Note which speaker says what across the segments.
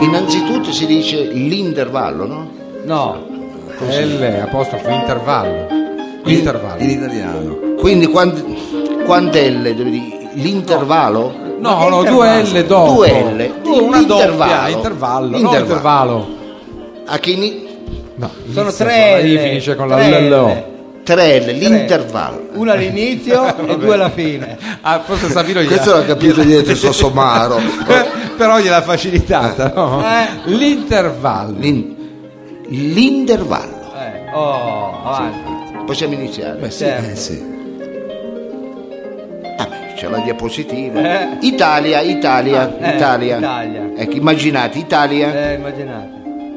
Speaker 1: Innanzitutto si dice l'intervallo, no?
Speaker 2: No, L apostrofo intervallo. Intervallo.
Speaker 3: In italiano.
Speaker 1: Quindi quant- quante L deve dire? L'intervallo?
Speaker 2: No, no, due L dopo.
Speaker 1: Due L.
Speaker 2: Oh, una doppia,
Speaker 1: Intervallo.
Speaker 2: intervallo. No,
Speaker 1: Intervallo.
Speaker 2: intervallo.
Speaker 1: A chi ni-
Speaker 2: No,
Speaker 4: Sono
Speaker 2: inizia
Speaker 4: tre
Speaker 2: con la I,
Speaker 4: L,
Speaker 2: finisce con la
Speaker 4: tre
Speaker 2: L, O.
Speaker 4: L.
Speaker 1: Tre L, l'intervallo.
Speaker 4: Una all'inizio e due alla fine.
Speaker 2: Ah, forse Savino gliela-
Speaker 1: Questo l'ha capito dietro Sossomaro.
Speaker 2: Però gliel'ha facilitata, no?
Speaker 4: Eh.
Speaker 2: L'intervallo.
Speaker 1: L'in- l'intervallo.
Speaker 4: Eh, oh, avanti.
Speaker 1: Possiamo iniziare?
Speaker 3: Beh, sì,
Speaker 4: Certo.
Speaker 3: eh, sì.
Speaker 1: Ah, beh, c'è la diapositiva.
Speaker 4: Eh.
Speaker 1: Italia, Italia,
Speaker 4: Ah, eh,
Speaker 1: Italia.
Speaker 4: Italia.
Speaker 1: Ecco, immaginate, Italia.
Speaker 4: Eh, immaginate.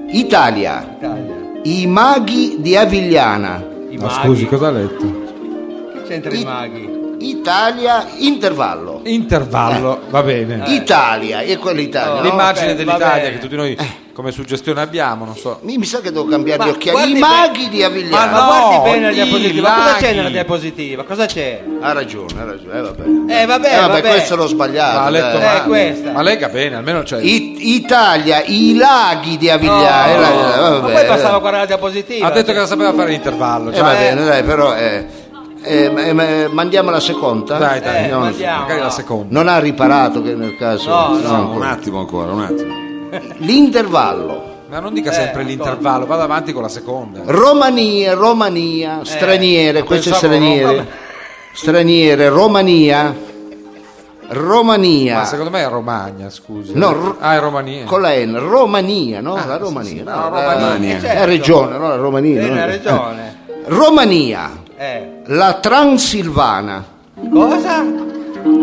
Speaker 1: Italia,
Speaker 4: Italia.
Speaker 1: i maghi di Avigliana.
Speaker 4: I
Speaker 2: Ma
Speaker 4: maghi.
Speaker 2: Ah, scusi, cosa ha letto?
Speaker 4: Chi c'entra i maghi?
Speaker 1: Italia, intervallo.
Speaker 2: Intervallo, va bene.
Speaker 4: Eh.
Speaker 1: Italia, e quell'Italia.
Speaker 4: Oh.
Speaker 1: no?
Speaker 2: L'immagine
Speaker 4: ok, va
Speaker 2: dell'Italia
Speaker 4: bene.
Speaker 2: che tutti noi come suggestione abbiamo, non so.
Speaker 1: Mi, mi sa che devo cambiare gli
Speaker 4: Ma
Speaker 1: occhiali.
Speaker 4: guardi
Speaker 1: I maghi di
Speaker 2: Ma
Speaker 1: Avigliana.
Speaker 4: Ma
Speaker 2: No,
Speaker 4: guardi bene la
Speaker 2: i
Speaker 4: diapositiva. Ma cosa c'è
Speaker 2: laghi.
Speaker 4: nella diapositiva? Cosa c'è?
Speaker 1: Ha ragione, ha ragione. Eh, vabbè.
Speaker 4: Eh, vabbè, vabbè.
Speaker 1: questo l'ho sbagliato.
Speaker 2: Ma ha letto
Speaker 1: dai.
Speaker 4: Eh,
Speaker 2: male.
Speaker 4: questa.
Speaker 2: Ma legga bene, almeno cioè, c'è.
Speaker 1: I- Italia, i laghi di Avigliana. Eh, la- la-
Speaker 4: Ma
Speaker 1: vabbè,
Speaker 4: poi bastava
Speaker 1: eh.
Speaker 4: guardare la diapositiva.
Speaker 2: Ha detto che la sapeva fare l'intervallo.
Speaker 1: Eh,
Speaker 2: Cioè,
Speaker 1: va
Speaker 4: eh.
Speaker 1: bene, dai, però. eh, eh, ma- eh, ma- mandiamo la seconda.
Speaker 2: dai, dai,
Speaker 4: Eh,
Speaker 1: No,
Speaker 4: ma andiamo,
Speaker 2: magari la
Speaker 4: no.
Speaker 2: seconda.
Speaker 1: Non ha riparato che nel caso.
Speaker 4: No, no,
Speaker 1: ancora.
Speaker 3: Un attimo ancora, un attimo.
Speaker 1: L'intervallo.
Speaker 2: Ma non dica sempre
Speaker 4: Eh,
Speaker 2: l'intervallo, vada avanti con la seconda.
Speaker 1: Romania, Romania, straniere, questo è
Speaker 2: Eh, pensavo
Speaker 1: straniere.
Speaker 2: Roma.
Speaker 1: Straniere, Romania. Romania.
Speaker 2: Ma secondo me è Romagna, scusi.
Speaker 1: No, ro-
Speaker 2: ah, è Romania.
Speaker 1: con la N, Romania, no? la Romania, no,
Speaker 2: Ah, no, Eh, certo.
Speaker 3: Romania.
Speaker 1: la- la regione, no? La Romania.
Speaker 4: Bene,
Speaker 1: no? Eh,
Speaker 4: ha Eh, ragione.
Speaker 1: Romania,
Speaker 4: Eh.
Speaker 1: la Transilvana.
Speaker 4: Cosa?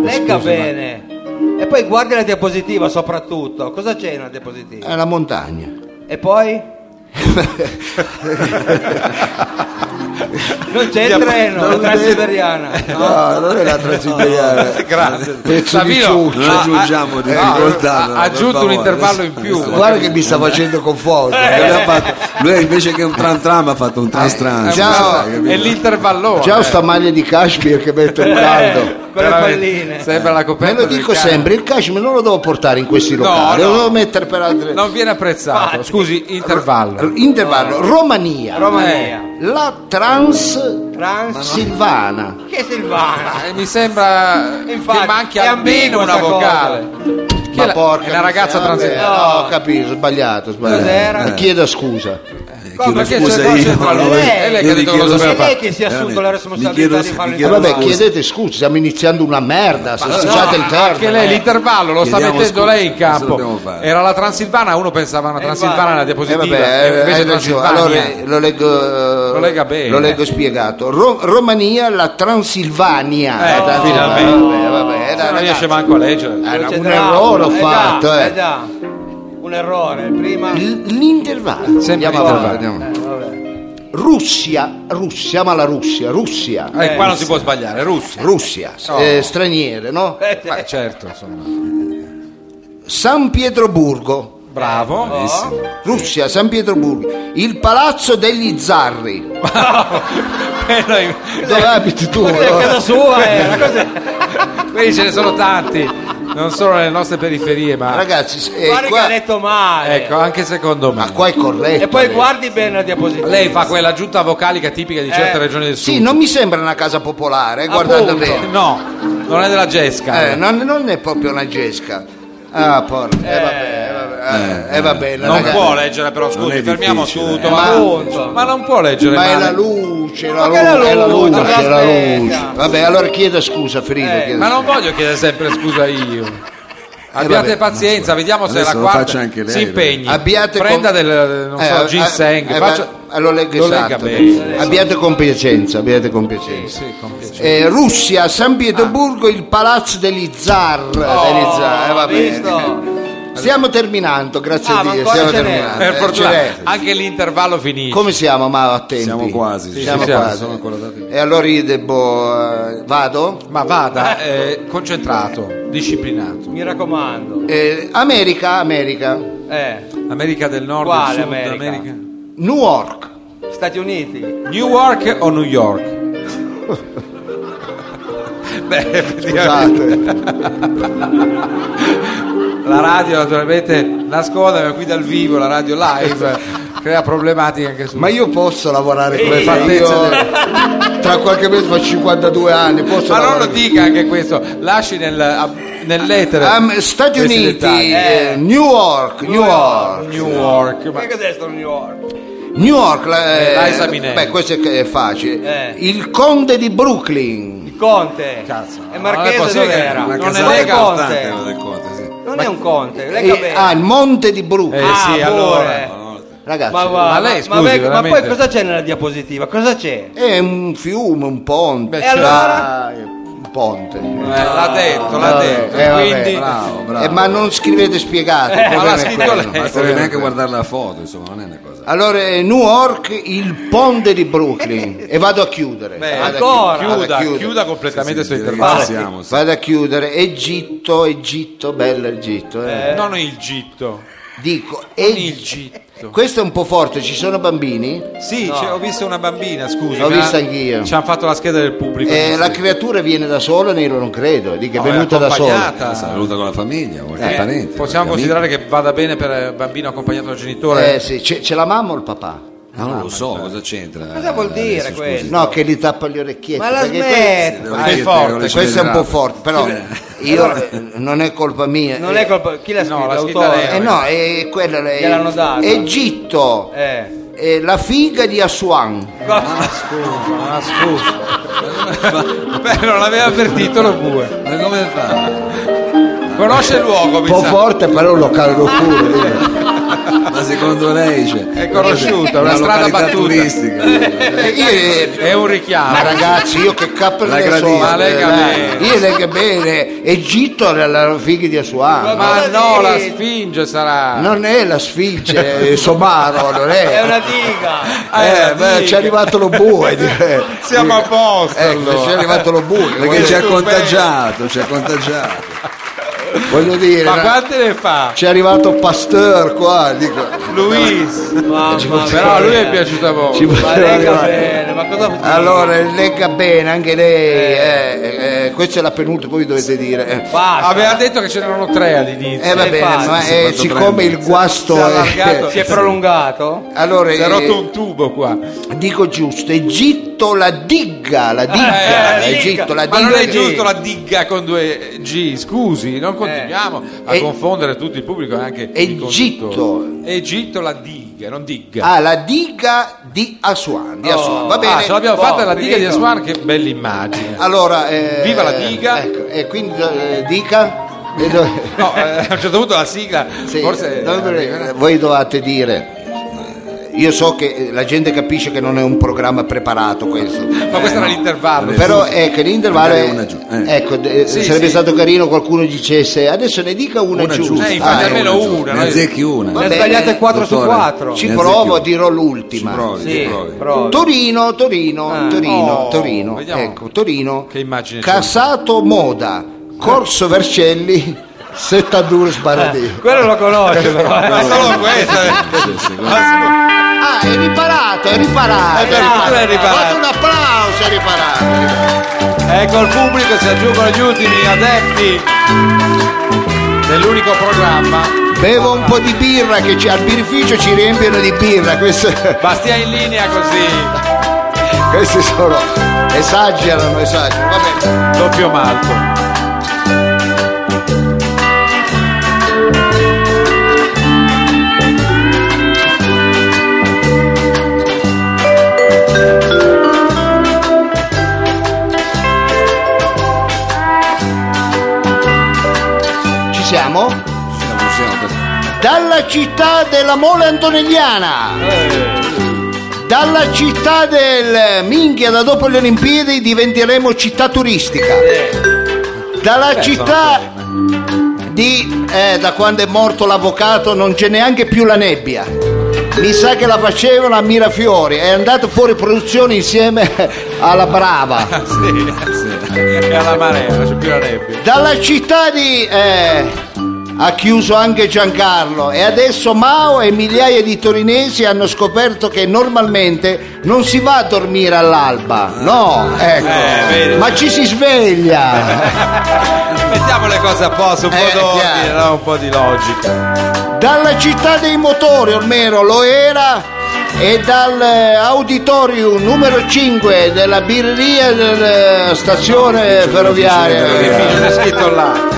Speaker 4: Legga bene. E poi guardi la diapositiva soprattutto. Cosa c'è nella diapositiva?
Speaker 1: È la montagna.
Speaker 4: E poi? non c'è il treno, la Transiberiana.
Speaker 1: No, non è la Transilvania.
Speaker 2: Eh,
Speaker 3: Eh,
Speaker 4: Eh,
Speaker 2: Grazie.
Speaker 1: Pezzo di
Speaker 2: Savino,
Speaker 1: ciuccio,
Speaker 3: Non
Speaker 2: ah,
Speaker 3: diciamo, aggiungiamo
Speaker 2: ha-
Speaker 3: difficoltà.
Speaker 2: ha aggiunto un intervallo in più. Eh.
Speaker 1: Guarda che mi sta facendo confondere.
Speaker 3: Lui invece che un tran tram ha fatto un trans
Speaker 2: eh,
Speaker 3: tram.
Speaker 1: Ciao.
Speaker 2: È l'intervallone. Eh,
Speaker 1: Già ho sta maglia di cashmere che metto in caldo.
Speaker 4: Con le
Speaker 2: Veramente.
Speaker 4: palline.
Speaker 2: Sembra la
Speaker 1: Me
Speaker 2: coperta
Speaker 1: lo
Speaker 2: Eh, del
Speaker 1: dico
Speaker 2: cane.
Speaker 1: sempre, il cashmere non lo devo portare in questi locali,
Speaker 2: no.
Speaker 1: lo devo mettere per altre...
Speaker 2: Non viene apprezzato.
Speaker 4: Infatti.
Speaker 2: Scusi, intervallo.
Speaker 1: Intervallo, Romania,
Speaker 4: Romania.
Speaker 1: la Trans...
Speaker 4: Trans.
Speaker 1: Silvana.
Speaker 4: Che Silvana.
Speaker 2: Eh, mi sembra
Speaker 4: Infatti,
Speaker 2: che manchi
Speaker 4: è
Speaker 2: almeno
Speaker 4: ambigua
Speaker 2: una
Speaker 4: sta
Speaker 2: vocale. Chi è la- è una ragazza
Speaker 1: miseria, vabbè,
Speaker 2: transitata.
Speaker 1: No, ho capito, sbagliato, sbagliato.
Speaker 4: Cos'era?
Speaker 1: Eh, Chiedo scusa.
Speaker 3: Chiedo
Speaker 2: perché
Speaker 3: Eh, scusa
Speaker 2: c'è-
Speaker 3: io.
Speaker 2: c'entra
Speaker 3: ma
Speaker 2: lui?
Speaker 3: non- io
Speaker 2: ha
Speaker 4: È lei che
Speaker 3: gli
Speaker 2: detto che
Speaker 3: chiedo
Speaker 2: lo sapeva
Speaker 3: scusa.
Speaker 2: fare.
Speaker 4: È lei che si è assunto la responsabilità
Speaker 3: Mi chiedo-
Speaker 4: di fare
Speaker 3: mi
Speaker 1: E
Speaker 3: chiedo
Speaker 4: l'intervallo.
Speaker 1: Eh, vabbè,
Speaker 3: scusa.
Speaker 1: chiedete scusa, stiamo iniziando una merda, se usate il eh. termine.
Speaker 2: Anche lei l'intervallo lo sta
Speaker 3: Chiediamo
Speaker 2: mettendo
Speaker 3: scusa,
Speaker 2: lei in
Speaker 3: cosa
Speaker 2: campo.
Speaker 3: dobbiamo fare?
Speaker 2: Era la Transilvana, uno pensava una
Speaker 4: Eh,
Speaker 2: Transilvana
Speaker 4: infatti.
Speaker 2: nella
Speaker 1: Eh,
Speaker 2: diapositiva,
Speaker 1: vabbè,
Speaker 2: e invece
Speaker 1: hai ragione.
Speaker 2: Transilvania.
Speaker 1: Allora eh, lo leggo, eh,
Speaker 2: Lo legga bene.
Speaker 1: lo leggo spiegato. Ro- Romania, la Transilvania.
Speaker 2: Eh,
Speaker 1: La Transilvania,
Speaker 2: finalmente.
Speaker 1: vabbè, vabbè, era,
Speaker 2: Se non
Speaker 1: eh, ragazzi,
Speaker 2: riesce manco a leggere.
Speaker 1: era un
Speaker 4: C'entra-
Speaker 1: errore ho
Speaker 4: eh,
Speaker 1: fatto.
Speaker 4: già,
Speaker 1: eh.
Speaker 4: eh, già. Un errore, prima...
Speaker 1: L- L'intervallo.
Speaker 2: Sempre
Speaker 1: Andiamo avanti,
Speaker 2: l'intervallo.
Speaker 1: andiamo avanti.
Speaker 4: Eh, vabbè.
Speaker 1: Russia, Russia, ma la Russia, Russia,
Speaker 2: Eh, qua non si può sbagliare, russo.
Speaker 1: Russia,
Speaker 2: Oh.
Speaker 1: eh, straniere, no?
Speaker 4: Eh, sì.
Speaker 2: Ma certo, insomma.
Speaker 1: San Pietroburgo,
Speaker 2: Bravo.
Speaker 4: Oh.
Speaker 1: Russia, San Pietroburgo, il palazzo degli zarri.
Speaker 2: Quello è-
Speaker 1: Dove abiti tu?
Speaker 4: Quella è
Speaker 1: no?
Speaker 4: casa sua, eh, la cosa-
Speaker 2: Quelli ce ne sono tanti, non solo nelle nostre periferie, ma
Speaker 1: Ragazzi, eh,
Speaker 4: Guarda che
Speaker 1: qua,
Speaker 4: ha letto male.
Speaker 2: ecco, anche secondo
Speaker 1: ma
Speaker 2: me.
Speaker 1: qua è corretto.
Speaker 4: E poi
Speaker 1: lei.
Speaker 4: guardi bene la diapositiva.
Speaker 2: Lei fa quella giunta vocalica tipica di certe
Speaker 4: Eh,
Speaker 2: regioni del sud.
Speaker 1: Sì, non mi sembra una casa popolare, eh, guardando
Speaker 4: Appunto.
Speaker 1: bene.
Speaker 2: No, non è della Gesca.
Speaker 1: Eh, non, non è proprio una gesca. Ah, porca. Eh, vabbè, eh, vabbè, eh, eh, va bene,
Speaker 2: non
Speaker 1: ragazzi.
Speaker 2: può leggere però,
Speaker 3: Non
Speaker 2: scusi,
Speaker 3: è
Speaker 2: fermiamo
Speaker 3: difficile,
Speaker 2: tutto.
Speaker 3: eh.
Speaker 2: Ma,
Speaker 4: Appunto.
Speaker 2: ma non può leggere
Speaker 1: Ma è
Speaker 2: male.
Speaker 1: la luce, la
Speaker 4: Ma che è la
Speaker 1: luce, è la
Speaker 4: luce,
Speaker 1: luce, è la
Speaker 4: aspetta.
Speaker 1: luce. Vabbè, allora chiedo scusa, Frido.
Speaker 4: Eh,
Speaker 1: chiedo
Speaker 2: Ma non
Speaker 1: scusa.
Speaker 2: voglio chiedere sempre scusa io. Abbiate
Speaker 1: Eh, vabbè,
Speaker 2: pazienza, vediamo se
Speaker 3: adesso
Speaker 2: la
Speaker 3: lo
Speaker 2: quarta
Speaker 3: faccia anche lei,
Speaker 2: si impegni.
Speaker 1: Abbiate
Speaker 2: Prenda
Speaker 1: con-
Speaker 2: del non
Speaker 1: Eh,
Speaker 2: so,
Speaker 1: eh,
Speaker 2: ginseng,
Speaker 1: eh,
Speaker 2: faccia-
Speaker 1: ma- lo leggo
Speaker 2: lo legga
Speaker 1: esatto.
Speaker 2: bene.
Speaker 1: Abbiate compiacenza, abbiate compiacenza.
Speaker 2: Sì, con piacere.
Speaker 1: Eh, Russia, San Pietroburgo, il palazzo degli zar.
Speaker 2: Oh,
Speaker 1: degli zar, eh, va
Speaker 4: Oh,
Speaker 1: bene.
Speaker 4: visto?
Speaker 1: Stiamo terminando, grazie
Speaker 4: Ah,
Speaker 1: a
Speaker 4: ma
Speaker 1: Dio.
Speaker 4: ancora
Speaker 1: Stiamo
Speaker 4: ce n'è.
Speaker 1: terminando.
Speaker 2: Per
Speaker 1: Eh,
Speaker 2: fortuna
Speaker 1: ce n'è.
Speaker 2: anche l'intervallo finisce.
Speaker 1: Come siamo, ma a tempi?
Speaker 3: Siamo quasi, sì,
Speaker 1: siamo
Speaker 2: sì, siamo,
Speaker 1: quasi.
Speaker 3: sono ancora dati.
Speaker 1: E allora io devo. eh, vado?
Speaker 2: Ma vada, eh, concentrato, disciplinato.
Speaker 4: Mi raccomando.
Speaker 1: Eh, America, America.
Speaker 4: Eh,
Speaker 2: America del Nord,
Speaker 4: Quale
Speaker 2: del Sud,
Speaker 4: America?
Speaker 1: New York.
Speaker 4: Stati Uniti.
Speaker 2: New York o New York? Beh, effettivamente.
Speaker 1: Scusate.
Speaker 2: la radio naturalmente nasconde, ma qui dal vivo, la radio live, crea problematiche anche su.
Speaker 1: Ma io posso lavorare come
Speaker 2: Ehi,
Speaker 1: fate?
Speaker 2: io-
Speaker 1: Io tra qualche mese fa 52 anni, posso
Speaker 2: Ma non
Speaker 1: lavorare
Speaker 2: lo dica anche questo, lasci nel, a- nell'etere.
Speaker 1: Am- Stati
Speaker 2: questi
Speaker 1: Uniti,
Speaker 2: dettagli.
Speaker 1: eh, New York, New York,
Speaker 2: New York, ma-
Speaker 4: Ma cos'è sto New York?
Speaker 1: New York, la-
Speaker 2: Eh, la
Speaker 1: eh,
Speaker 2: esaminiamo.
Speaker 1: beh, questo è, è facile.
Speaker 4: Eh.
Speaker 1: Il conde di Brooklyn.
Speaker 4: Il Conte.
Speaker 2: Cazzo, non
Speaker 4: È
Speaker 2: è
Speaker 4: Marchese
Speaker 2: possibile che- una
Speaker 4: dov'era? Non è
Speaker 2: casata
Speaker 4: Conte.
Speaker 3: importante quella del Conte, sì.
Speaker 4: Non è un Conte,
Speaker 1: E-
Speaker 4: legga bene.
Speaker 1: ah, il monte di Brooklyn.
Speaker 2: Eh, sì,
Speaker 4: pure.
Speaker 2: allora.
Speaker 1: Ragazzi,
Speaker 4: Ma, guarda,
Speaker 2: Ma lei, scusi,
Speaker 4: ve- ma
Speaker 2: veramente.
Speaker 4: poi cosa c'è nella diapositiva? Cosa c'è?
Speaker 1: è un fiume, un ponte.
Speaker 2: Beh,
Speaker 4: E allora?
Speaker 1: Dai, un ponte.
Speaker 2: Eh, l'ha detto, l'ha
Speaker 1: Vabbè,
Speaker 2: detto.
Speaker 1: eh, vabbè,
Speaker 2: quindi Eh,
Speaker 3: bravo, bravo.
Speaker 1: Eh, ma non scrivete spiegate. il
Speaker 2: ma l'ha
Speaker 1: problema è
Speaker 2: scritto
Speaker 1: quello.
Speaker 2: lei.
Speaker 3: Ma serve neanche guardare la foto, insomma, non è una cosa.
Speaker 1: Allora, eh, New York, il ponte di Brooklyn. e vado a chiudere.
Speaker 2: Beh,
Speaker 1: vado a
Speaker 4: ancora?
Speaker 1: chiudere, vado a
Speaker 2: chiuda,
Speaker 1: chiudere.
Speaker 2: chiuda completamente
Speaker 3: Sì,
Speaker 2: il suo
Speaker 3: direi
Speaker 2: intervento.
Speaker 3: che siamo, sì.
Speaker 1: Vado a chiudere. Egitto, Egitto, bello Egitto. eh.
Speaker 2: Non il gitto.
Speaker 1: Dico,
Speaker 2: Non
Speaker 1: Egitto.
Speaker 2: il gitto.
Speaker 1: Questo è un po' forte, ci sono bambini?
Speaker 2: Sì,
Speaker 4: No.
Speaker 2: cioè, ho visto una bambina, scusa.
Speaker 1: L'ho
Speaker 2: mi ha-
Speaker 1: vista anch'io.
Speaker 2: Ci hanno fatto la scheda del pubblico.
Speaker 1: Eh,
Speaker 2: giusto?
Speaker 1: la creatura viene da sola, ne- io non credo, dico, è
Speaker 2: No, è
Speaker 1: venuta da sola.
Speaker 2: accompagnata.
Speaker 3: Saluta con la famiglia, qualche
Speaker 2: Eh,
Speaker 3: parente.
Speaker 2: possiamo
Speaker 3: qualche amico.
Speaker 2: considerare che vada bene per eh, bambino accompagnato dal genitore?
Speaker 1: Eh, sì, c'è, c'è la mamma o il papà?
Speaker 3: No, non lo so, cosa c'entra. eh,
Speaker 4: Cosa vuol dire
Speaker 3: adesso, scusi.
Speaker 4: questo?
Speaker 1: No, che gli tappa le orecchiette.
Speaker 4: Ma la
Speaker 1: perché
Speaker 4: smetta!
Speaker 1: questo-
Speaker 3: Devo
Speaker 2: Ah,
Speaker 3: dire
Speaker 2: è
Speaker 3: che
Speaker 2: forte,
Speaker 3: te lo
Speaker 1: Questo è un
Speaker 3: sconsideravo.
Speaker 1: po' forte, però io eh, non è colpa mia.
Speaker 4: Non
Speaker 1: eh,
Speaker 4: è colpa. Chi l'ha
Speaker 2: No,
Speaker 4: scritto?
Speaker 2: l'ha scritta
Speaker 4: L'autore?
Speaker 2: lei.
Speaker 1: eh, no, è quella è-
Speaker 4: Gliel'hanno data.
Speaker 1: Egitto,
Speaker 4: Eh.
Speaker 1: eh, la figa di Aswan.
Speaker 4: Cosa-
Speaker 2: Scusa, ma scusa. Beh, non l'aveva avvertito lo pure.
Speaker 3: Ma come fa?
Speaker 2: Conosce il luogo, mi
Speaker 1: Un po'
Speaker 2: sa.
Speaker 1: forte, però un locale locuro.
Speaker 3: Ma secondo lei cioè, c'è
Speaker 2: È conosciuta, una strada
Speaker 3: Ecco, località
Speaker 2: battuta.
Speaker 3: turistica.
Speaker 1: Eh, io, eh,
Speaker 2: È un
Speaker 1: ma
Speaker 2: richiamo.
Speaker 1: ragazzi, io che
Speaker 3: La
Speaker 1: cappello
Speaker 3: gradisco.
Speaker 1: sono? Eh,
Speaker 3: Ma
Speaker 2: lega
Speaker 1: dai.
Speaker 2: bene.
Speaker 1: Io leggo bene. Egitto è la figa di Aswan.
Speaker 2: Ma
Speaker 4: Cosa
Speaker 2: no,
Speaker 4: dici?
Speaker 2: la sfinge sarà.
Speaker 1: Non è la sfinge, è somaro, non è.
Speaker 4: È una diga.
Speaker 2: Ah,
Speaker 1: Eh,
Speaker 2: la
Speaker 1: beh,
Speaker 2: diga.
Speaker 1: ci è arrivato lo bue. eh, dire.
Speaker 2: Siamo a posto.
Speaker 1: Ecco, ci è
Speaker 2: allora.
Speaker 1: arrivato lo bue.
Speaker 3: Perché
Speaker 1: voglio-
Speaker 3: ci ha
Speaker 2: Stupendo.
Speaker 3: contagiato, ci ha contagiato.
Speaker 1: Voglio dire,
Speaker 2: Ma
Speaker 1: na-
Speaker 2: quante ne fa?
Speaker 1: ci è arrivato Pasteur qua, dico,
Speaker 2: Luis. Cioè,
Speaker 4: Mamma
Speaker 2: Però a lui è
Speaker 4: mia.
Speaker 2: piaciuta molto.
Speaker 1: ci
Speaker 4: Ma
Speaker 1: poteva
Speaker 4: legga
Speaker 1: arrivare.
Speaker 4: bene, ma cosa vuol dire?
Speaker 1: Allora, legga bene anche lei, eh, eh, questa è la penultima, voi dovete dire. eh.
Speaker 4: basta.
Speaker 2: Aveva detto che ce n'erano tre all'inizio.
Speaker 1: Eh, va
Speaker 4: è
Speaker 1: bene,
Speaker 4: fatto,
Speaker 1: ma
Speaker 3: si è
Speaker 1: eh,
Speaker 3: fatto
Speaker 1: siccome
Speaker 3: prendere.
Speaker 1: il guasto
Speaker 2: Si è
Speaker 1: è...
Speaker 2: allargato.
Speaker 4: si è prolungato?
Speaker 1: Allora,
Speaker 2: Si è
Speaker 1: eh,
Speaker 2: rotto un tubo qua.
Speaker 1: dico giusto, Egitto la digga, la
Speaker 2: Eh,
Speaker 1: digga,
Speaker 4: la digga.
Speaker 1: Egitto la
Speaker 2: Ma
Speaker 1: digga.
Speaker 2: non è
Speaker 4: G.
Speaker 2: giusto la digga con due G, scusi, non continuiamo a
Speaker 1: E-
Speaker 2: confondere tutto il pubblico e anche il
Speaker 1: Egitto.
Speaker 2: conduttore. Egitto la digga, non digga.
Speaker 1: Ah, la digga di Aswan, di Aswan. va bene. Boh,
Speaker 2: Ah, ce l'abbiamo
Speaker 4: Oh,
Speaker 2: fatta la digga di
Speaker 4: finito.
Speaker 2: Aswan, che bella immagine.
Speaker 1: Allora, eh,
Speaker 2: Viva la diga.
Speaker 1: ecco, e quindi eh, dica... e dove-
Speaker 2: No, eh, a un certo punto la sigla
Speaker 1: Sì,
Speaker 2: forse
Speaker 1: dovre- voi dovete dire io so che eh, la gente capisce che non è un programma preparato questo
Speaker 2: ma questo era l'intervallo.
Speaker 3: Vabbè.
Speaker 1: però ecco l'intervallo
Speaker 3: Eh, Magari
Speaker 1: è-
Speaker 3: una giù, eh.
Speaker 1: ecco, eh,
Speaker 2: Sì,
Speaker 1: sarebbe
Speaker 2: sì.
Speaker 1: stato carino qualcuno dicesse adesso ne dica una,
Speaker 3: Una
Speaker 1: giusta
Speaker 3: giusta.
Speaker 2: Eh, infatti,
Speaker 1: Ah,
Speaker 2: almeno
Speaker 1: ecco.
Speaker 2: una,
Speaker 3: Ne
Speaker 2: no?
Speaker 3: azzecchi una.
Speaker 1: Va
Speaker 4: Ne ha
Speaker 1: bene,
Speaker 4: sbagliate 4 su
Speaker 3: dottore.
Speaker 4: 4.
Speaker 1: ci
Speaker 3: Ne
Speaker 1: provo
Speaker 3: azzecchi
Speaker 1: dirò
Speaker 3: Ci
Speaker 1: l'ultima
Speaker 3: provi, ci
Speaker 4: Sì,
Speaker 3: provi.
Speaker 4: provi.
Speaker 1: Torino Torino
Speaker 4: Ah.
Speaker 1: Torino
Speaker 2: Oh,
Speaker 1: Torino
Speaker 2: vediamo.
Speaker 1: ecco Torino
Speaker 2: Che immagine c'è?
Speaker 1: Casato Moda Corso Vercelli 72
Speaker 2: Eh.
Speaker 1: Sbaradì
Speaker 4: Quello lo conosce però. eh.
Speaker 2: Ma solo questa.
Speaker 3: Sì, sì, guarda.
Speaker 2: Ma
Speaker 1: Ah, è riparato, è riparato.
Speaker 2: È riparato, è riparato.
Speaker 1: Fate un applauso, è riparato.
Speaker 2: scusi, Ecco il pubblico, si aggiungono gli ultimi adepti dell'unico programma.
Speaker 1: Bevo un po' di birra che ci- al birrificio ci riempiono di birra, questo-
Speaker 2: Ma stia in linea così,
Speaker 1: questi sono esagerano, esagerano. Va bene.
Speaker 2: doppio malto.
Speaker 1: Ci siamo?
Speaker 3: Sì, la possiamo per-
Speaker 1: Dalla città della mole antonelliana. Dalla città del minchia da dopo le Olimpiadi diventeremo città turistica. Dalla città di eh, da quando è morto l'avvocato non c'è neanche più la nebbia. Mi sa che la facevano a Mirafiori, è andato fuori produzione insieme alla Brava.
Speaker 2: Sì, sì. E alla marea, non c'è più la nebbia.
Speaker 1: Dalla città di eh, ha chiuso anche Giancarlo e adesso Mao e migliaia di torinesi hanno scoperto che normalmente non si va a dormire all'alba, no, ecco, ma ci si sveglia.
Speaker 2: Mettiamo le cose a posto, un po'
Speaker 1: Eh,
Speaker 2: d'ordine,
Speaker 1: chiaro.
Speaker 2: no? un po' di logica.
Speaker 1: Dalla città dei motori, almeno lo era, e dall'auditorium numero 5 della birreria della stazione
Speaker 2: Che
Speaker 1: ferroviaria.
Speaker 2: figlio c'è scritto là?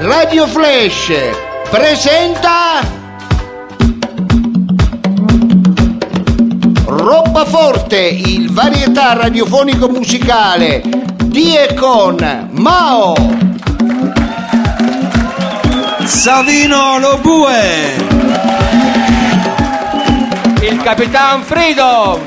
Speaker 1: Radio Flash presenta Roba Forte, il varietà radiofonico musicale di e con Mao,
Speaker 3: Savino Lobue,
Speaker 4: Il Capitan Freedom!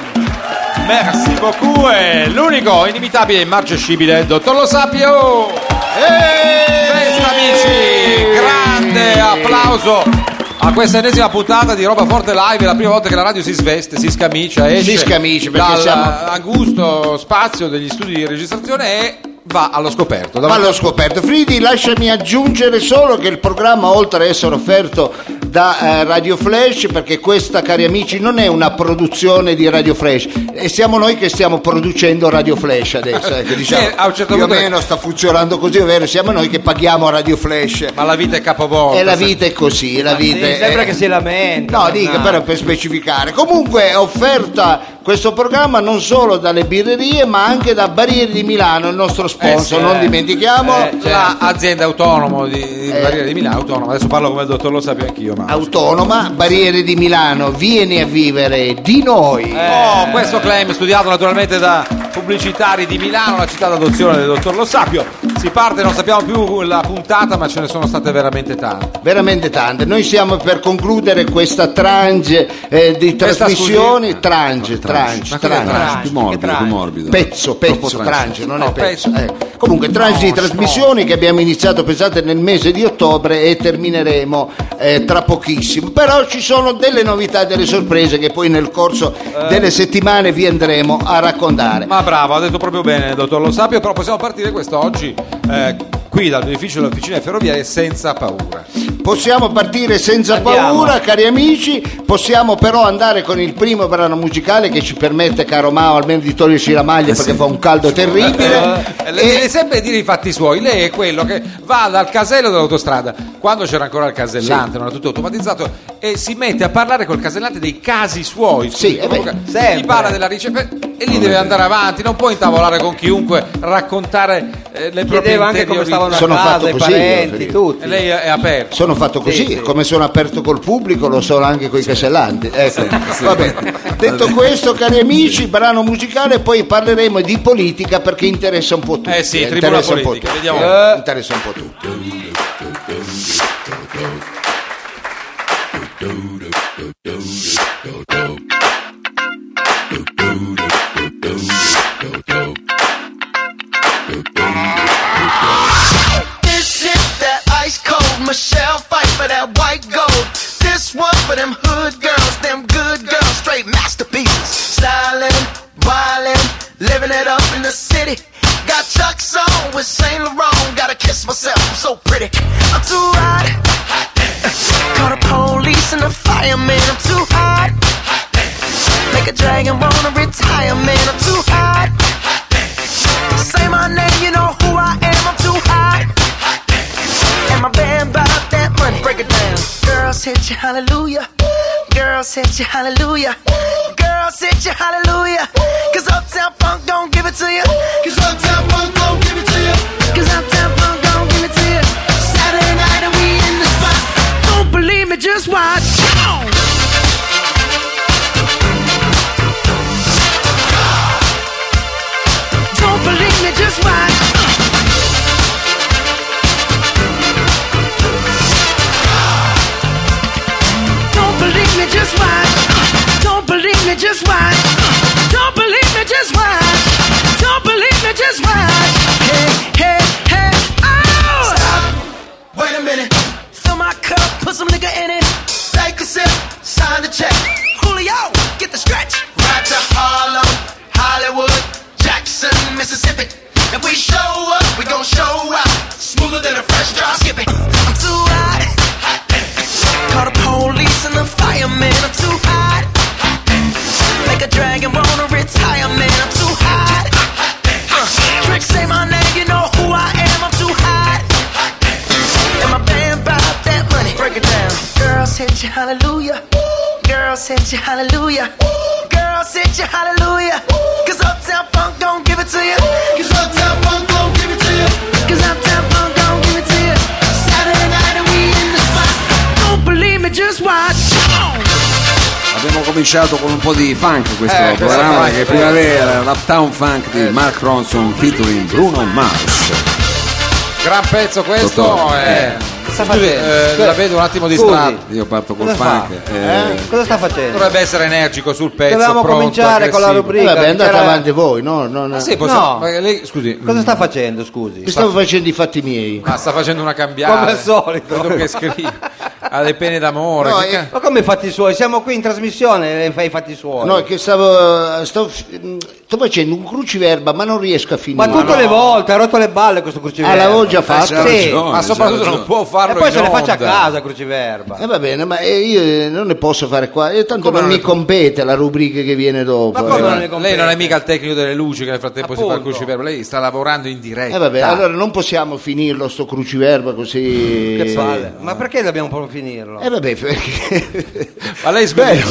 Speaker 2: Merci beaucoup, è l'unico, inimitabile, immarcescibile, dottor Lo Sapio! Festa amici, grande applauso a questa ennesima puntata di Roba Forte Live, è la prima volta che la radio si sveste, si scamicia, esce
Speaker 1: Si scamicia, perché
Speaker 2: dal
Speaker 1: siamo-
Speaker 2: angusto spazio degli studi di registrazione e va allo scoperto.
Speaker 1: ma
Speaker 2: Davanti-
Speaker 1: l'ho scoperto. Fridi, lasciami aggiungere solo che il programma, oltre ad essere offerto da eh, Radio Flash, perché questa, cari amici, non è una produzione di Radio Flash, e siamo noi che stiamo producendo Radio Flash adesso. Ecco, diciamo,
Speaker 2: a un certo
Speaker 1: più
Speaker 2: punto-
Speaker 1: o meno sta funzionando così, ovvero siamo noi che paghiamo Radio Flash.
Speaker 2: Ma la vita è capovolta.
Speaker 1: E la vita è così, la
Speaker 4: Sì,
Speaker 1: vita è...
Speaker 4: sembra che si lamenta.
Speaker 1: No, dica però per specificare. Comunque è offerta questo programma non solo dalle birrerie ma anche da Barriere di Milano, il nostro sponsor,
Speaker 2: sì,
Speaker 1: non
Speaker 2: eh.
Speaker 1: dimentichiamo.
Speaker 2: Eh, la azienda autonoma di, di Barriere di Milano, autonoma, adesso parlo come il dottor Lo Sapio anch'io, ma...
Speaker 1: Autonoma, Barriere di Milano, vieni a vivere di noi.
Speaker 2: Oh, questo claim studiato naturalmente da pubblicitari di Milano, la città d'adozione del dottor Lo Sapio. Si parte, non sappiamo più la puntata, ma ce ne sono state veramente tante.
Speaker 1: Veramente tante. Noi siamo per concludere questa trange eh, di
Speaker 2: Questa,
Speaker 1: trasmissioni.
Speaker 2: scusi?
Speaker 1: Trange, trange,
Speaker 2: Ma cos'è
Speaker 1: trange.
Speaker 2: trange?
Speaker 3: più morbido,
Speaker 4: trange.
Speaker 3: più morbido.
Speaker 1: Pezzo,
Speaker 3: Troppo
Speaker 1: pezzo,
Speaker 3: trange.
Speaker 1: trange, non è
Speaker 2: No,
Speaker 1: pezzo. eh. Comunque, trange di trasmissioni che abbiamo iniziato, pensate, nel mese di ottobre e termineremo eh, tra pochissimo. Però ci sono delle novità, delle sorprese che poi nel corso delle settimane vi andremo a raccontare.
Speaker 2: Ma bravo, ha detto proprio bene il dottor Lo Sapio, però possiamo partire quest'oggi eh, qui dal beneficio delle officine ferroviarie senza paura.
Speaker 1: Possiamo partire senza
Speaker 4: Andiamo.
Speaker 1: paura, cari amici. Possiamo però andare con il primo brano musicale che ci permette, caro Mao, almeno di toglierci la maglia perché
Speaker 3: sì.
Speaker 1: fa un caldo terribile.
Speaker 2: Eh, lei deve
Speaker 1: E
Speaker 2: sempre dire i fatti suoi, lei è quello che va dal casello dell'autostrada, quando c'era ancora il casellante, non era tutto automatizzato, e si mette a parlare col casellante dei casi suoi. scusi,
Speaker 1: Sì, eh beh,
Speaker 2: comunque,
Speaker 4: sempre.
Speaker 2: gli parla della ricerca e lì deve andare avanti, non può intavolare con chiunque, raccontare eh, le proprie
Speaker 4: Chiedevo anche come
Speaker 2: interiori-
Speaker 4: stavano
Speaker 1: Sono
Speaker 4: a
Speaker 1: fatto
Speaker 4: casa, i
Speaker 1: così, Eh,
Speaker 4: parenti,
Speaker 1: io,
Speaker 4: tutti.
Speaker 2: E Lei è aperto.
Speaker 1: sono fatto così,
Speaker 4: Sì, sì.
Speaker 1: come sono aperto col pubblico, lo sono anche con i casellanti. Ecco. Va bene. Detto questo, cari amici, brano musicale, poi parleremo di politica perché interessa un po' tutti.
Speaker 2: Eh sì, tribuna
Speaker 1: interessa un po'
Speaker 2: politica,
Speaker 1: tutti.
Speaker 2: vediamo.
Speaker 1: Eh, interessa un po' tutti.
Speaker 5: This is that ice cold Michelle fight for that white gold. This one for them hood girls, them good girls, straight masterpieces. Stylin', violin, living it up in the city. Got Chuck's on with Saint Laurent. Gotta kiss myself, I'm so pretty. I'm too hot. Call the police and the fireman. I'm too hot. Make a dragon wanna retire, man. I'm too hot. Say my name, you know who I am. I'm too hot. And my band bought that money. Break it down. Girls hit you, hallelujah. Girls hit you, hallelujah. Girls hit you, hallelujah. Cause Uptown Funk don't give it to you. Cause Uptown Funk don't give it to you. Cause Uptown Funk don't give it to you. Saturday night and we in the spot. Don't believe me, just watch. Come on. Don't believe me, just watch. Don't believe me, just watch. Don't believe me, just watch. Don't believe me, just watch. Don't believe me, just watch. Hey, hey, hey, oh!
Speaker 6: Wait a minute,
Speaker 5: Fill my cup, put some nigga in it.
Speaker 6: take a sip, sign the check.
Speaker 5: Julio, get the stretch.
Speaker 6: Ride to Harlem, Hollywood, Jackson, Mississippi. If we show up, we gon' show out. Smoother than a fresh drop. Skip it.
Speaker 5: I'm too Uh, sent you hallelujah. Girl sent you hallelujah. Girl sent you hallelujah. Cause Uptown Funk gon' give it to you. Cause Uptown Funk gon' give it to you. Cause Uptown Funk gon' give it to you. Saturday night and we in the spot. Don't believe me, just watch.
Speaker 3: Abbiamo cominciato con un po' di funk Eh. questo
Speaker 2: Eh, questo
Speaker 3: programma
Speaker 2: funk,
Speaker 3: che è
Speaker 2: eh.
Speaker 3: primavera, l'Uptown Funk di Mark Ronson featuring Bruno Mars.
Speaker 2: Gran pezzo questo.
Speaker 3: Dottor,
Speaker 2: eh.
Speaker 4: sta
Speaker 2: Scusi,
Speaker 4: facendo?
Speaker 2: eh, la vedo un attimo
Speaker 4: Scusi.
Speaker 2: distratto.
Speaker 3: Io parto col
Speaker 4: Cosa fa?
Speaker 3: funk. eh,
Speaker 4: Cosa sta facendo?
Speaker 2: Dovrebbe essere energico sul pezzo.
Speaker 4: Dovevamo
Speaker 2: pronto,
Speaker 4: cominciare con la
Speaker 2: aggressivo.
Speaker 4: rubrica.
Speaker 1: Eh, vabbè, andate
Speaker 4: c'era-
Speaker 1: avanti voi, no? no, no.
Speaker 2: Ah, sì, possiamo-
Speaker 4: No.
Speaker 2: perché lei- scusi,
Speaker 4: Cosa sta facendo, scusi?
Speaker 1: Che stavo facendo i fatti miei?
Speaker 2: ma sta facendo una cambiata.
Speaker 4: Come al solito.
Speaker 2: Vedo che scrive. Ha le pene d'amore.
Speaker 1: No,
Speaker 2: che
Speaker 1: eh,
Speaker 2: ca-
Speaker 4: Ma come i fatti suoi? Siamo qui in trasmissione e fai i fatti suoi.
Speaker 1: No, che stavo, eh, stavo, mm, sto facendo un cruciverba, ma non riesco a
Speaker 4: Ma
Speaker 1: finire.
Speaker 4: tutte le volte, ha rotto le balle questo cruciverba.
Speaker 1: Ah, l'avevo già
Speaker 3: eh,
Speaker 1: fatto.
Speaker 3: c'ha
Speaker 4: Sì.
Speaker 3: ragione,
Speaker 2: ma
Speaker 3: c'ha
Speaker 2: soprattutto
Speaker 3: ragione.
Speaker 2: non può farlo
Speaker 4: E poi
Speaker 2: in
Speaker 4: se le
Speaker 2: onda.
Speaker 4: faccia a casa, cruciverba.
Speaker 1: Eh, va bene, ma eh, io eh, non ne posso fare qua, eh, tanto
Speaker 2: Come
Speaker 1: non
Speaker 2: non ne-
Speaker 1: mi compete la rubrica che viene dopo.
Speaker 4: Ma come
Speaker 1: eh.
Speaker 4: non ne-
Speaker 2: Lei non è mica il tecnico delle luci che nel frattempo si fa il
Speaker 4: Appunto.
Speaker 2: cruciverba, lei sta lavorando in diretta.
Speaker 1: Eh, vabbè, allora non possiamo finirlo sto cruciverba così.
Speaker 4: Mm, Che palle. Ma perché dobbiamo proprio finirlo?
Speaker 1: Eh vabbè, perché...
Speaker 2: Ma lei sbaglia.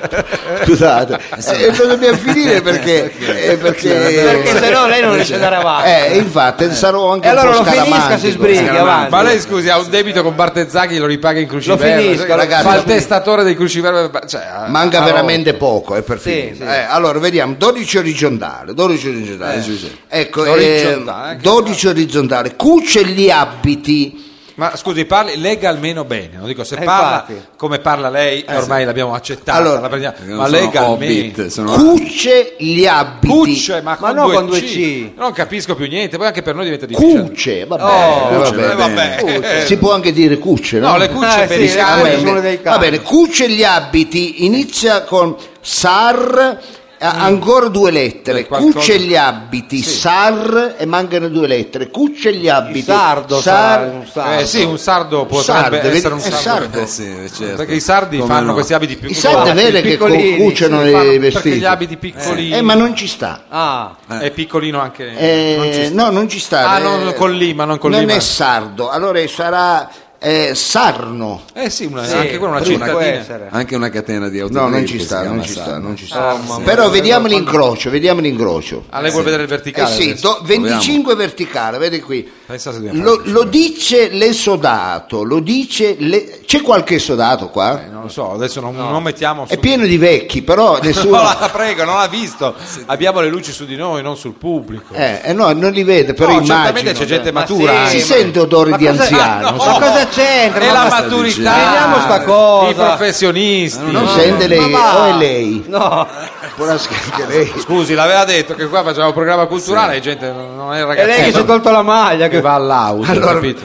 Speaker 1: Scusate, eh, lo dobbiamo finire perché... eh,
Speaker 4: perché se no lei non riesce ad andare avanti. Ah,
Speaker 1: Eh, infatti sarò anche
Speaker 4: E allora
Speaker 1: un po'
Speaker 4: lo finisca,
Speaker 1: scaramantico.
Speaker 4: si sbrighi, avanti.
Speaker 2: Ma lei scusi, ha un debito con Bartezzaghi, lo ripaga in cruciverba.
Speaker 4: Lo finisca,
Speaker 2: Cioè,
Speaker 1: ragazzi,
Speaker 2: fa
Speaker 1: lo
Speaker 2: il
Speaker 1: finisca.
Speaker 2: testatore del cruciverba. Cioè,
Speaker 1: Manca
Speaker 2: ha- ha
Speaker 1: veramente poco eh, per
Speaker 4: Sì,
Speaker 1: finire.
Speaker 4: sì.
Speaker 1: Eh, allora, vediamo, 12 orizzontali. 12 orizzontali.
Speaker 3: sì, sì.
Speaker 1: Ecco,
Speaker 2: Orizzontale,
Speaker 1: eh,
Speaker 2: che
Speaker 1: 12 orizzontali. Cuce gli abiti.
Speaker 2: rotto. Ma scusi, parli, legga almeno bene. Non dico se
Speaker 4: Eh,
Speaker 2: parla
Speaker 4: infatti. Eh,
Speaker 2: come parla lei, ormai l'abbiamo accettata.
Speaker 1: Allora,
Speaker 2: la prendiamo,
Speaker 3: Perché non
Speaker 2: ma
Speaker 3: sono
Speaker 2: legga almeno.
Speaker 3: hobbit, sono
Speaker 1: Cuce gli abiti.
Speaker 2: Cucce, ma,
Speaker 4: Ma no,
Speaker 2: due
Speaker 4: con due
Speaker 2: C.
Speaker 4: C.
Speaker 2: Non capisco più niente, poi anche per noi diventa difficile.
Speaker 1: Cuce, vabbè,
Speaker 4: Oh,
Speaker 1: vabbè.
Speaker 2: Eh, vabbè.
Speaker 1: Cuce. Si può anche dire cuce, no?
Speaker 2: No, le cucce
Speaker 4: Eh,
Speaker 2: per
Speaker 4: sì,
Speaker 2: i
Speaker 4: le
Speaker 2: cani.
Speaker 1: Va
Speaker 4: cucce.
Speaker 1: bene.
Speaker 4: sono dei
Speaker 1: Va bene, cuce gli abiti inizia con sar, a- ancora due lettere.
Speaker 2: Eh, qualcosa-
Speaker 1: Cuce gli abiti, sar e mancano due lettere. Cuce gli abiti.
Speaker 4: sardo sarà un sardo.
Speaker 2: Eh sì, un sardo potrebbe
Speaker 1: Sardo,
Speaker 2: essere
Speaker 1: vedi,
Speaker 2: un
Speaker 1: è
Speaker 2: sardo.
Speaker 1: sardo.
Speaker 3: Eh sì, certo.
Speaker 2: Perché i sardi
Speaker 3: Come
Speaker 2: fanno
Speaker 3: no?
Speaker 2: questi abiti più
Speaker 1: I sardi è vero che con
Speaker 4: piccolini,
Speaker 1: cuciono
Speaker 4: sì,
Speaker 1: i
Speaker 2: perché
Speaker 1: vestiti.
Speaker 2: gli abiti piccoli
Speaker 1: Eh, ma non ci sta.
Speaker 4: Ah,
Speaker 3: Eh.
Speaker 2: è piccolino anche
Speaker 1: Eh,
Speaker 2: non ci sta.
Speaker 1: no, non ci sta.
Speaker 2: Ah,
Speaker 1: Eh,
Speaker 2: non con Lima, non con Lima.
Speaker 1: è sardo, allora sarà eh, sarno.
Speaker 2: Eh sì, una-
Speaker 4: sì,
Speaker 2: anche quella è una
Speaker 4: prima può
Speaker 2: cittadina.
Speaker 4: essere.
Speaker 3: Anche una catena di
Speaker 1: No,
Speaker 3: automobilisti.
Speaker 1: non ci
Speaker 3: si
Speaker 1: sta,
Speaker 3: chiama
Speaker 1: non ci
Speaker 3: Sarno.
Speaker 1: sta, non ci sta.
Speaker 4: mamma mia.
Speaker 1: Però vediamo l'incrocio, vediamo l'incrocio.
Speaker 2: Ah, lei vuol vedere il
Speaker 1: Eh
Speaker 2: verticale.
Speaker 1: sì,
Speaker 2: adesso.
Speaker 1: do- 25 verticale, vedi qui.
Speaker 2: Pensa se dobbiamo
Speaker 1: Lo, lo dice l'esodato, lo dice le- c'è qualche esodato qua?
Speaker 2: fare- eh, Non lo so, adesso non, non mettiamo su...
Speaker 1: È pieno di vecchi, però
Speaker 2: Eh, No,
Speaker 1: nessuno
Speaker 2: la prego, non l'ha visto. Abbiamo le luci su di noi, non sul pubblico.
Speaker 1: eh, eh, no, non li vede, però
Speaker 2: No,
Speaker 1: immagino. cioè.
Speaker 2: certamente c'è gente
Speaker 4: Ma
Speaker 2: matura. eh,
Speaker 4: sì,
Speaker 2: anche.
Speaker 1: si sente odore
Speaker 4: Ma
Speaker 1: di
Speaker 4: cosa- oh,
Speaker 1: anziano.
Speaker 2: Ah, no.
Speaker 1: sai?
Speaker 4: ma cosa c'entra?
Speaker 2: È
Speaker 4: Ma
Speaker 2: la
Speaker 4: basta-
Speaker 2: maturità.
Speaker 3: dicendo?
Speaker 4: Vediamo sta
Speaker 2: I
Speaker 4: cosa.
Speaker 2: professionisti.
Speaker 1: Non sente lei,
Speaker 4: Ma va.
Speaker 1: o è lei?
Speaker 4: No,
Speaker 1: Buona scherzo, lei.
Speaker 2: Scusi, l'aveva detto che qua facciamo un programma culturale e gente non è
Speaker 4: è
Speaker 2: ragazzina.
Speaker 4: lei che si è tolto la maglia.
Speaker 2: che
Speaker 1: Eh,
Speaker 4: Che...
Speaker 2: eh, va all'auto,
Speaker 1: Allora,
Speaker 2: capito?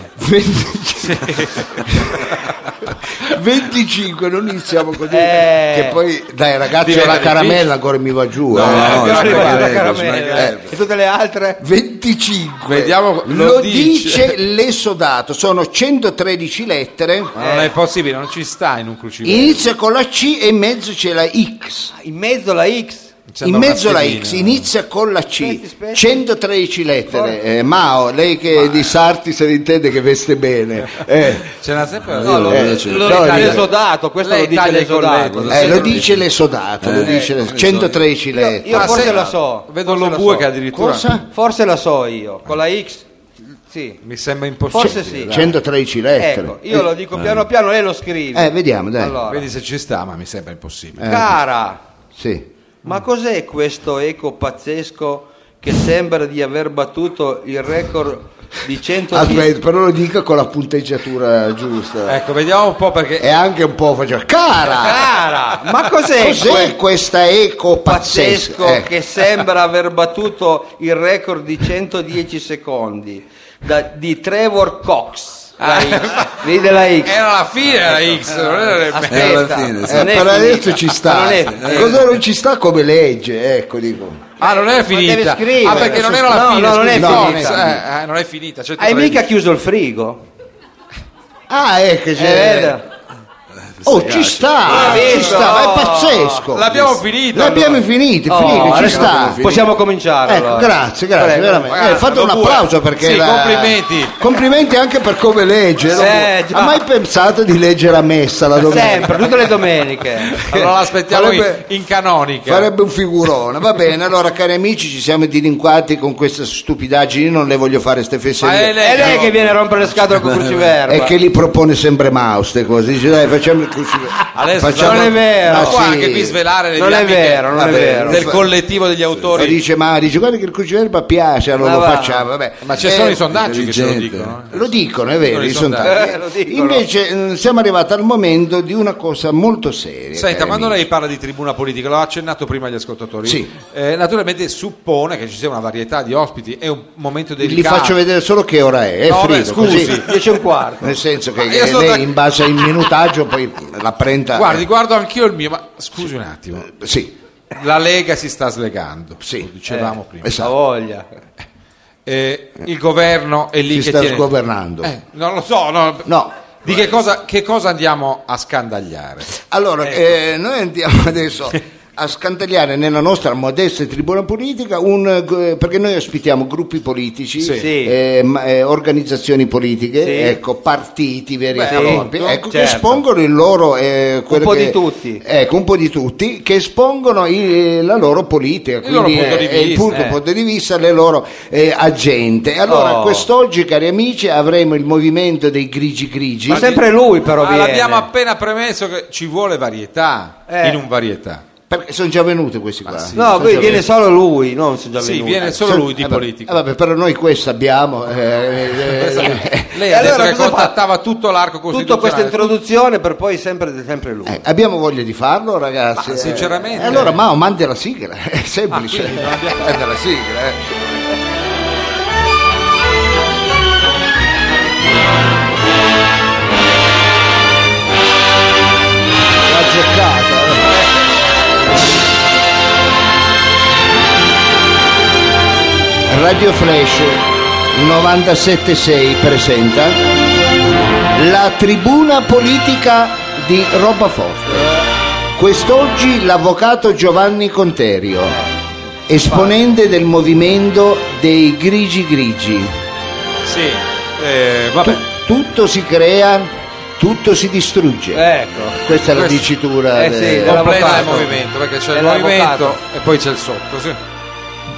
Speaker 1: 25, non iniziamo così.
Speaker 4: Eh.
Speaker 1: Che poi, dai ragazzi, ho
Speaker 2: Diventa
Speaker 1: la caramella ancora mi va giù.
Speaker 3: No,
Speaker 1: eh.
Speaker 3: no,
Speaker 4: Che
Speaker 3: ci
Speaker 4: arriva la
Speaker 3: mancherebbe, ci
Speaker 4: caramella.
Speaker 2: Eh.
Speaker 3: mancherebbe.
Speaker 4: E tutte le altre?
Speaker 1: 25
Speaker 2: Vediamo,
Speaker 1: lo,
Speaker 2: lo
Speaker 1: dice,
Speaker 2: dice.
Speaker 1: l'esodato sono 113 lettere
Speaker 2: Ma non
Speaker 4: Eh.
Speaker 2: è possibile, non ci sta in un cruciverba.
Speaker 1: inizia con la C e in mezzo c'è la X
Speaker 4: In mezzo la X.
Speaker 1: in mezzo la X inizia con la C
Speaker 4: Aspetti, aspetti.
Speaker 1: 113 lettere Eh, Mao lei che
Speaker 4: eh.
Speaker 1: di Sarti se ne intende che veste bene eh,
Speaker 2: Ce l'ha sempre
Speaker 3: No, lo-
Speaker 1: eh,
Speaker 3: c'è-
Speaker 1: no,
Speaker 4: Lo
Speaker 1: lei-
Speaker 4: dice l'esodato, questo
Speaker 2: lei
Speaker 4: lo dice
Speaker 2: taglia i
Speaker 4: l'esodato.
Speaker 2: colleghi.
Speaker 1: eh, lo dice l'esodato lo
Speaker 3: Eh,
Speaker 1: dice le-
Speaker 3: questo-
Speaker 1: 113
Speaker 4: Io,
Speaker 1: lettere
Speaker 4: io
Speaker 2: Ah,
Speaker 4: forse
Speaker 2: se-
Speaker 4: la so.
Speaker 2: Vedo
Speaker 4: forse la
Speaker 2: l'Ombue
Speaker 4: so.
Speaker 2: che addirittura
Speaker 1: cosa?
Speaker 4: Forse la so io. Con la X? Sì.
Speaker 2: mi sembra impossibile.
Speaker 4: Forse sì.
Speaker 1: 113 Cioè, lettere
Speaker 4: Ecco, io lo dico piano piano, lei lo scrive.
Speaker 1: eh, vediamo dai
Speaker 4: Allora.
Speaker 2: Vedi se ci sta, ma mi sembra impossibile.
Speaker 4: Cara,
Speaker 1: sì.
Speaker 4: ma cos'è questo eco pazzesco che sembra di aver battuto il record di 110
Speaker 1: Aspetta, però lo dica con la punteggiatura giusta
Speaker 4: Eh.
Speaker 2: Ecco, vediamo un po' perché
Speaker 1: e anche un po' faccio cara
Speaker 4: Cara, Ah, ma cos'è?
Speaker 1: cos'è
Speaker 4: quel
Speaker 1: questa eco pazzesca
Speaker 4: Pazzesco
Speaker 1: Eh,
Speaker 4: che sembra aver battuto il record di 110 secondi da- di Trevor Cox. La X. Vedi della X.
Speaker 2: era la fine la X, non era
Speaker 4: Aspetta,
Speaker 3: Era la fine, sì.
Speaker 1: eh,
Speaker 4: non è
Speaker 1: per adesso
Speaker 4: finita,
Speaker 1: ci sta
Speaker 4: non è
Speaker 1: Eh,
Speaker 4: finita.
Speaker 1: cosa non ci sta come legge ecco dico
Speaker 2: Ah, non è finita.
Speaker 4: deve scrivere.
Speaker 2: Ah, perché non era la
Speaker 4: No,
Speaker 2: fine.
Speaker 4: no, non è
Speaker 2: scusi.
Speaker 4: finita.
Speaker 2: No, eh, eh, non è finita.
Speaker 4: Hai
Speaker 2: 113.
Speaker 4: mica chiuso il frigo?
Speaker 1: ah ecco
Speaker 4: Eh,
Speaker 1: c'è
Speaker 4: vedo.
Speaker 1: Oh, ci sta,
Speaker 4: Eh,
Speaker 1: ci
Speaker 4: visto?
Speaker 1: sta, ma è pazzesco.
Speaker 2: L'abbiamo finito,
Speaker 1: L'abbiamo
Speaker 2: allora.
Speaker 1: finito,
Speaker 4: Oh,
Speaker 1: finito, ci
Speaker 4: adesso
Speaker 1: sta.
Speaker 4: Possiamo cominciare.
Speaker 1: Ecco,
Speaker 4: allora.
Speaker 1: grazie, grazie,
Speaker 4: Prego.
Speaker 1: veramente. Eh, fate un
Speaker 2: dopo-
Speaker 1: applauso perché.
Speaker 2: Sì, complimenti.
Speaker 1: Complimenti anche per come legge.
Speaker 4: Sì,
Speaker 1: dopo-
Speaker 4: già.
Speaker 1: ha mai pensato di leggere a messa la domenica?
Speaker 4: Sempre, tutte le domeniche.
Speaker 2: Allora l'aspettiamo in-
Speaker 1: Farebbe-
Speaker 2: in canonica.
Speaker 1: Farebbe un figurone, va bene. Allora, cari amici, ci siamo dilinquati con queste stupidaggini. Non le voglio fare ste
Speaker 2: Ma
Speaker 1: fesserie.
Speaker 2: è
Speaker 4: È lei
Speaker 2: però-
Speaker 4: che viene a rompere le scatole con Cruciverba.
Speaker 1: E che li propone sempre Maus, ste cose. Dice, dai, facciamo il cruciverba.
Speaker 2: Adesso
Speaker 1: Facciamo-
Speaker 4: non è vero.
Speaker 1: Ma
Speaker 2: Ma qua
Speaker 1: Ah, sì.
Speaker 2: anche qui svelare le
Speaker 4: Non è
Speaker 2: dinamiche
Speaker 4: vero, non è
Speaker 1: Vabbè,
Speaker 4: vero.
Speaker 2: del
Speaker 1: fa-
Speaker 2: collettivo degli
Speaker 1: Ma
Speaker 2: autori.
Speaker 1: dice Maus, dice, guarda che il cruciverba piace, allora
Speaker 4: Ma
Speaker 1: lo
Speaker 4: va.
Speaker 1: facciamo. Vabbè.
Speaker 2: Ah, Ma ci
Speaker 1: Eh,
Speaker 2: sono i sondaggi che ce lo
Speaker 3: intelligente.
Speaker 2: dicono. eh.
Speaker 1: Lo dicono, è vero,
Speaker 2: Sono i
Speaker 1: i
Speaker 2: sondaggi.
Speaker 1: sondaggi.
Speaker 4: Eh, lo dicono.
Speaker 1: Invece mh, siamo arrivati al momento di una cosa molto seria.
Speaker 2: Senta,
Speaker 1: cari
Speaker 2: quando
Speaker 1: amici.
Speaker 2: lei parla di tribuna politica, l'ho accennato prima agli ascoltatori,
Speaker 1: Sì.
Speaker 2: eh, naturalmente suppone che ci sia una varietà di ospiti, è un momento
Speaker 1: Gli
Speaker 2: delicato.
Speaker 1: faccio vedere solo che ora è, è
Speaker 2: No, beh,
Speaker 1: frido,
Speaker 2: scusi.
Speaker 1: così.
Speaker 4: 10 e un quarto.
Speaker 1: Nel senso che
Speaker 2: Ma io sono
Speaker 1: lei
Speaker 2: da-
Speaker 1: in base al minutaggio poi la prenda.
Speaker 2: Guardi, guardo anch'io il mio, ma scusi un attimo,
Speaker 1: Eh. Sì,
Speaker 2: la Lega si sta slegando,
Speaker 1: Sì.
Speaker 2: lo dicevamo prima.
Speaker 4: La
Speaker 1: esatto.
Speaker 4: voglia.
Speaker 2: Eh, il governo è lì che
Speaker 1: Si sta
Speaker 2: tiene-
Speaker 1: sgovernando.
Speaker 2: Eh, non lo so, no.
Speaker 1: No.
Speaker 2: Di che cosa, che cosa andiamo a scandagliare?
Speaker 1: Allora,
Speaker 4: Ecco.
Speaker 1: eh, noi andiamo adesso a scandagliare nella nostra modesta tribuna politica un, eh, perché noi ospitiamo gruppi politici,
Speaker 2: Sì.
Speaker 4: Sì.
Speaker 1: eh, ma- eh, organizzazioni politiche,
Speaker 4: Sì.
Speaker 1: ecco, partiti veri e
Speaker 4: Beh,
Speaker 1: propri,
Speaker 4: appunto,
Speaker 1: ecco, che
Speaker 4: certo.
Speaker 1: espongono il loro... eh, quello
Speaker 4: po' di
Speaker 1: che-
Speaker 4: tutti.
Speaker 1: Ecco, un po' di tutti, che espongono il- la loro politica, quindi
Speaker 2: loro punto di
Speaker 1: eh, il
Speaker 2: vista,
Speaker 1: punto,
Speaker 2: eh.
Speaker 1: punto di vista, le loro eh, agende. Allora,
Speaker 4: Oh.
Speaker 1: quest'oggi, cari amici, avremo il movimento dei grigi grigi.
Speaker 4: Ma sempre lui però
Speaker 2: Ma
Speaker 4: viene.
Speaker 2: Ah, l'abbiamo appena premesso che ci vuole varietà
Speaker 4: Eh.
Speaker 2: in un varietà.
Speaker 1: Perché sono già venuti questi qua.
Speaker 4: No,
Speaker 1: Sono
Speaker 4: qui
Speaker 1: già
Speaker 4: viene
Speaker 1: venuti.
Speaker 4: solo lui, non sono già
Speaker 2: Sì,
Speaker 4: venuti.
Speaker 2: viene solo lui di
Speaker 1: Eh, vabbè,
Speaker 2: politica.
Speaker 1: eh, vabbè, però noi questo abbiamo. eh, eh, eh,
Speaker 2: Lei
Speaker 4: E
Speaker 2: ha detto
Speaker 4: allora
Speaker 2: che
Speaker 4: cosa fa?
Speaker 2: contattava tutto l'arco
Speaker 4: Tutta questa
Speaker 2: costituzionale.
Speaker 4: introduzione per poi sempre, sempre lui.
Speaker 1: eh, abbiamo voglia di farlo, ragazzi.
Speaker 2: Ma, sinceramente.
Speaker 1: Eh, allora, Mao, mandi la sigla. eh, È semplice.
Speaker 2: quindi non abbiamo-
Speaker 1: Manda la sigla. eh. L'ha azzeccata, eh. Radio Flash 976 presenta la tribuna politica di Roba Forte. Quest'oggi l'avvocato Giovanni Conterio, esponente del movimento dei Grigi Grigi.
Speaker 2: Sì, eh, vabbè.
Speaker 1: Tu- tutto si crea, tutto si distrugge.
Speaker 4: Ecco.
Speaker 1: Questa è la
Speaker 2: Eh, questo-
Speaker 1: dicitura.
Speaker 4: eh sì,
Speaker 1: del-
Speaker 4: della-
Speaker 2: Completa il
Speaker 4: dell'avvocato.
Speaker 2: movimento, perché c'è il
Speaker 4: Dell'avvocato.
Speaker 2: movimento e poi c'è il sotto, sì.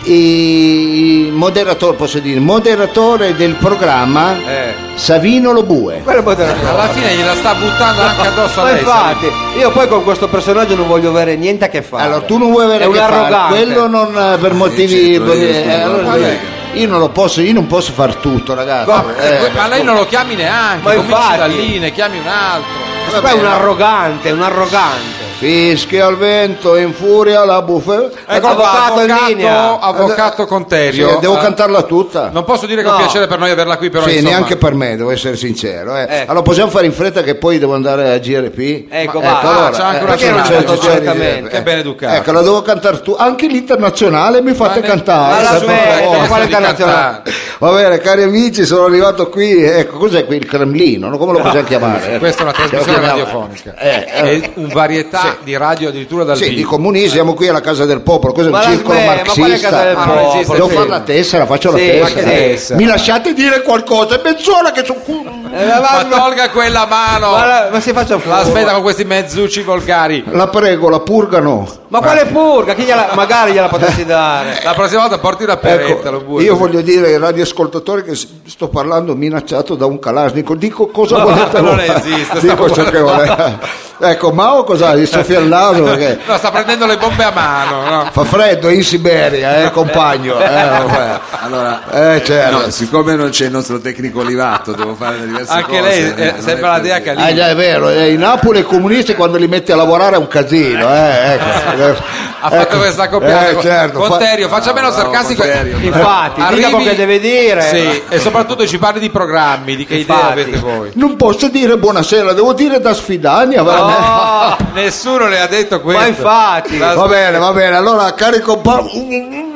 Speaker 1: E- moderatore, posso dire, moderatore del programma
Speaker 4: Eh.
Speaker 1: Savino Lobue.
Speaker 4: Quello è moderatore.
Speaker 2: Alla fine gliela sta buttando anche addosso a
Speaker 4: Ma
Speaker 2: lei.
Speaker 4: infatti, io poi con questo personaggio non voglio avere niente a che fare.
Speaker 1: Allora, tu non vuoi avere
Speaker 4: è
Speaker 1: a
Speaker 4: un
Speaker 1: che fare,
Speaker 4: arrogante.
Speaker 1: quello non eh, per motivi.
Speaker 3: c'entro io,
Speaker 1: eh,
Speaker 3: scusa,
Speaker 1: allora,
Speaker 3: vabbè.
Speaker 1: eh, io non lo posso, io non posso far tutto, ragazzi.
Speaker 2: Sa- Ma,
Speaker 1: Eh,
Speaker 2: ma lei non lo chiami neanche,
Speaker 4: Ma
Speaker 2: cominci
Speaker 4: infatti.
Speaker 2: da lì, ne chiami un altro.
Speaker 4: Questo qua è un arrogante, è un arrogante.
Speaker 1: Fischia al vento, in furia la buffa.
Speaker 2: Ecco qua,
Speaker 4: Avvocato in
Speaker 2: avvocato,
Speaker 4: linea.
Speaker 2: avvocato Conterio.
Speaker 1: Sì, devo
Speaker 2: Eh,
Speaker 1: cantarla tutta.
Speaker 2: Non posso dire che è un
Speaker 4: No.
Speaker 2: piacere per noi averla qui, però
Speaker 1: Sì,
Speaker 2: insomma,
Speaker 1: neanche per me, devo essere sincero. eh.
Speaker 4: Ecco.
Speaker 1: Allora possiamo fare in fretta che poi devo andare a GRP.
Speaker 4: Ecco, va. Ah,
Speaker 2: c'è anche una
Speaker 1: eh,
Speaker 2: giornata,
Speaker 1: perché non c'è il
Speaker 4: giornata,
Speaker 1: GRP?
Speaker 4: certamente.
Speaker 2: Che beneducato.
Speaker 4: Eh,
Speaker 1: Ecco, la devo cantare tu. Anche l'internazionale mi fate
Speaker 2: ne-
Speaker 1: cantare.
Speaker 4: Ma la
Speaker 1: per
Speaker 4: sua-
Speaker 1: favore.
Speaker 4: ma quale
Speaker 2: di
Speaker 4: internazionale?
Speaker 2: cantare.
Speaker 1: Va bene, cari amici, sono arrivato qui. Ecco, cos'è qui il Cremlino? no? Come lo possiamo chiamare? Ecco.
Speaker 2: Questa è una trasmissione
Speaker 1: Lo chiamiamo-
Speaker 2: radiofonica.
Speaker 1: Eh, eh.
Speaker 2: È un varietà di radio addirittura dal
Speaker 1: Sì,
Speaker 2: vivo.
Speaker 1: di comunisti, siamo qui alla Casa del Popolo. Cos'è un
Speaker 4: Ma la
Speaker 1: circolo
Speaker 4: smetta, ma quale Casa del
Speaker 1: marxista?
Speaker 2: Ah, non
Speaker 4: Popolo?
Speaker 2: esiste
Speaker 1: Devo
Speaker 2: sì.
Speaker 1: fare la tessera, faccio la
Speaker 4: Sì,
Speaker 1: tessera.
Speaker 4: sì.
Speaker 1: Mi lasciate dire qualcosa, è mezz'ora che sono qui.
Speaker 4: Eh, ma,
Speaker 2: Ma
Speaker 4: ma-
Speaker 2: tolga quella mano.
Speaker 4: ma la- ma si faccia un
Speaker 2: La aspetta
Speaker 4: furbo.
Speaker 2: con questi mezzucci volgari.
Speaker 1: La prego, la purga no.
Speaker 4: Ma quale purga? Chi gliela- magari gliela potessi dare.
Speaker 2: La prossima volta porti una peretta, lo
Speaker 1: Ecco,
Speaker 2: vuoi?
Speaker 1: io voglio dire ai radioascoltatori che s- sto parlando minacciato da un Kalashnikov. Dico cosa volete
Speaker 2: non
Speaker 1: voi?
Speaker 2: esiste,
Speaker 1: Dico
Speaker 2: stavo
Speaker 1: ciò che volete. Ecco, Mao cosa gli soffia il naso perché
Speaker 2: No, sta prendendo le bombe a mano. no?
Speaker 1: fa freddo in Siberia, eh, compagno. Eh, vabbè.
Speaker 3: Allora,
Speaker 1: Eh, certo.
Speaker 3: no, siccome non c'è il nostro tecnico Olivato, devo fare diverse
Speaker 2: Anche
Speaker 3: cose.
Speaker 2: lei
Speaker 3: eh,
Speaker 2: eh,
Speaker 3: non
Speaker 2: sembra la
Speaker 3: è
Speaker 2: dea
Speaker 3: per dire.
Speaker 1: Ah,
Speaker 2: Calina.
Speaker 1: già, è vero, eh, in Napoli i comunisti quando li metti a lavorare è un casino. eh, ecco.
Speaker 2: Ha fatto
Speaker 1: Ecco.
Speaker 2: questa coppia.
Speaker 1: Eh, certo, fa-
Speaker 2: Conterio, faccia meno
Speaker 3: no,
Speaker 2: sarcastico.
Speaker 3: Conterio.
Speaker 4: Infatti, dica quello che deve dire.
Speaker 2: Sì, e soprattutto ci parli di programmi, di che idee
Speaker 4: Infatti.
Speaker 2: avete voi.
Speaker 1: Non posso dire buonasera, devo dire da sfidania, veramente.
Speaker 4: Oh,
Speaker 2: Nessuno le ha detto questo.
Speaker 4: ma infatti,
Speaker 2: La-
Speaker 1: Va bene, va bene, allora carico un po'.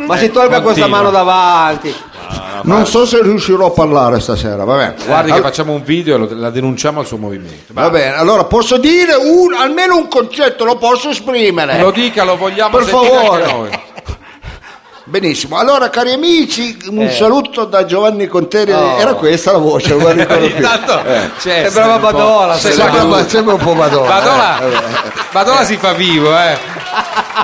Speaker 4: ma si tolga questa
Speaker 2: Continua. Certo.
Speaker 4: mano davanti.
Speaker 3: No,
Speaker 2: a
Speaker 1: Non
Speaker 2: fare.
Speaker 1: so se riuscirò a parlare stasera, va bene.
Speaker 2: Eh, Guardi che
Speaker 1: Allora-
Speaker 2: facciamo un video e lo- la denunciamo al suo movimento.
Speaker 1: Va bene, allora posso dire un- almeno un concetto, lo posso esprimere.
Speaker 2: Lo dica, lo vogliamo
Speaker 1: Per
Speaker 2: sentire
Speaker 1: favore.
Speaker 2: anche noi.
Speaker 1: Benissimo, allora cari amici, un saluto da Giovanni Conteri, era questa la voce, non la ricordo più.
Speaker 2: Intanto
Speaker 1: Eh,
Speaker 2: c'è
Speaker 4: Sembrava
Speaker 2: esatto. Cioè, un po'-
Speaker 4: Badola,
Speaker 2: c'è
Speaker 4: sembra-
Speaker 2: la-
Speaker 1: Sembra, sembra un po' Madonna. eh, vabbè.
Speaker 2: Badola, Badola si fa vivo, eh.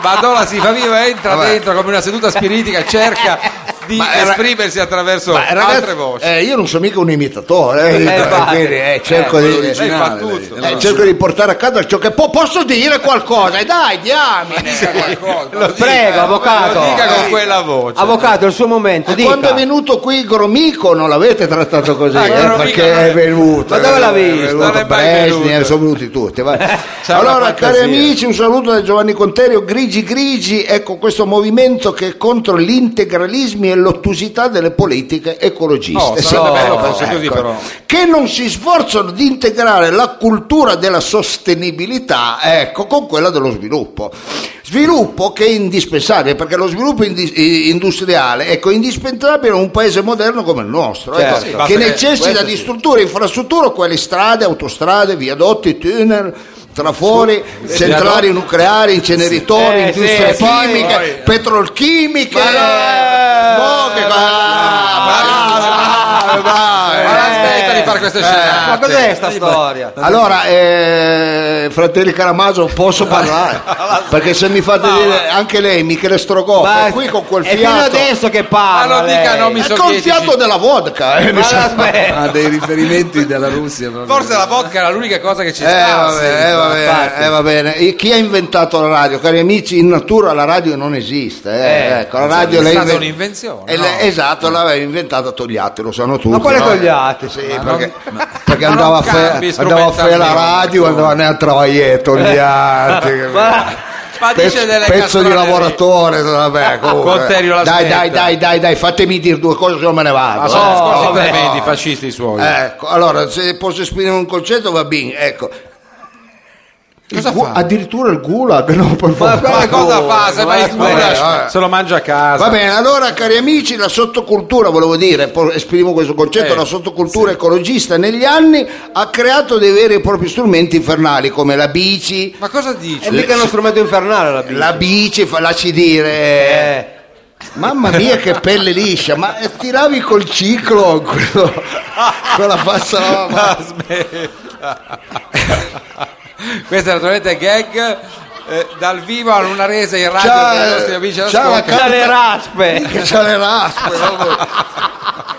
Speaker 2: Badola si fa vivo, entra dentro come una seduta spiritica, cerca di
Speaker 1: Ma era-
Speaker 2: esprimersi attraverso
Speaker 1: Ma, ragazzi,
Speaker 2: altre voci.
Speaker 1: eh, io non sono mica un imitatore, eh,
Speaker 4: infatti.
Speaker 1: quindi, eh, cerco, di,
Speaker 2: Lei
Speaker 1: eh,
Speaker 2: fa
Speaker 3: originale,
Speaker 2: tutto.
Speaker 3: lei.
Speaker 1: eh, cerco di portare a casa ciò che po- posso dire qualcosa, e dai, diamine.
Speaker 2: Lo dica,
Speaker 4: Prego, avvocato.
Speaker 2: Lo dica con
Speaker 1: Eh,
Speaker 2: quella voce.
Speaker 4: Avvocato, il suo momento,
Speaker 1: E
Speaker 4: dica.
Speaker 1: quando è venuto qui Gromico non l'avete trattato così,
Speaker 2: Ah,
Speaker 1: eh,
Speaker 2: Gromico non
Speaker 1: perché
Speaker 2: è-
Speaker 1: è venuto. eh,
Speaker 4: Ma dove l'ha
Speaker 1: è
Speaker 4: visto?
Speaker 2: Non è
Speaker 1: venuto
Speaker 2: mai
Speaker 1: Bresnia,
Speaker 2: venuto.
Speaker 1: sono venuti tutti. va.
Speaker 2: una
Speaker 1: Allora, cari
Speaker 2: fantasia.
Speaker 1: amici, un saluto da Giovanni Conterio, Grigi Grigi, ecco questo movimento che è contro l'integralismo e l'ottusità delle politiche Ecco, ecologiste.
Speaker 2: Oh, sarebbe bello fosse così, però.
Speaker 1: Che non si sforzano di integrare la cultura della sostenibilità ecco, con quella dello sviluppo. Sviluppo che è indispensabile, perché lo sviluppo indi- industriale ecco, è indispensabile in un paese moderno come il nostro,
Speaker 4: Certo,
Speaker 1: ecco,
Speaker 4: sì,
Speaker 2: basta
Speaker 1: che
Speaker 2: che-
Speaker 1: necessita di strutture, infrastrutture, quelle strade, autostrade, viadotti, tunnel, trafori, centrali nucleari, inceneritori,
Speaker 4: Eh,
Speaker 1: industrie
Speaker 4: sì, sì,
Speaker 1: chimiche,
Speaker 2: poi-
Speaker 1: petrolchimiche.
Speaker 4: no!
Speaker 1: Boh, che- ah, bravo, bravo, bravo.
Speaker 2: Ma aspetta di fare queste scenate.
Speaker 4: Ma cos'è sta storia?
Speaker 1: Allora, eh, fratelli Caramaso, posso parlare? Perché se mi fate dire anche lei, Michele Strogoff,
Speaker 4: Ma
Speaker 1: è qui con quel
Speaker 4: è fino
Speaker 1: fiato.
Speaker 4: adesso che
Speaker 2: Ma
Speaker 4: parla.
Speaker 2: non Ah, dica
Speaker 4: lei.
Speaker 2: nomi
Speaker 1: È col
Speaker 2: sovietici.
Speaker 1: fiato della vodka, eh, mi
Speaker 4: Ma
Speaker 1: sa.
Speaker 4: aspetta.
Speaker 3: Ha dei riferimenti della Russia. proprio.
Speaker 2: Forse la vodka era l'unica cosa che ci
Speaker 1: Eh,
Speaker 2: sta.
Speaker 1: vabbè, eh, va bene, eh, va bene. E chi ha inventato la radio? Cari amici, in natura la radio non esiste. eh, ecco, la radio
Speaker 2: è
Speaker 1: l'ha
Speaker 2: stata
Speaker 1: inven-
Speaker 2: un'invenzione,
Speaker 1: Eh,
Speaker 2: no?
Speaker 1: le- Esatto, l'aveva inventata Togliatti, lo sanno tutti.
Speaker 4: Ma quale
Speaker 1: no?
Speaker 4: togliate?
Speaker 1: Sì, perché, perché
Speaker 2: ma non
Speaker 1: andava, a
Speaker 2: cambi
Speaker 1: fe- andava a fe la
Speaker 2: strumentalmente.
Speaker 1: radio, andava nel travaglietto, Togliatti.
Speaker 2: Ma dice
Speaker 1: Pezzo,
Speaker 2: delle Eh,
Speaker 1: pezzo di
Speaker 2: castronerie.
Speaker 1: lavoratore, vabbè, comunque.
Speaker 2: Ah, Conterio
Speaker 1: dai,
Speaker 2: l'aspetta.
Speaker 1: dai, dai, dai, dai, fatemi dire due cose, se no me ne vado.
Speaker 2: Ma sono
Speaker 1: eh.
Speaker 2: discorsi
Speaker 1: Oh,
Speaker 2: tremendi,
Speaker 1: no.
Speaker 2: fascisti i suoi.
Speaker 1: Ecco, allora se posso esprimere un concetto va bene, ecco.
Speaker 2: Cosa
Speaker 1: Il gu-
Speaker 2: fa?
Speaker 1: Addirittura il gulag, no, per favore.
Speaker 2: Ma cosa
Speaker 4: Madonna,
Speaker 2: fa? Se vai in
Speaker 1: guarda,
Speaker 2: culo,
Speaker 1: guarda.
Speaker 2: se lo mangia a casa.
Speaker 1: Va bene, allora cari amici, la sottocultura, volevo dire, po- esprimo questo concetto,
Speaker 2: Eh,
Speaker 1: la sottocultura ecologista negli anni ha creato dei veri e propri strumenti infernali come la bici,
Speaker 2: Ma cosa dici?
Speaker 4: È mica uno strumento infernale la Bibbia.
Speaker 1: la bici, fa- lasci dire...
Speaker 4: Eh.
Speaker 1: Mamma mia che pelle liscia, ma eh, tiravi col ciclo quello, quella passa roba.
Speaker 2: Questa è naturalmente gag eh, dal vivo a una resa in radio
Speaker 1: Ciao,
Speaker 2: per i nostri amici
Speaker 1: ciao,
Speaker 2: all'ascolto.
Speaker 1: la
Speaker 4: C'ha le raspe.
Speaker 1: Che c'ha le raspe, proprio.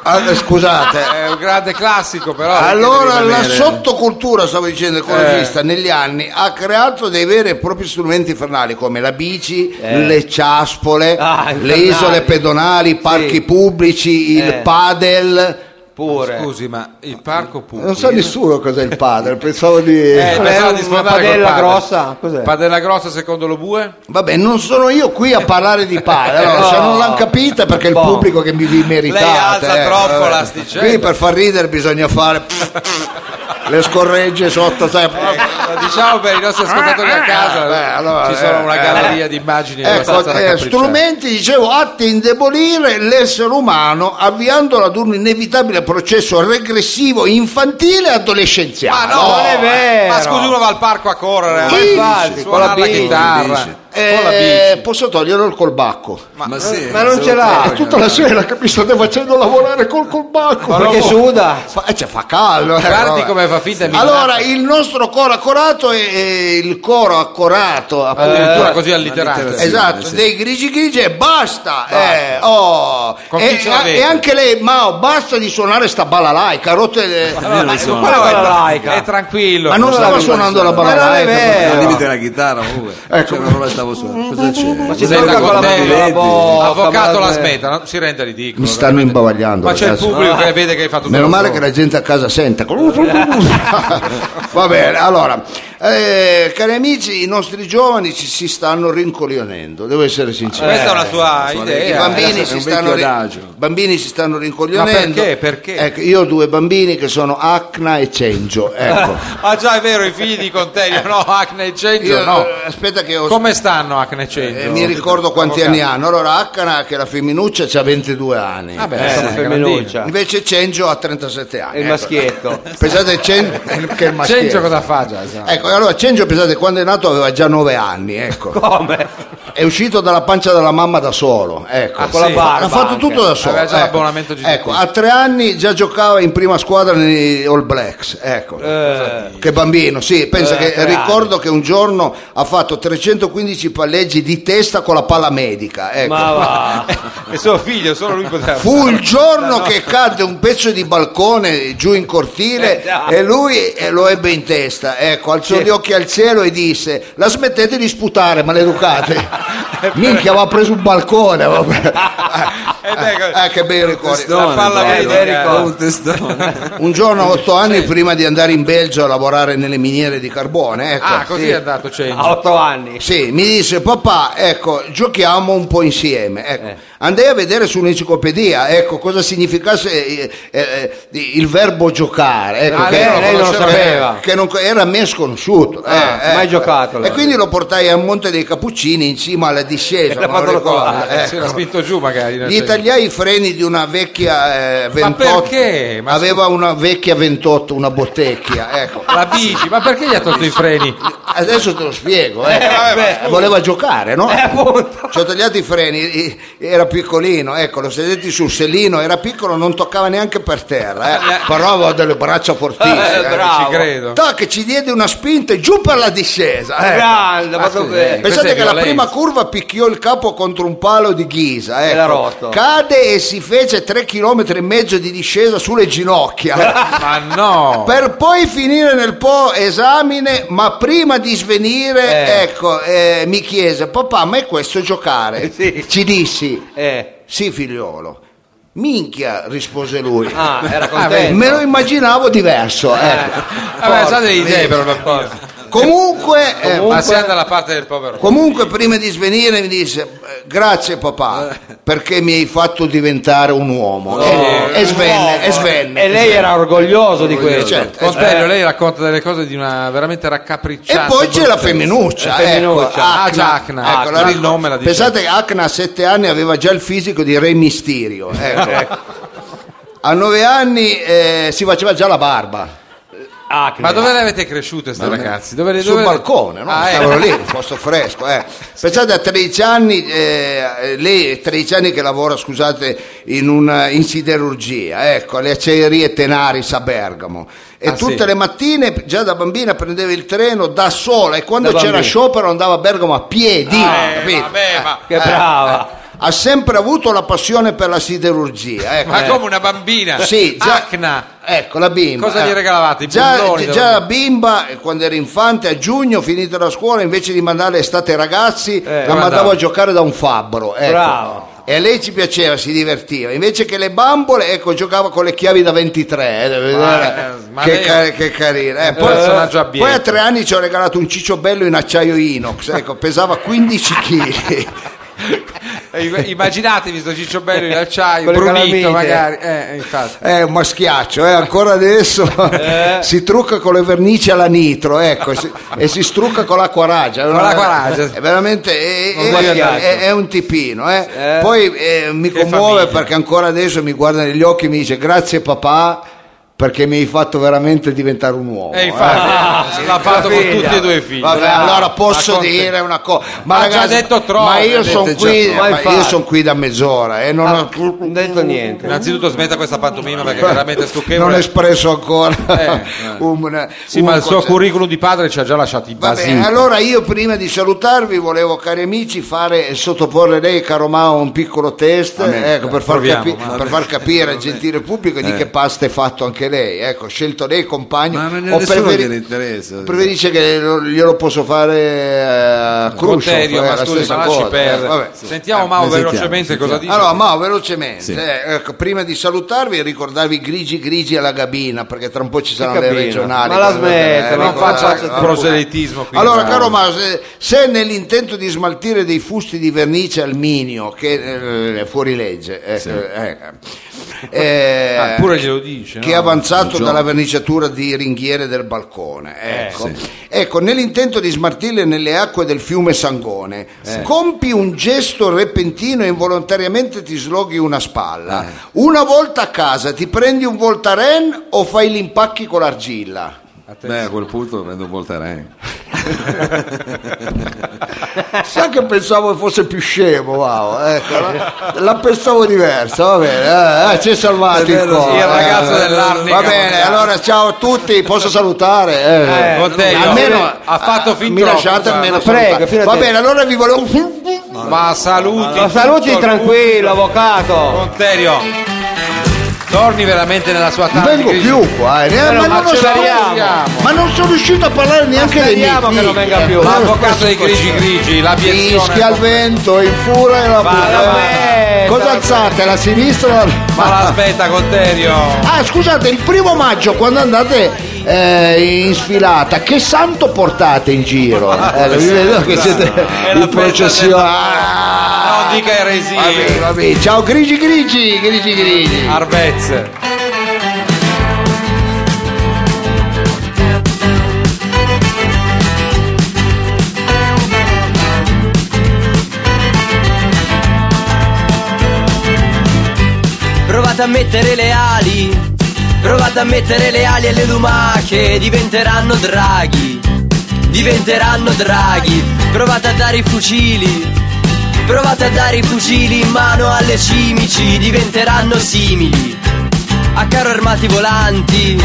Speaker 1: Ah, Scusate,
Speaker 2: È un grande classico però.
Speaker 1: Allora
Speaker 2: deve
Speaker 1: la
Speaker 2: rimanere.
Speaker 1: sottocultura, stavo dicendo, ecologista negli anni ha creato dei veri e propri strumenti infernali come la bici, le ciaspole,
Speaker 4: Ah,
Speaker 1: le
Speaker 4: infernali.
Speaker 1: isole pedonali, i parchi pubblici, il
Speaker 4: Eh.
Speaker 1: padel.
Speaker 4: Pure.
Speaker 2: Scusi, ma il parco pubblico.
Speaker 1: Non sa nessuno cos'è il padel, pensavo di...
Speaker 2: Eh, pensavo di
Speaker 4: una
Speaker 2: sfondare col
Speaker 4: padella
Speaker 2: padel.
Speaker 4: grossa? Cos'è?
Speaker 2: Padella grossa secondo lo bue?
Speaker 1: Vabbè, non sono io qui a parlare di padel, allora, se
Speaker 4: No.
Speaker 1: non l'hanno capita perché è il
Speaker 4: Boh.
Speaker 1: pubblico che mi vi meritate.
Speaker 2: Lei alza
Speaker 1: eh.
Speaker 2: troppo
Speaker 1: Vabbè.
Speaker 2: l'asticella.
Speaker 1: Quindi per far ridere bisogna fare... le scorregge sotto, sai...
Speaker 2: Lo diciamo per i nostri ascoltatori a casa,
Speaker 1: eh, allora,
Speaker 2: ci sono una
Speaker 1: eh,
Speaker 2: galleria di immagini
Speaker 1: Ecco,
Speaker 2: abbastanza
Speaker 1: eh,
Speaker 2: raccapricciate.
Speaker 1: strumenti, dicevo, atti a indebolire l'essere umano avviandolo ad un inevitabile processo regressivo infantile e
Speaker 2: Ma
Speaker 1: adolescenziale.
Speaker 2: no,
Speaker 4: non è vero.
Speaker 2: Ma scusi, uno va al parco a correre,
Speaker 1: Chi
Speaker 2: a
Speaker 1: dice?
Speaker 2: farsi,
Speaker 4: Con la
Speaker 2: suonare la
Speaker 4: bici.
Speaker 2: chitarra,
Speaker 1: Eh,
Speaker 2: con la bici.
Speaker 1: posso toglierlo il colbacco?
Speaker 3: Ma, sì,
Speaker 4: ma non
Speaker 3: se
Speaker 4: ce
Speaker 3: lo
Speaker 2: Ah,
Speaker 4: l'ha,
Speaker 1: È
Speaker 3: toglie,
Speaker 1: tutta
Speaker 3: no?
Speaker 1: la sera che mi state facendo lavorare col colbacco.
Speaker 4: Perché suda.
Speaker 1: Fa, eh, cioè, fa caldo. eh,
Speaker 2: Guardi
Speaker 1: vabbè.
Speaker 2: come fa finta di
Speaker 1: Allora, il nostro coro accorato è, è il coro accorato, appunto.
Speaker 2: addirittura eh, così alliterato.
Speaker 3: alliterazione.
Speaker 1: Esatto,
Speaker 3: sì.
Speaker 1: dei grigi grigi e basta. eh, oh.
Speaker 2: Con
Speaker 1: e,
Speaker 2: chi ce l'avete?
Speaker 1: e anche lei, Mao, basta di suonare sta balalaica, rotte le-
Speaker 3: Io non so.
Speaker 4: Quella
Speaker 2: Però
Speaker 4: è
Speaker 2: è,
Speaker 4: la
Speaker 2: tra-
Speaker 4: laica.
Speaker 2: è tranquillo.
Speaker 1: Ma eh, non stava suonando la
Speaker 4: Ma non è vero.
Speaker 1: balalaica.
Speaker 3: Al limite la chitarra pure.
Speaker 1: Ecco.
Speaker 3: Cioè, non la stavo suonando. Cosa c'è? Ma
Speaker 4: ci
Speaker 2: Sei
Speaker 4: tocca
Speaker 2: da
Speaker 4: con la mano
Speaker 2: contento?
Speaker 4: della bocca,
Speaker 2: Avvocato
Speaker 4: ma-
Speaker 2: la smetta, no? si rende ridicolo.
Speaker 1: Mi stanno
Speaker 2: veramente.
Speaker 1: imbavagliando.
Speaker 2: Ma c'è il
Speaker 1: ragazzi.
Speaker 2: pubblico che vede che hai fatto tutto
Speaker 1: Meno
Speaker 2: lo
Speaker 1: male
Speaker 2: show.
Speaker 1: che la gente a casa sente. Va bene, allora. Eh, cari amici, i nostri giovani ci, si stanno rincoglionendo, devo essere sincero. Eh.
Speaker 4: Questa è una sua
Speaker 1: I
Speaker 4: idea.
Speaker 1: bambini,
Speaker 3: è
Speaker 1: si
Speaker 3: un
Speaker 1: stanno
Speaker 3: vecchio
Speaker 1: ri-
Speaker 3: adagio.
Speaker 1: bambini si stanno rincoglionendo.
Speaker 2: Ma perché? Perché?
Speaker 1: Ecco, io ho due bambini che sono Acna e Cengio. Ecco.
Speaker 2: Ah già è vero, i figli di Contelio, no, Acne e Cengio,
Speaker 1: Eh. Io,
Speaker 2: no.
Speaker 1: eh, Aspetta che ho-
Speaker 2: Come stanno Acne e Cengio?
Speaker 1: eh, mi ricordo quanti anni hanno. Allora Acna, che è la femminuccia, ha 22 anni.
Speaker 2: Vabbè,
Speaker 4: Eh,
Speaker 2: sono
Speaker 4: sono femminuccia.
Speaker 1: Invece Cengio ha 37 anni.
Speaker 4: È il
Speaker 1: Ecco.
Speaker 4: maschietto.
Speaker 2: Eh.
Speaker 1: Pesate Cengio, che è il maschietto.
Speaker 2: Cengio cosa fa già? sa?
Speaker 1: Ecco, allora Cengio, pensate, quando è nato aveva già 9 anni, ecco.
Speaker 4: Come?
Speaker 1: È uscito dalla pancia della mamma da solo, ecco.
Speaker 2: Ah, con la
Speaker 1: Sì.
Speaker 4: barba
Speaker 1: ha fatto
Speaker 4: anche.
Speaker 1: tutto da solo.
Speaker 2: Aveva già
Speaker 1: ecco.
Speaker 2: l'abbonamento GDT.
Speaker 1: Ecco, a tre anni già giocava in prima squadra nei All Blacks, ecco.
Speaker 4: Eh.
Speaker 1: Che bambino, sì, pensa che ricordo che un giorno ha fatto 315 palleggi di testa con la palla medica, ecco.
Speaker 4: Ma va.
Speaker 2: È suo figlio, solo lui poteva
Speaker 1: Fu il giorno che cadde un pezzo di balcone giù in cortile
Speaker 4: Eh, già.
Speaker 1: e lui eh, lo ebbe in testa. Ecco, alzò
Speaker 4: Sì.
Speaker 1: gli occhi al cielo e disse: La smettete di sputare, maleducate. Minchia, aveva preso un balcone. vabbè.
Speaker 2: Eh, beh,
Speaker 1: Eh, eh, che bei ricordi.
Speaker 3: Testone,
Speaker 2: palla
Speaker 3: bello,
Speaker 4: medica.
Speaker 3: bello, un testone.
Speaker 1: Un giorno a otto anni, prima di andare in Belgio a lavorare nelle miniere di carbone, ecco.
Speaker 2: Ah, così
Speaker 4: Sì.
Speaker 2: è andato Cengio.
Speaker 4: A otto anni.
Speaker 1: Sì, mi disse papà, ecco, giochiamo un po' insieme. Ecco.
Speaker 2: Eh.
Speaker 1: Andai a vedere su un'enciclopedia ecco, cosa significasse eh, eh, eh, il verbo giocare. Ecco,
Speaker 2: Ah,
Speaker 1: che,
Speaker 2: lei non lo
Speaker 1: che-
Speaker 2: conosceva.
Speaker 1: che- che non- era a me sconosciuto. eh,
Speaker 4: Ah,
Speaker 1: eh.
Speaker 4: mai giocato, allora.
Speaker 1: E quindi lo portai a Monte dei Cappuccini in cima alla discesa.
Speaker 4: l'ha
Speaker 1: me lo
Speaker 4: fatto
Speaker 1: ricordo,
Speaker 4: colare,
Speaker 2: Eh,
Speaker 1: ecco.
Speaker 2: si era spinto giù magari. nel
Speaker 1: Gli
Speaker 2: Cengio.
Speaker 1: tagliai i freni di una vecchia eh, 28.
Speaker 2: perché? Ma-
Speaker 1: Aveva una vecchia 28, una bottecchia, ecco.
Speaker 2: La bici, ma perché gli ha tolto i freni?
Speaker 1: Adesso te lo spiego, eh. voleva giocare, no?
Speaker 4: Eh,
Speaker 1: Ci ho tagliato i freni, i- era piccolino, ecco, lo sedetti sul selino, era piccolo, non toccava neanche per terra, eh. però aveva delle braccia
Speaker 4: Eh,
Speaker 1: fortissime.
Speaker 4: bravo.
Speaker 2: Ci credo.
Speaker 1: Tac, ci diede una spinta e giù per la discesa. ecco.
Speaker 4: Grande, Eh, ma eh.
Speaker 2: scusi,
Speaker 4: dove-
Speaker 2: questo
Speaker 1: Pensate
Speaker 2: è
Speaker 1: che la
Speaker 2: violenza.
Speaker 1: prima curva picchiò il capo contro un palo di ghisa, ecco.
Speaker 4: l'ha rotto.
Speaker 1: cade e si fece 3 km e mezzo di discesa sulle ginocchia.
Speaker 2: Ma no!
Speaker 1: per poi finire nel po' esamine, ma prima di svenire,
Speaker 4: Eh.
Speaker 1: ecco, eh, mi chiese, papà, ma è questo giocare?
Speaker 4: Eh, Sì.
Speaker 1: Ci dissi,
Speaker 4: Eh.
Speaker 1: sì figliolo, minchia, rispose lui.
Speaker 4: Ah, era
Speaker 1: Eh,
Speaker 4: contento. Eh.
Speaker 1: Me lo immaginavo diverso. ecco.
Speaker 2: Aveva già delle idee per una cosa.
Speaker 1: Comunque, eh,
Speaker 2: Ma si anda alla parte del povero.
Speaker 1: comunque, prima di svenire mi disse, eh, grazie papà,
Speaker 2: Eh.
Speaker 1: perché mi hai fatto diventare un uomo. e, e svenne, e svenne.
Speaker 4: E lei era orgoglioso Eh, di
Speaker 1: Orgoglioso,
Speaker 4: questo.
Speaker 1: certo.
Speaker 2: Contelio, Eh, lei racconta delle cose di una veramente
Speaker 1: E
Speaker 2: raccapricciata.
Speaker 1: poi c'è
Speaker 2: brutta.
Speaker 1: la femminuccia,
Speaker 4: La femminuccia.
Speaker 1: ecco,
Speaker 2: Ah, già, Acna.
Speaker 1: Ecco, la
Speaker 2: Acna,
Speaker 1: ri-
Speaker 2: il nome la dice.
Speaker 1: Pensate che Acna a sette anni aveva già il fisico di Re Mysterio. ecco. a nove anni eh, si faceva già la barba
Speaker 4: Ah, che-
Speaker 2: Ma dove le avete cresciute, ste ragazzi? Dove le,
Speaker 1: sul
Speaker 2: dove le-
Speaker 1: balcone, no?
Speaker 2: Ah, eh.
Speaker 1: stavano lì, un posto fresco. eh. Pensate a 13 anni, eh, lei 13 anni che lavora, scusate, in, una- in siderurgia, ecco, alle acciaierie Tenaris a Bergamo. E
Speaker 2: Ah,
Speaker 1: tutte
Speaker 2: sì.
Speaker 1: le mattine, già da bambina, prendeva il treno da sola e quando
Speaker 4: Da
Speaker 1: c'era
Speaker 4: bambina.
Speaker 1: sciopero andava a Bergamo a piedi.
Speaker 2: Ah, eh,
Speaker 1: capito?
Speaker 2: vabbè, ma-
Speaker 4: Che brava.
Speaker 1: Ha sempre avuto la passione per la siderurgia. Ecco.
Speaker 2: Ma come una bambina?
Speaker 1: Sì, già-
Speaker 2: Acna.
Speaker 1: Ecco, la bimba.
Speaker 2: Cosa gli
Speaker 1: eh.
Speaker 2: regalavate? I
Speaker 1: Già,
Speaker 2: bulloni?
Speaker 1: già la bimba, eh, quando era infante, a giugno, finita la scuola, invece di mandare estate ai
Speaker 2: Eh,
Speaker 1: ragazzi, la
Speaker 2: mandava.
Speaker 1: mandavo a giocare da un fabbro. Ecco.
Speaker 4: Bravo.
Speaker 1: E a lei ci piaceva, si divertiva. Invece che le bambole, ecco, giocava con le chiavi da 23. eh, deve vedere.
Speaker 2: ma
Speaker 1: che,
Speaker 2: lei-
Speaker 1: car- che carina. eh.
Speaker 2: un
Speaker 1: poi,
Speaker 2: personaggio abbiente.
Speaker 1: poi a tre anni ci ho regalato un ciccio bello in acciaio inox. Ecco, pesava 15 kg.
Speaker 2: Eh, Immaginatevi sto Ciccio Bello
Speaker 1: Eh,
Speaker 2: in acciaio,
Speaker 4: Con le
Speaker 2: brunito
Speaker 4: calamite.
Speaker 2: magari. Eh, infatti.
Speaker 1: È un maschiaccio, eh, ancora adesso
Speaker 2: Eh.
Speaker 1: si trucca con le vernici alla nitro ecco, e, si, e si strucca con l'acqua ragia.
Speaker 2: Con l'acqua ragia.
Speaker 1: È veramente è,
Speaker 4: Un
Speaker 1: è-
Speaker 4: maschiaccio.
Speaker 1: è- è un tipino. eh.
Speaker 4: Eh.
Speaker 1: Poi eh, mi
Speaker 2: Che
Speaker 1: commuove
Speaker 2: famiglia.
Speaker 1: perché ancora adesso mi guarda negli occhi e mi dice grazie papà perché mi hai fatto veramente diventare un uomo.
Speaker 2: E
Speaker 1: eh."
Speaker 2: infatti, l'ha fatto con
Speaker 4: figlia.
Speaker 2: tutti e due i figli. Ah.
Speaker 1: Vabbè,
Speaker 2: Bravo.
Speaker 1: allora posso
Speaker 2: Ma con te-
Speaker 1: dire una cosa,
Speaker 2: Ha già detto troppo,
Speaker 1: ma
Speaker 2: ha
Speaker 1: io
Speaker 2: detto già
Speaker 1: sono qui,
Speaker 4: troppo.
Speaker 1: ma
Speaker 4: Ma
Speaker 1: io
Speaker 4: infatti.
Speaker 1: son qui da mezz'ora e non
Speaker 2: Ah.
Speaker 1: ho
Speaker 4: Eh, Ah, Non ho detto niente.
Speaker 2: Innanzitutto smetta questa pantomima perché è veramente stucchevole.
Speaker 1: non ho espresso ancora
Speaker 2: eh.
Speaker 1: un,
Speaker 2: Sì, ma
Speaker 1: un
Speaker 2: il suo
Speaker 1: concetto.
Speaker 2: curriculum di padre ci ha già lasciato i
Speaker 1: Va bene,
Speaker 2: basini.
Speaker 1: allora io prima di salutarvi volevo, cari amici, fare sottoporre lei, caro Mao, un piccolo test ecco, per, far
Speaker 2: Proviamo, Eh,
Speaker 1: capi-
Speaker 2: Mao.
Speaker 1: per far capire al gentile pubblico di che pasta è fatto anche anche lei, ecco, scelto lei compagno.
Speaker 3: Ma non
Speaker 1: Ho
Speaker 3: è nessuno
Speaker 1: preferi-
Speaker 3: che le interessa.
Speaker 1: Preferisce che lo- glielo posso fare a Khrushchev,
Speaker 2: Contedio,
Speaker 1: eh,
Speaker 2: ma
Speaker 1: la
Speaker 2: scusi,
Speaker 1: stessa
Speaker 2: ma lasci
Speaker 1: cosa, eh,
Speaker 2: perdere.
Speaker 1: vabbè.
Speaker 2: Sentiamo
Speaker 3: Eh,
Speaker 2: Mao
Speaker 3: ne sentiamo,
Speaker 2: velocemente
Speaker 3: sentiamo.
Speaker 2: cosa dice.
Speaker 1: Allora, ma velocemente,
Speaker 3: Sì.
Speaker 1: eh, ecco, prima di salutarvi, ricordarvi grigi grigi alla gabina, perché tra un po' ci saranno le
Speaker 4: cabina?
Speaker 1: regionali.
Speaker 4: Ma la
Speaker 1: quelle delle-
Speaker 4: smetta, ma
Speaker 1: eh,
Speaker 4: non
Speaker 1: vabbè,
Speaker 4: faccia
Speaker 1: vabbè.
Speaker 4: tribù.
Speaker 2: proselitismo qui.
Speaker 1: Allora,
Speaker 2: No.
Speaker 1: caro Mao, se, se nell'intento di smaltire dei fusti di vernice alminio, che eh, è fuori legge, eh, eh, eh,
Speaker 2: Ah, pure glielo dice.
Speaker 1: che è
Speaker 2: no?
Speaker 1: avanzato
Speaker 3: Buongiorno.
Speaker 1: dalla verniciatura di ringhiere del balcone. Ecco, Ecco, nell'intento di smartirle nelle acque del fiume Sangone, compi un gesto repentino e involontariamente ti sloghi una spalla. Una volta a casa ti prendi un Voltaren o fai gli impacchi con l'argilla?
Speaker 3: Beh, a quel punto prendo un Voltaren.
Speaker 1: Sai che pensavo che fosse più scemo, wow, ecco, la, la pensavo diversa, va bene, eh, eh, ci è salvato il
Speaker 3: vero,
Speaker 1: cuore.
Speaker 2: Il
Speaker 1: eh.
Speaker 2: ragazzo dell'arnica.
Speaker 1: Va bene, allora ciao a tutti, posso salutare? Eh,
Speaker 2: Eh, Conteglio,
Speaker 1: almeno,
Speaker 2: ha fatto fin
Speaker 1: mi
Speaker 2: troppo,
Speaker 1: lasciate
Speaker 2: guarda.
Speaker 1: almeno
Speaker 4: Prego,
Speaker 1: salutare.
Speaker 4: fino a
Speaker 1: Va
Speaker 4: te.
Speaker 1: bene, allora vi volevo...
Speaker 2: Ma saluti.
Speaker 4: Ma saluti
Speaker 2: tutto il
Speaker 4: tranquillo, avvocato.
Speaker 2: Conterio, torni veramente nella sua
Speaker 1: Non
Speaker 2: tana.
Speaker 1: vengo
Speaker 2: di Grigi.
Speaker 1: più qua, eh, ma, non lo so-
Speaker 4: acceleriamo.
Speaker 1: ma non sono riuscito a parlare neanche dei miei eh.
Speaker 4: Speriamo che non venga più.
Speaker 2: L'avvocato dei grigi grigi,
Speaker 1: Fischia al
Speaker 2: l'abiezione.
Speaker 1: vento, in furia e la
Speaker 4: vabbè,
Speaker 1: butta. Cosa
Speaker 4: vabbè.
Speaker 1: alzate, la sinistra? o la-
Speaker 2: Ma l'aspetta Conterio.
Speaker 1: Ah, scusate, il primo maggio quando andate eh, in sfilata, che santo portate in giro? Eh, vi vedo che siete
Speaker 2: È la
Speaker 1: in
Speaker 2: festa
Speaker 1: processione.
Speaker 2: del-
Speaker 1: Ah!
Speaker 2: Non dica eresie.
Speaker 1: Vabbè, vabbè. Ciao Grigi Grigi, Grigi Grigi. Eh,
Speaker 2: Arbezze.
Speaker 7: Provate a mettere le ali, provate a mettere le ali alle lumache, diventeranno draghi, diventeranno draghi. Provate a dare i fucili, provate a dare i fucili in mano alle cimici, diventeranno simili a carro armati volanti.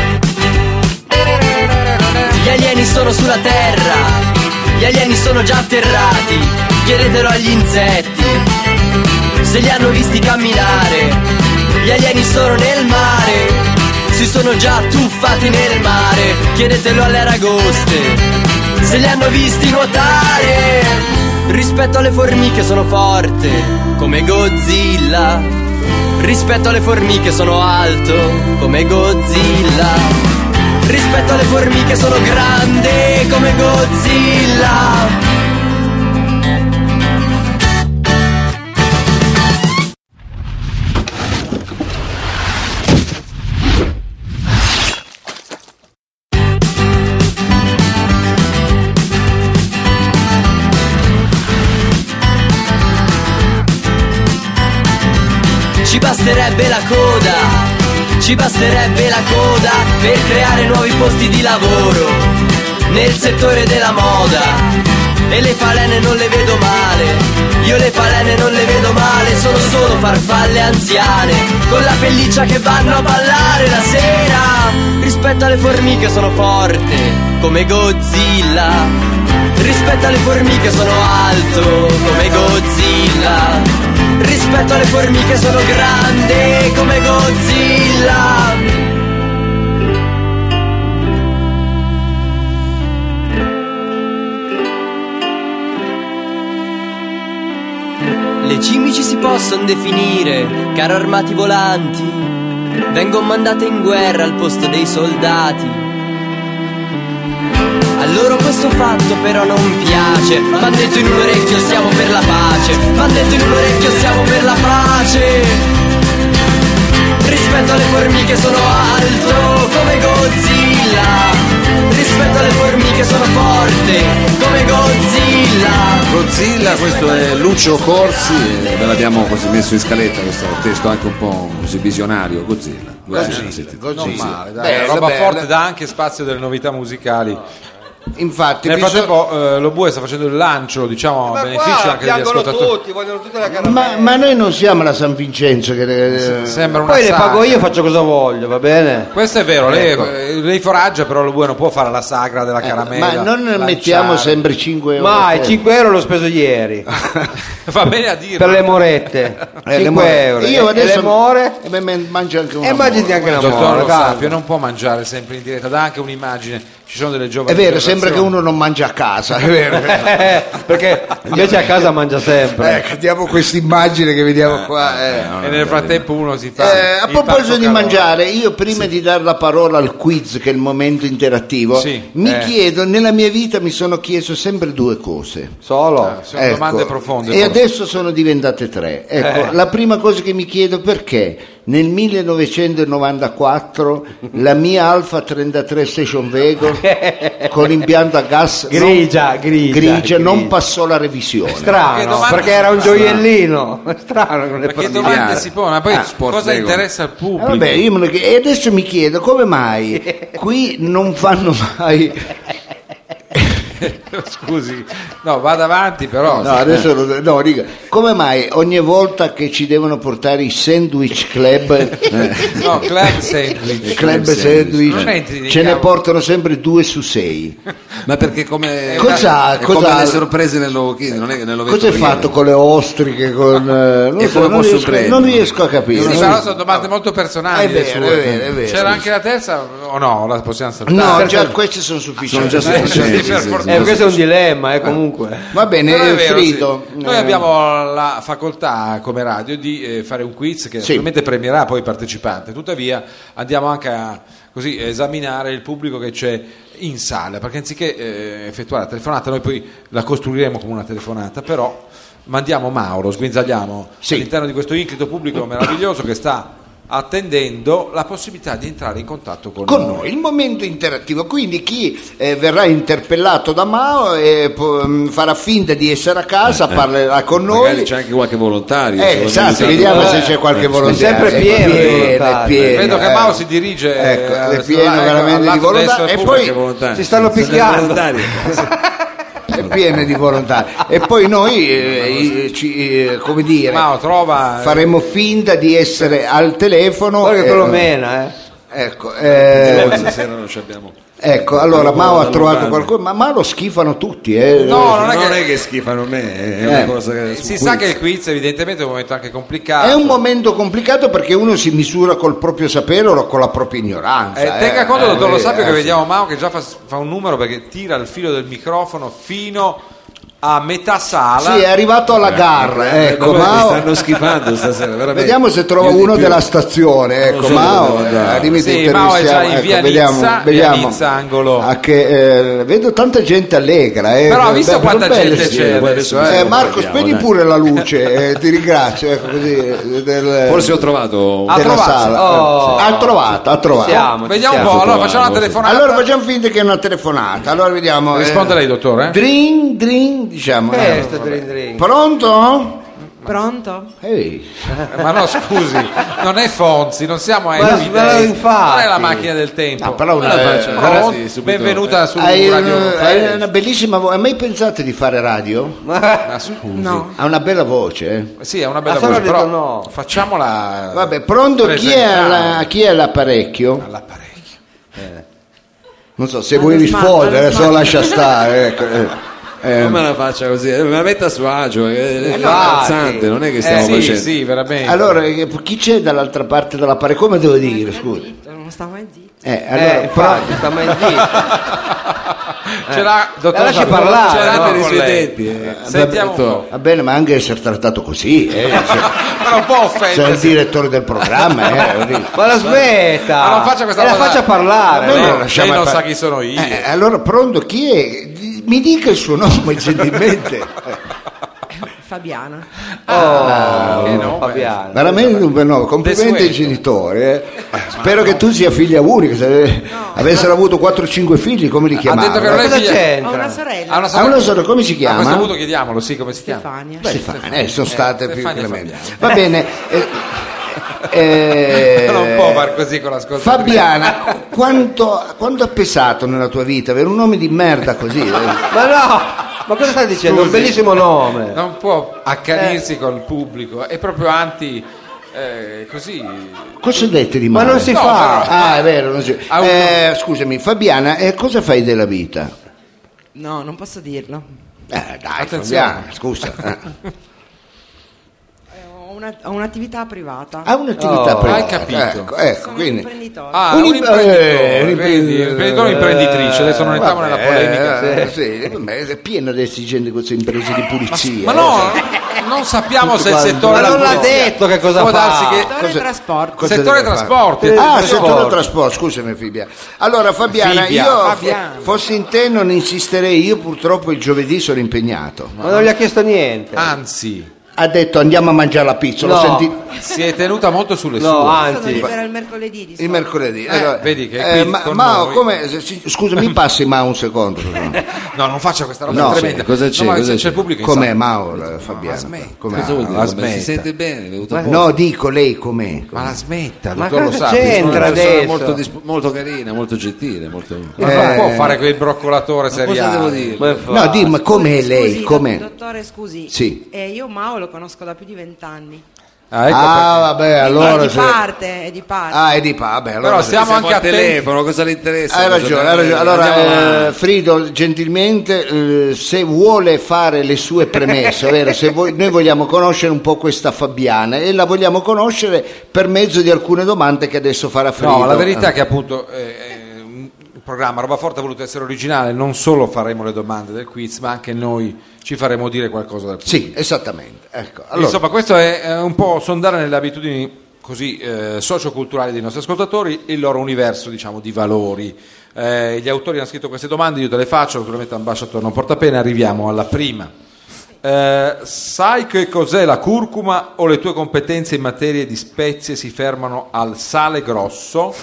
Speaker 7: Gli alieni sono sulla terra, gli alieni sono già atterrati, chiedetelo agli insetti se li hanno visti camminare. Gli alieni sono nel mare, si sono già tuffati nel mare. Chiedetelo alle aragoste, se li hanno visti nuotare. Rispetto alle formiche sono forte, come Godzilla. Rispetto alle formiche sono alto, come Godzilla. Rispetto alle formiche sono grande, come Godzilla. Ci basterebbe la coda, ci basterebbe la coda per creare nuovi posti di lavoro nel settore della moda. E le falene non le vedo male, io le falene non le vedo male, sono solo farfalle anziane, con la pelliccia che vanno a ballare la sera. Rispetto alle formiche sono forte, come Godzilla. Rispetto alle formiche sono alto, come Godzilla. Rispetto alle formiche sono grande come Godzilla. Le cimici si possono definire caro armati volanti. Vengono mandate in guerra al posto dei soldati. A loro questo fatto però non piace M'han detto in un orecchio siamo per la pace M'han detto in un orecchio siamo per la pace Rispetto alle formiche sono alto come Godzilla Rispetto alle formiche sono forte come Godzilla
Speaker 3: Godzilla, questo è Lucio Corsi, eh, ve l'abbiamo così messo in scaletta, questo testo anche un po' così visionario, Godzilla. Godzilla, sentite.
Speaker 2: Non male, dai,
Speaker 1: Bella,
Speaker 2: Eh, roba
Speaker 1: bella.
Speaker 2: forte dà anche spazio delle novità musicali.
Speaker 1: Infatti,
Speaker 2: Nel
Speaker 1: bisog- Eh,
Speaker 2: frattempo eh, lo bue sta facendo il lancio, diciamo, a
Speaker 4: Ma
Speaker 2: beneficio
Speaker 4: qua
Speaker 2: anche degli
Speaker 4: piangono
Speaker 2: ascoltatori.
Speaker 4: tutti, vogliono tutta la
Speaker 1: ma,
Speaker 4: caramella.
Speaker 1: ma noi non siamo la San Vincenzo che... eh,
Speaker 2: Sembra una
Speaker 4: Poi le
Speaker 2: sagra.
Speaker 4: pago io e faccio cosa voglio, va bene?
Speaker 2: Questo è vero, lei,
Speaker 1: Ecco.
Speaker 2: eh, lei foraggia, però lo bue non può fare la sagra della caramella.
Speaker 1: Eh, ma non
Speaker 2: lanciare.
Speaker 1: mettiamo sempre 5 euro.
Speaker 4: Ma
Speaker 1: Eh.
Speaker 4: 5 euro l'ho speso ieri
Speaker 2: Va bene a dirlo.
Speaker 4: per le morette.
Speaker 1: Eh, le
Speaker 4: 5
Speaker 1: more.
Speaker 4: euro.
Speaker 1: Io
Speaker 4: E
Speaker 1: adesso
Speaker 4: le more?
Speaker 1: E me- me- mangio anche una
Speaker 4: E mangiati
Speaker 1: mora.
Speaker 4: Eh, anche una
Speaker 2: Dottor
Speaker 4: more.
Speaker 2: Lo Sapio
Speaker 4: guarda.
Speaker 2: non può mangiare sempre in diretta, dà anche un'immagine. Ci sono delle giovani
Speaker 1: È vero, sembra che
Speaker 2: generazioni.
Speaker 1: uno non mangia a casa, è vero.
Speaker 4: Eh, Perché invece a casa mangia sempre.
Speaker 3: Ecco, diamo questa immagine che vediamo qua. eh.
Speaker 2: E nel frattempo uno si fa.
Speaker 1: Eh, a
Speaker 2: il
Speaker 1: proposito
Speaker 2: pacco
Speaker 1: di
Speaker 2: calore.
Speaker 1: mangiare, io prima di dare la parola al quiz, che è il momento interattivo,
Speaker 2: Sì,
Speaker 1: mi
Speaker 2: eh.
Speaker 1: chiedo, nella mia vita mi sono chiesto sempre due cose. Ecco,
Speaker 4: Solo.
Speaker 2: Sono domande profonde. Eh.
Speaker 1: E
Speaker 2: forse.
Speaker 1: adesso sono diventate tre. Ecco, la prima cosa che mi chiedo perché nel 1994 la mia Alfa 33 Station Wagon con impianto a gas non-
Speaker 4: Grigia, grigia,
Speaker 1: grigia, non
Speaker 4: grigia.
Speaker 1: passò la revisione.
Speaker 2: Che
Speaker 4: Strano,
Speaker 2: domanda-
Speaker 4: perché era un gioiellino. Strano che ne
Speaker 2: Ma che
Speaker 4: parli.
Speaker 2: domande si pone? Ma Poi
Speaker 3: Ah, sport
Speaker 2: cosa
Speaker 3: Lego.
Speaker 2: interessa al
Speaker 1: Eh,
Speaker 2: pubblico?
Speaker 1: vabbè, io me lo chiedo- e adesso mi chiedo come mai qui non fanno mai.
Speaker 2: Scusi, no, vada avanti, però.
Speaker 3: Eh.
Speaker 1: No, adesso lo- no, dico, come mai ogni volta che ci devono portare i sandwich
Speaker 3: Eh,
Speaker 1: club,
Speaker 2: No, club sandwich.
Speaker 1: eh, club
Speaker 2: Non entri
Speaker 1: sandwich,
Speaker 2: di
Speaker 1: ce ne
Speaker 2: cavolo.
Speaker 1: portano sempre due su sei?
Speaker 3: Ma perché
Speaker 2: Eh,
Speaker 3: come.
Speaker 1: Cos'ha-
Speaker 3: è come
Speaker 1: cos'ha-
Speaker 3: avessero prese nello Kid, non è che nello
Speaker 1: Cosa hai
Speaker 3: vetrino.
Speaker 1: fatto con le ostriche? Con, eh, non,
Speaker 3: E
Speaker 1: so,
Speaker 3: come
Speaker 1: non,
Speaker 3: posso
Speaker 1: riesco,
Speaker 3: prendere?
Speaker 1: non riesco a capire.
Speaker 2: Sì,
Speaker 1: Non
Speaker 2: però
Speaker 1: riesco-
Speaker 2: sono domande molto personali.
Speaker 1: È
Speaker 2: le
Speaker 1: vero,
Speaker 2: sue.
Speaker 1: è vero, è vero.
Speaker 2: C'era anche la terza, o no? La possiamo saltare.
Speaker 1: No,
Speaker 4: Perché-
Speaker 1: già queste sono
Speaker 3: Ah, Sono
Speaker 1: sufficienti.
Speaker 3: già sufficienti.
Speaker 2: Sì, per
Speaker 3: sì,
Speaker 2: fortuna.
Speaker 4: Eh,
Speaker 3: sì, sì.
Speaker 4: questo è un dilemma, eh, comunque.
Speaker 1: Va bene,
Speaker 2: Però è vero,
Speaker 1: Frido.
Speaker 2: sì. Noi
Speaker 1: eh,
Speaker 2: abbiamo la facoltà come radio di eh, fare un quiz che
Speaker 1: Sì.
Speaker 2: naturalmente premierà poi i partecipanti, tuttavia andiamo anche a così, esaminare il pubblico che c'è in sala, perché anziché eh, effettuare la telefonata, noi poi la costruiremo come una telefonata, però mandiamo Mauro, sguinzagliamo
Speaker 1: Sì.
Speaker 2: all'interno di questo inclito pubblico meraviglioso che sta attendendo la possibilità di entrare in contatto con,
Speaker 1: Con noi il momento interattivo, quindi chi eh, verrà interpellato da Mao eh, po- mh, farà finta di essere a casa, parlerà con
Speaker 3: Eh, Magari
Speaker 1: noi.
Speaker 3: c'è anche qualche volontario.
Speaker 1: Eh,
Speaker 3: se
Speaker 1: esatto,
Speaker 3: vogliamo
Speaker 1: vediamo
Speaker 3: aiutarlo.
Speaker 1: se c'è qualche
Speaker 3: Eh,
Speaker 1: volontario.
Speaker 4: sempre pieno di
Speaker 1: è
Speaker 4: volontari.
Speaker 1: pieno.
Speaker 2: Vedo che
Speaker 1: eh.
Speaker 2: Mao si dirige eh,
Speaker 1: Ecco, è
Speaker 2: verso-
Speaker 1: pieno
Speaker 2: ecco,
Speaker 1: veramente
Speaker 2: al
Speaker 1: di
Speaker 2: lato
Speaker 1: volontà-
Speaker 2: destro del
Speaker 1: e
Speaker 2: pubblico.
Speaker 1: poi- Ecco,
Speaker 3: volontario.
Speaker 4: Si stanno
Speaker 3: Se ne
Speaker 4: picchiando.
Speaker 3: volontari.
Speaker 1: è pieno di volontari e poi noi eh, eh, ci, eh, come dire
Speaker 2: Mao trova eh,
Speaker 1: faremo finta di essere al telefono
Speaker 4: Guarda che
Speaker 1: eh,
Speaker 4: quello mena, eh.
Speaker 1: ecco eh,
Speaker 3: Stasera non ci abbiamo.
Speaker 1: ecco allora Mao ha
Speaker 3: da
Speaker 1: trovato
Speaker 3: lontano.
Speaker 1: qualcuno ma Mao lo schifano tutti eh.
Speaker 2: No, non è che-
Speaker 3: schifano me, è una
Speaker 1: Eh.
Speaker 3: cosa che.
Speaker 2: si sa che il quiz evidentemente è un momento anche complicato.
Speaker 1: è un momento complicato perché uno si misura col proprio sapere o con la propria ignoranza
Speaker 2: Eh, tenga
Speaker 1: eh.
Speaker 2: conto,
Speaker 1: Eh,
Speaker 2: dottor Lo
Speaker 1: eh,
Speaker 2: Sapio, che
Speaker 1: eh,
Speaker 2: vediamo Mao che già fa, fa un numero perché tira il filo del microfono fino a metà sala.
Speaker 1: sì eh, è arrivato alla gara ecco Mao
Speaker 3: Eh, stanno schifando stasera, veramente.
Speaker 1: Vediamo se trova
Speaker 3: Io di
Speaker 1: uno
Speaker 3: più.
Speaker 1: della stazione, ecco,
Speaker 3: so dove
Speaker 1: Mao,
Speaker 3: devo
Speaker 1: eh,
Speaker 3: andare.
Speaker 1: al limite
Speaker 2: Sì, Mao è già in
Speaker 1: intervistiamo,
Speaker 2: via
Speaker 1: ecco, vediamo,
Speaker 2: Nizza, via
Speaker 1: vediamo.
Speaker 2: Nizza, angolo.
Speaker 1: Ah, che, eh, vedo tanta gente allegra, eh,
Speaker 2: Però ha
Speaker 1: beh,
Speaker 2: visto
Speaker 1: sono
Speaker 2: quanta
Speaker 1: belle
Speaker 2: gente
Speaker 1: sì.
Speaker 2: c'è
Speaker 3: guarda,
Speaker 2: adesso.
Speaker 3: adesso-
Speaker 1: Eh,
Speaker 3: Eh,
Speaker 1: Marco,
Speaker 3: guardiamo,
Speaker 1: spegni
Speaker 3: dai.
Speaker 1: pure la luce, eh, ti ringrazio. Ecco, così, eh, del-
Speaker 3: Forse ho trovato.
Speaker 2: Ah,
Speaker 1: della
Speaker 2: trovato.
Speaker 1: sala.
Speaker 4: Oh.
Speaker 1: ha trovato, ha trovato.
Speaker 4: Siamo.
Speaker 2: Vediamo un
Speaker 3: siamo,
Speaker 2: po', allora
Speaker 3: trovando,
Speaker 2: facciamo una
Speaker 3: sì.
Speaker 2: telefonata.
Speaker 1: Allora facciamo finta che è una telefonata. Allora vediamo. eh.
Speaker 2: Risponde lei, dottore.
Speaker 1: Dring, dring, diciamo. eh.
Speaker 4: Eh, sto drink drink.
Speaker 1: Pronto?
Speaker 8: Pronto?
Speaker 1: Ehi.
Speaker 2: Ma no, scusi, non è Fonzi, non siamo a
Speaker 4: Ma-
Speaker 2: Elvis.
Speaker 4: ma lo
Speaker 2: Non è la
Speaker 4: infatti.
Speaker 2: macchina del tempo.
Speaker 1: No, però una-
Speaker 2: Allora,
Speaker 1: eh,
Speaker 2: pronto?
Speaker 3: sì, subito.
Speaker 2: benvenuta su
Speaker 1: Hai,
Speaker 2: Radio Eh,
Speaker 1: una-
Speaker 2: Flash.
Speaker 1: hai una bellissima voce. Hai mai pensato di fare radio?
Speaker 2: Ma scusi.
Speaker 8: No.
Speaker 1: Ha una bella voce, eh.
Speaker 2: Sì, è una bella
Speaker 4: Ah, solo
Speaker 2: voce,
Speaker 4: ha detto
Speaker 2: però
Speaker 4: no.
Speaker 2: facciamola.
Speaker 1: Vabbè, pronto chi è,
Speaker 2: presentare
Speaker 1: alla- chi è l'apparecchio? Eh.
Speaker 2: all'apparecchio.
Speaker 1: Non so, se
Speaker 8: Allo
Speaker 1: vuoi
Speaker 8: smart-
Speaker 1: rispondere,
Speaker 8: allo
Speaker 1: adesso
Speaker 8: smart.
Speaker 1: lascia stare. ecco, eh. Eh,
Speaker 3: Come la faccia così? Eh, Me la metta a suo agio, è, è
Speaker 4: infatti.
Speaker 3: imbarazzante, non è che
Speaker 2: Eh,
Speaker 3: stiamo
Speaker 2: sì,
Speaker 3: facendo.
Speaker 2: sì, veramente.
Speaker 1: allora, eh, chi c'è dall'altra parte dell'apparecchio? Come devo dire, scusa?
Speaker 8: Non sta mai zitto.
Speaker 1: Eh, allora,
Speaker 4: Eh, infatti, sta mai zitto.
Speaker 2: ce l'ha,
Speaker 1: eh,
Speaker 2: dottor
Speaker 4: lasci
Speaker 2: Fabio,
Speaker 4: parlare,
Speaker 2: ce l'ha
Speaker 3: no,
Speaker 2: per i
Speaker 3: con
Speaker 2: suoi
Speaker 3: lei.
Speaker 2: denti. eh.
Speaker 3: Eh,
Speaker 2: Sentiamo un
Speaker 3: vabbè,
Speaker 2: po'.
Speaker 1: pro- va bene, ma anche essere trattato così, eh, se-
Speaker 2: Però un po'
Speaker 1: se è il
Speaker 2: offende.
Speaker 1: direttore del programma, eh, voglio dire.
Speaker 4: Ma la smetta!
Speaker 2: Ma Ah, non faccia questa
Speaker 4: E la
Speaker 2: cosa-
Speaker 4: faccia parlare!
Speaker 1: Vabbè,
Speaker 2: Lei,
Speaker 1: no,
Speaker 2: non-
Speaker 1: lasciamo
Speaker 2: lei non
Speaker 1: fare.
Speaker 2: sa chi sono io.
Speaker 1: Eh, allora, pronto chi è? Di- Mi dica il suo nome gentilmente. Eh,
Speaker 8: Fabiana.
Speaker 2: Ah,
Speaker 4: Oh,
Speaker 2: che nome.
Speaker 4: Fabiano.
Speaker 1: Veramente un bel nome, complimenti ai
Speaker 2: Desueto.
Speaker 1: genitori. eh. Spero che tu sia figlia unica, se avessero avuto 4-5 figli come li
Speaker 2: ha
Speaker 1: chiamavano?
Speaker 2: detto che non
Speaker 4: Ma
Speaker 2: è
Speaker 4: cosa
Speaker 2: figlia-
Speaker 4: c'entra?
Speaker 8: Ho una sorella.
Speaker 2: Ha una
Speaker 1: Ah,
Speaker 2: sorella-
Speaker 1: non so, come si
Speaker 2: A questo
Speaker 1: chiama?
Speaker 2: punto chiediamolo, sì, come si chiama?
Speaker 8: Stefania.
Speaker 1: Stefania, eh, sono state più
Speaker 2: Stefania
Speaker 1: clementi.
Speaker 2: Fabiani.
Speaker 1: Va bene, eh, Eh,
Speaker 2: non può far così con l'ascoltatore.
Speaker 1: Fabiana, quanto, quanto ha pesato nella tua vita avere un nome di merda così? eh?
Speaker 4: Ma no, ma cosa stai dicendo?
Speaker 2: Scusi.
Speaker 4: Un bellissimo nome.
Speaker 2: Non può accanirsi col pubblico, è proprio anti eh, così.
Speaker 1: Cosa dette di
Speaker 4: Ma
Speaker 1: male?
Speaker 4: non si
Speaker 2: No,
Speaker 4: fa.
Speaker 1: Ah, è vero, non si...
Speaker 2: Ha un-
Speaker 1: Eh, scusami, Fabiana, eh, cosa fai della vita?
Speaker 8: No, non posso dirlo.
Speaker 1: Eh, dai,
Speaker 2: Attenzione.
Speaker 1: Fabiana, scusa. Eh,
Speaker 8: Eh, Ho, una- ho un'attività privata.
Speaker 1: Ha un'attività
Speaker 4: Oh,
Speaker 1: privata.
Speaker 2: hai capito.
Speaker 1: Ecco, ecco,
Speaker 8: Sono
Speaker 1: Ah, quindi...
Speaker 8: imprenditore.
Speaker 2: Ah,
Speaker 1: Un
Speaker 2: un,
Speaker 1: im-
Speaker 2: imprenditore,
Speaker 1: eh, un
Speaker 2: vedi,
Speaker 1: imprenditore.
Speaker 2: un imprenditore imprenditrice, adesso non entriamo nella polemica.
Speaker 1: Eh, eh, sì, vabbè, è pieno adesso di gente con queste imprese di pulizia. eh,
Speaker 2: Ma no, non sappiamo se il
Speaker 1: quanto.
Speaker 2: settore
Speaker 4: Ma non
Speaker 2: della
Speaker 4: l'ha
Speaker 2: polizia-
Speaker 4: detto che cosa
Speaker 2: può
Speaker 4: fa.
Speaker 2: darsi che-
Speaker 8: Settore
Speaker 1: cioè, cosa-
Speaker 8: trasporti.
Speaker 1: cosa
Speaker 2: settore
Speaker 1: deve fare?
Speaker 2: trasporti.
Speaker 1: Ah,
Speaker 2: trasporti.
Speaker 1: settore trasporti, scusami Fibia. Allora Fabiana,
Speaker 2: Fibia,
Speaker 1: io
Speaker 2: Fabiana.
Speaker 1: fo- fossi in te non insisterei, io purtroppo il giovedì sono impegnato.
Speaker 4: Ma non gli ha chiesto niente.
Speaker 2: Ah, Anzi,
Speaker 1: Ha detto andiamo a mangiare la pizza, l'ho
Speaker 4: No.
Speaker 1: sentito
Speaker 2: si è tenuta molto sulle
Speaker 4: No, ah.
Speaker 2: sue.
Speaker 4: anzi.
Speaker 8: Sono libera il mercoledì di
Speaker 1: il
Speaker 8: solito.
Speaker 1: mercoledì.
Speaker 2: Eh, vedi che qui
Speaker 1: ma,
Speaker 2: con
Speaker 1: Mao,
Speaker 2: noi-
Speaker 1: come, se- si- scusa, mi passi Mao un secondo. scusa.
Speaker 2: No, non faccia questa roba
Speaker 1: No,
Speaker 2: tremenda.
Speaker 3: sì, cosa c'è,
Speaker 2: No, ma
Speaker 3: cosa
Speaker 2: se
Speaker 3: c'è?
Speaker 2: il pubblico in
Speaker 1: Com'è
Speaker 2: sala.
Speaker 1: Mao, eh, Fabiana?
Speaker 2: smetta.
Speaker 1: Com'è?
Speaker 3: Cosa vuol dire?
Speaker 2: la
Speaker 3: Come Si
Speaker 2: smetta.
Speaker 3: sente bene, è venuto poco.
Speaker 1: No, dico lei com'è.
Speaker 2: Ma la smetta,
Speaker 4: Ma
Speaker 2: dottor Lo
Speaker 4: cosa
Speaker 2: Sapio,
Speaker 4: c'entra
Speaker 2: sono-
Speaker 3: Una persona
Speaker 4: adesso?
Speaker 3: molto, disp- molto carina, molto gentile, molto...
Speaker 2: Ma non può fare quel broccolatore
Speaker 3: Cosa
Speaker 2: seriale.
Speaker 3: devo dire?
Speaker 4: Ma fa-
Speaker 1: Eh, No, dimmi, com'è
Speaker 8: Scusi,
Speaker 1: lei?
Speaker 8: do-
Speaker 1: com'è?
Speaker 8: Dottore, scusi.
Speaker 1: Sì.
Speaker 8: Eh, io Mao lo conosco da più di vent'anni.
Speaker 2: Ah, ecco
Speaker 1: Ah,
Speaker 2: perché-
Speaker 1: vabbè,
Speaker 8: è
Speaker 1: allora...
Speaker 8: di
Speaker 1: se-
Speaker 8: parte, è di parte.
Speaker 1: Ah, è di pa, vabbè, allora...
Speaker 2: Però
Speaker 1: se-
Speaker 2: siamo
Speaker 3: Siamo
Speaker 2: anche
Speaker 3: al
Speaker 2: attenti.
Speaker 3: telefono, cosa le interessa?
Speaker 1: Hai
Speaker 3: Cosa-
Speaker 1: ragione, hai ragione.
Speaker 3: Andiamo
Speaker 1: Allora, eh,
Speaker 3: avanti.
Speaker 1: Frido, gentilmente, eh, se vuole fare le sue premesse, ovvero se voi- noi vogliamo conoscere un po' questa Fabiana e la vogliamo conoscere per mezzo di alcune domande che adesso farà Frido.
Speaker 2: No, la verità è che appunto eh, eh, il programma Roba Forte ha voluto essere originale, non solo faremo le domande del quiz, ma anche noi ci faremo dire qualcosa dal pubblico.
Speaker 1: Sì, esattamente. Ecco, allora,
Speaker 2: Insomma, questo è eh, un po' sondare nelle abitudini così eh, socioculturali dei nostri ascoltatori il loro universo, diciamo, di valori. Eh, gli autori hanno scritto queste domande, io te le faccio, naturalmente ambasciatore non porta pena, arriviamo alla prima. Eh, sai che cos'è la curcuma o le tue competenze in materia di spezie si fermano al sale grosso?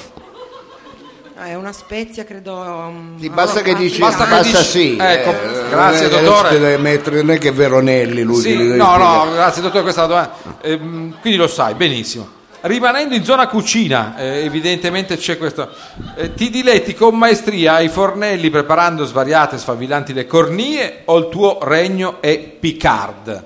Speaker 8: Ah, è una spezia, credo. um,
Speaker 1: ti basta che dici ah.
Speaker 2: Basta
Speaker 1: basta,
Speaker 2: che dici-
Speaker 1: sì.
Speaker 2: ecco,
Speaker 1: eh,
Speaker 2: grazie,
Speaker 1: non è che
Speaker 2: dottore.
Speaker 1: adesso deve mettere- non è che Veronelli lui
Speaker 2: Sì,
Speaker 1: che gli deve
Speaker 2: no,
Speaker 1: spiegare.
Speaker 2: no, grazie dottore, questa è la domanda. Ehm, quindi lo sai, benissimo. Rimanendo in zona cucina, eh, evidentemente c'è questo. eh, ti diletti con maestria ai fornelli preparando svariate e sfavillanti le cornie o il tuo regno è Picard?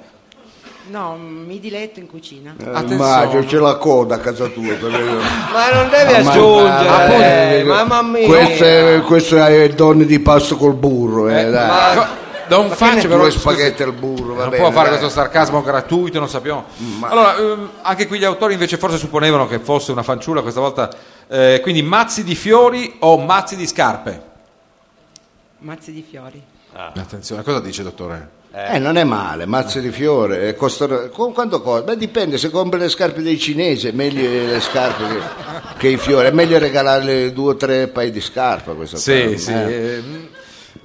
Speaker 8: No, mi diletto in cucina.
Speaker 1: Eh,
Speaker 2: Attenzione.
Speaker 1: Maggio, c'è la coda a casa tua. per vedere.
Speaker 4: Ma non deve
Speaker 1: Ah,
Speaker 2: Eh,
Speaker 1: Ma-
Speaker 4: aggiungere.
Speaker 1: ma-
Speaker 4: eh,
Speaker 1: appunto,
Speaker 4: mamma mia.
Speaker 1: Questo è, questo è il donno di pasto col burro. Eh, dai.
Speaker 2: Co- non faccio però
Speaker 1: due
Speaker 2: scusi,
Speaker 1: spaghetti al burro, va
Speaker 2: non
Speaker 1: bene,
Speaker 2: può fare
Speaker 1: dai. Mm,
Speaker 2: questo sarcasmo gratuito, non sappiamo. Allora, ehm, anche qui gli autori invece forse supponevano che fosse una fanciulla questa volta. eh, quindi mazzi di fiori o mazzi di scarpe?
Speaker 8: Mazzi di fiori.
Speaker 2: Attenzione, cosa dice dottore?
Speaker 1: Eh, non è male, mazzo di fiore. eh, costa- con- quanto costa? Beh, dipende, se compri le scarpe dei cinesi è meglio le scarpe che, che i fiori, è meglio regalare due o tre paio di scarpe a questa
Speaker 2: Sì,
Speaker 1: qua,
Speaker 2: sì.
Speaker 1: eh.
Speaker 2: ehm,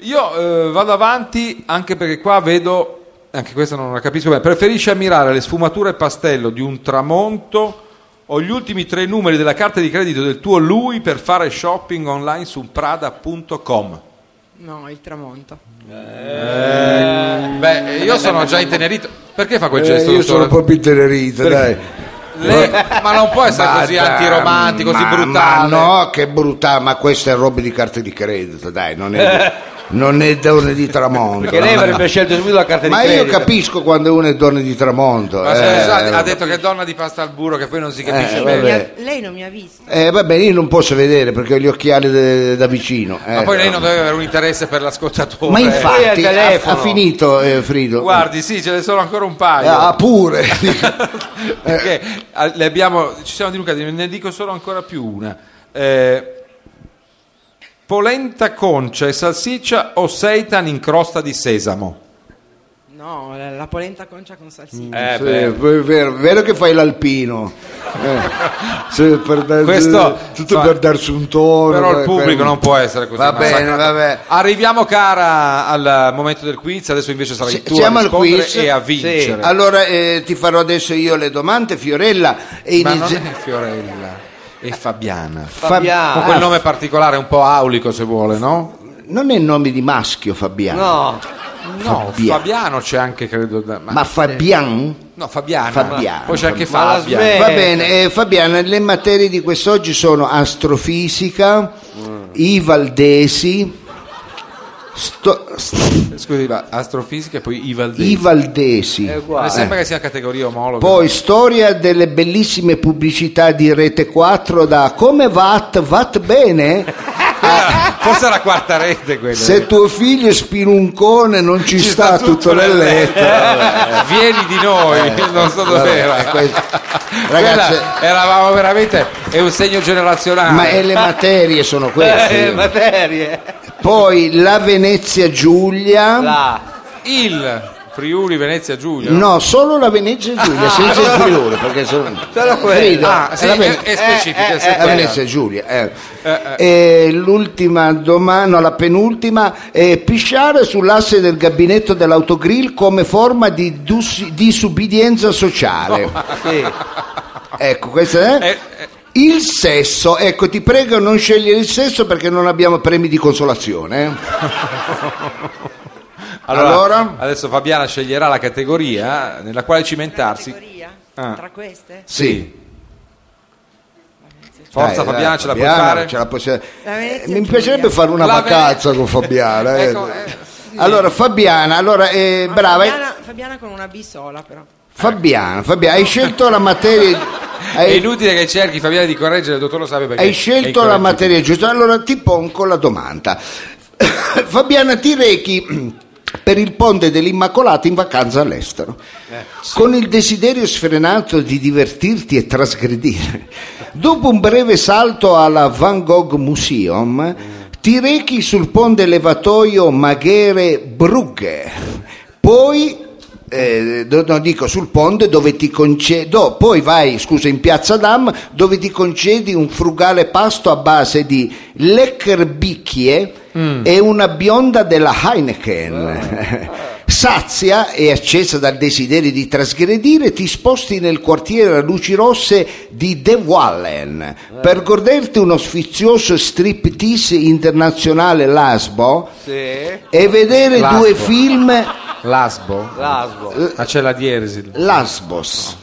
Speaker 2: Io eh, vado avanti anche perché qua vedo, anche questa non la capisco bene, preferisce ammirare le sfumature pastello di un tramonto o gli ultimi tre numeri della carta di credito del tuo lui per fare shopping online su prada.com.
Speaker 8: No, il tramonto.
Speaker 2: Beh, eh, io sono già intenerito. Perché fa quel
Speaker 1: Eh,
Speaker 2: gesto?
Speaker 1: io sono
Speaker 2: dottore?
Speaker 1: proprio intenerito, dai.
Speaker 2: Lei- ma non può essere così
Speaker 1: Ma dai,
Speaker 2: antiromantico, così
Speaker 1: ma-
Speaker 2: brutale.
Speaker 1: Ma no, che brutale, ma questa è roba di carte di credito, dai, non è, non è donne di tramonto.
Speaker 4: Perché lei
Speaker 1: no,
Speaker 4: avrebbe
Speaker 1: Ah, no.
Speaker 4: scelto subito la carta
Speaker 1: Ma
Speaker 4: di
Speaker 1: io
Speaker 4: credito.
Speaker 1: capisco quando uno è donne di tramonto.
Speaker 2: Ma
Speaker 1: eh,
Speaker 2: scusate, ha detto che è donna di pasta al burro, che poi non si capisce
Speaker 1: Eh,
Speaker 2: bene.
Speaker 8: Lei non mi ha-
Speaker 1: vabbè.
Speaker 8: lei non mi ha visto.
Speaker 1: Eh, va bene, io non posso vedere perché ho gli occhiali de- da vicino.
Speaker 2: Ma
Speaker 1: eh.
Speaker 2: poi lei non doveva avere un interesse per l'ascoltatore. Eh,
Speaker 1: Ma
Speaker 4: Poi al
Speaker 1: infatti ha,
Speaker 4: telefono.
Speaker 1: ha finito eh, Frido.
Speaker 2: Guardi, sì, ce ne sono ancora un paio.
Speaker 1: Ah, pure.
Speaker 2: Perché eh, le abbiamo, ci siamo dilucati, ne dico solo ancora più una. Eh, polenta concia e salsiccia o seitan in crosta di sesamo?
Speaker 8: No, la la polenta concia con salsina.
Speaker 2: Eh,
Speaker 1: Sì, è vero, vero che fai l'alpino. Eh, sì, per dar-
Speaker 2: Questo-
Speaker 1: tutto
Speaker 2: fa-
Speaker 1: per darsi un tono.
Speaker 2: Però
Speaker 1: eh,
Speaker 2: il pubblico
Speaker 1: per-
Speaker 2: non può essere così.
Speaker 1: Va bene,
Speaker 2: massacrato.
Speaker 1: vabbè.
Speaker 2: Arriviamo, cara, al momento del quiz. Adesso invece sarà
Speaker 1: Sì,
Speaker 2: il tuo
Speaker 1: siamo
Speaker 2: a
Speaker 1: al
Speaker 2: rispondere
Speaker 1: quiz.
Speaker 2: e a
Speaker 1: Sì.
Speaker 2: vincere.
Speaker 1: Allora eh, ti farò adesso io le domande, Fiorella. E
Speaker 2: Ma non
Speaker 1: inizi-
Speaker 2: è Fiorella, è Fabiana.
Speaker 4: Fabiano.
Speaker 2: Con
Speaker 1: Fab-
Speaker 2: quel
Speaker 1: ah,
Speaker 2: nome particolare, un po' aulico se vuole, no?
Speaker 1: non è nome di maschio Fabiano.
Speaker 4: No,
Speaker 1: No, Fabian.
Speaker 2: Fabiano c'è anche, credo. da- ma-
Speaker 1: Ma Fabian?
Speaker 2: no, Fabiano.
Speaker 1: Fabiano.
Speaker 2: Poi c'è anche
Speaker 4: Ma la
Speaker 2: Fabia.
Speaker 4: smetti. Eh.
Speaker 1: Va bene, eh, Fabiana, le materie di quest'oggi sono astrofisica,
Speaker 2: Mm.
Speaker 1: i valdesi, sto- st-
Speaker 2: Scusi, ma astrofisica e poi i
Speaker 1: i
Speaker 2: Valdesi.
Speaker 1: valdesi,
Speaker 4: È
Speaker 2: Mi
Speaker 4: uguale.
Speaker 2: sembra che sia categoria omologa.
Speaker 1: poi storia delle bellissime pubblicità di Rete 4 da come vat, vat bene?
Speaker 2: Ah, forse è la quarta rete quella.
Speaker 1: Se tuo figlio è spinuncone non ci,
Speaker 2: Ci
Speaker 1: sta, tutto nel letto.
Speaker 2: Eh, Vieni di noi, non so
Speaker 1: Eh, Vabbè, ecco.
Speaker 2: dov'era.
Speaker 1: è questo.
Speaker 2: Ragazzi,
Speaker 1: Ragazze,
Speaker 2: eravamo veramente. È un segno generazionale.
Speaker 1: ma e le materie sono
Speaker 4: Eh,
Speaker 1: queste.
Speaker 4: materie.
Speaker 1: Poi la Venezia Giulia.
Speaker 4: La.
Speaker 2: Il Friuli Venezia Giulia.
Speaker 1: No, solo la Venezia e Giulia, senza il Friuli, perché sono...
Speaker 4: Solo quella.
Speaker 1: Frido,
Speaker 2: Ah, sì,
Speaker 1: la,
Speaker 2: è,
Speaker 1: Ven-
Speaker 2: è specifica.
Speaker 4: Eh, eh,
Speaker 2: se
Speaker 1: la
Speaker 2: quella.
Speaker 1: Venezia e Giulia. eh. E l'ultima domanda, no, la penultima, è pisciare sull'asse del gabinetto dell'autogrill come forma di dus- disubbidienza sociale.
Speaker 4: Sì.
Speaker 1: Ecco, questo è...
Speaker 2: Eh,
Speaker 1: Il sesso, ecco ti prego non scegliere il sesso perché non abbiamo premi di consolazione. eh.
Speaker 2: Allora,
Speaker 1: Allora?
Speaker 2: adesso Fabiana sceglierà la categoria eh, nella quale cimentarsi.
Speaker 8: Categoria?
Speaker 2: Ah.
Speaker 8: Tra queste?
Speaker 1: Sì.
Speaker 2: Forza
Speaker 1: Dai,
Speaker 2: Fabiana,
Speaker 1: dai,
Speaker 2: ce la
Speaker 1: Fabiana,
Speaker 2: puoi fare?
Speaker 1: ce la puoi-
Speaker 8: La Venezia
Speaker 1: Mi
Speaker 8: Giulia.
Speaker 1: piacerebbe fare una
Speaker 2: La Vene-
Speaker 1: vacanza con Fabiana. eh.
Speaker 2: Ecco, eh,
Speaker 1: Allora Fabiana, allora, eh,
Speaker 8: Ma
Speaker 1: brava. eh.
Speaker 8: Fabiana, Fabiana con una B sola però.
Speaker 1: Fabiana, Fabiana, hai scelto la materia...
Speaker 2: È
Speaker 1: hai-
Speaker 2: inutile che cerchi Fabiana di correggere, il dottor lo sapeva perché.
Speaker 1: Hai scelto
Speaker 2: è
Speaker 1: la
Speaker 2: incorreggibile.
Speaker 1: materia giusta, allora ti pongo la domanda. Fabiana, ti rechi per il ponte dell'Immacolata in vacanza all'estero, con il desiderio sfrenato di divertirti e trasgredire. Dopo un breve salto alla Van Gogh Museum, ti rechi sul ponte elevatoio Maghere Brugge, poi eh, do- no, dico sul ponte dove ti concedo, poi vai scusa in piazza Dam dove ti concedi un frugale pasto a base di leckerbicchie e una bionda della Heineken. Sazia e accesa dal desiderio di trasgredire, ti sposti nel quartiere a luci rosse di De Wallen per goderti uno sfizioso striptease internazionale Lasbo
Speaker 4: Sì.
Speaker 1: e vedere
Speaker 2: Lasbo.
Speaker 1: due film
Speaker 2: Lasbo?
Speaker 4: Lasbo.
Speaker 2: Ah, c'è la dieresi.
Speaker 1: Lasbos.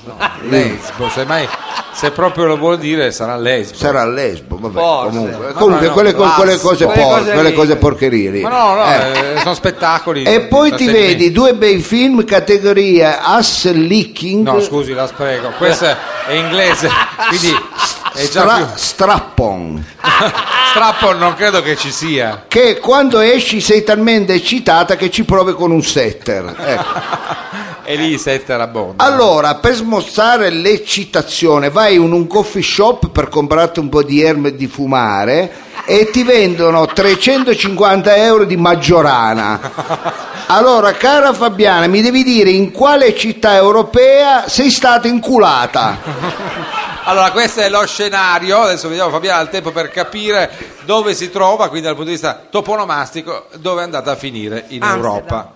Speaker 2: Lesbo, se mai se proprio lo vuol dire sarà lesbo.
Speaker 1: Sarà lesbo, vabbè.
Speaker 4: Forse.
Speaker 1: Comunque,
Speaker 4: Ma
Speaker 1: Comunque,
Speaker 2: no,
Speaker 1: quelle, co-
Speaker 2: las-
Speaker 1: quelle cose
Speaker 4: quelle
Speaker 1: por-
Speaker 4: cose
Speaker 1: quelle
Speaker 4: lì.
Speaker 1: cose porcherie lì.
Speaker 2: Ma no, no,
Speaker 1: Eh.
Speaker 2: eh, sono spettacoli.
Speaker 1: E poi ti
Speaker 2: Intrattenimento.
Speaker 1: vedi due bei film categoria ass licking
Speaker 2: No, scusi, la prego. Questo è inglese, quindi è già
Speaker 1: stra-
Speaker 2: più.
Speaker 1: strappon
Speaker 2: Strappo non credo che ci sia.
Speaker 1: che quando esci sei talmente eccitata che ci provi con un setter Ecco.
Speaker 2: E lì sette era bomba.
Speaker 1: allora per smozzare l'eccitazione vai in un coffee shop per comprarti un po' di erme di fumare e ti vendono 350 euro di maggiorana Allora, cara Fabiana, mi devi dire in quale città europea sei stata inculata?
Speaker 2: Allora, questo è lo scenario. Adesso vediamo Fabiana il tempo per capire dove si trova, quindi dal punto di vista toponomastico, dove è andata a finire in
Speaker 8: Amsterdam.
Speaker 2: Europa.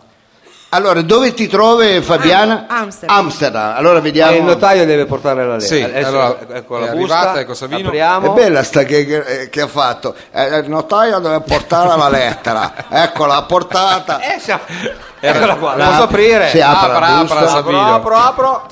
Speaker 1: Allora, dove ti trovi Fabiana?
Speaker 8: Am- Amsterdam.
Speaker 1: Allora vediamo.
Speaker 4: E il notaio deve portare la lettera.
Speaker 2: Sì,
Speaker 4: Adesso,
Speaker 2: allora,
Speaker 4: ecco
Speaker 2: è
Speaker 4: la
Speaker 2: arrivata,
Speaker 4: busta.
Speaker 2: ecco Savino.
Speaker 1: È
Speaker 4: Apriamo.
Speaker 1: bella sta che, che- che ha fatto. Eh, il notaio deve portare la lettera. Eccola, ha portata.
Speaker 4: Eh, sa- Eccola qua, la
Speaker 1: La-
Speaker 4: posso aprire?
Speaker 1: Sì, apra
Speaker 2: apra,
Speaker 1: la busta.
Speaker 2: apra,
Speaker 4: apro,
Speaker 2: Savino.
Speaker 4: apro, apro.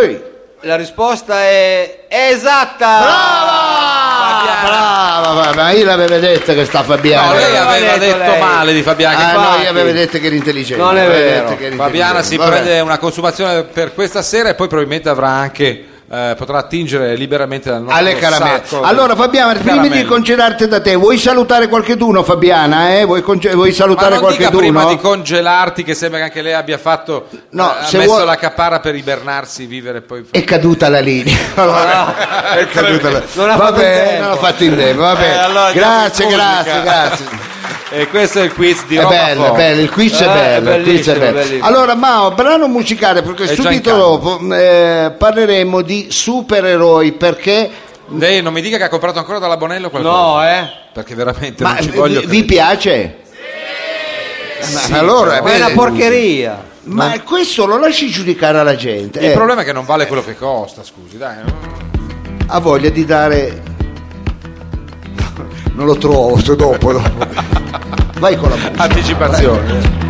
Speaker 1: Ehi,
Speaker 4: La risposta è esatta.
Speaker 1: brava! Brava, brava, ma io l'avevo detto che sta Fabiana.
Speaker 2: No, lei
Speaker 4: aveva
Speaker 2: aveva
Speaker 4: detto
Speaker 2: detto
Speaker 4: lei.
Speaker 2: male di Fabiana. che
Speaker 1: Eh, Ah,
Speaker 2: fa-
Speaker 1: no,
Speaker 4: infatti.
Speaker 1: io avevo detto che era intelligente.
Speaker 4: Non è
Speaker 1: avevo
Speaker 4: vero.
Speaker 1: detto che era
Speaker 2: Fabiana
Speaker 1: intelligente.
Speaker 2: si
Speaker 1: Vabbè.
Speaker 2: prende una consumazione per questa sera e poi probabilmente avrà anche eh, potrà attingere liberamente dal nostro
Speaker 1: alle caramelle.
Speaker 2: sacco.
Speaker 1: Allora Fabiana, prima
Speaker 2: Caramelle.
Speaker 1: di congelarti da te, vuoi salutare qualcheduno Fabiana? Eh? Vuoi, conge- vuoi
Speaker 2: ma
Speaker 1: salutare
Speaker 2: non dica
Speaker 1: qualcheduno?
Speaker 2: prima di congelarti che sembra che anche lei abbia fatto
Speaker 1: No,
Speaker 2: eh, ha
Speaker 1: se Eh.
Speaker 2: messo
Speaker 1: vuoi-
Speaker 2: la caparra per ibernarsi vivere e poi
Speaker 1: È caduta la linea. Allora, è caduta la...
Speaker 4: Non ha fatto in
Speaker 1: Vabbè,
Speaker 4: tempo.
Speaker 1: non l'ha fatto in tempo. Vabbè.
Speaker 2: Eh, allora andiamo
Speaker 1: grazie,
Speaker 2: in
Speaker 1: grazie,
Speaker 2: musica.
Speaker 1: grazie.
Speaker 2: e questo è il quiz di
Speaker 1: È
Speaker 2: Roma
Speaker 1: bello, è
Speaker 2: Fo.
Speaker 1: bello, il quiz è
Speaker 4: Eh,
Speaker 1: bello, il quiz è
Speaker 4: bellissimo,
Speaker 1: bello.
Speaker 4: bellissimo.
Speaker 1: Allora, Mao, brano musicale, perché
Speaker 2: È già in
Speaker 1: subito
Speaker 2: campo.
Speaker 1: dopo eh, parleremo di supereroi, perché
Speaker 2: lei non mi dica che ha comprato ancora dalla Bonello qualcosa
Speaker 4: No, eh.
Speaker 2: perché veramente
Speaker 1: ma
Speaker 2: non ci
Speaker 1: vi,
Speaker 2: voglio
Speaker 1: vi
Speaker 2: credere.
Speaker 1: piace? Ma allora,
Speaker 2: cioè,
Speaker 4: Ma è una
Speaker 1: eh,
Speaker 4: porcheria.
Speaker 1: ma, questo lo lasci giudicare alla gente.
Speaker 2: il
Speaker 1: eh.
Speaker 2: problema è che non vale quello che costa scusi dai
Speaker 1: ha voglia di dare non lo trovo se dopo, dopo. vai con la musica
Speaker 2: anticipazione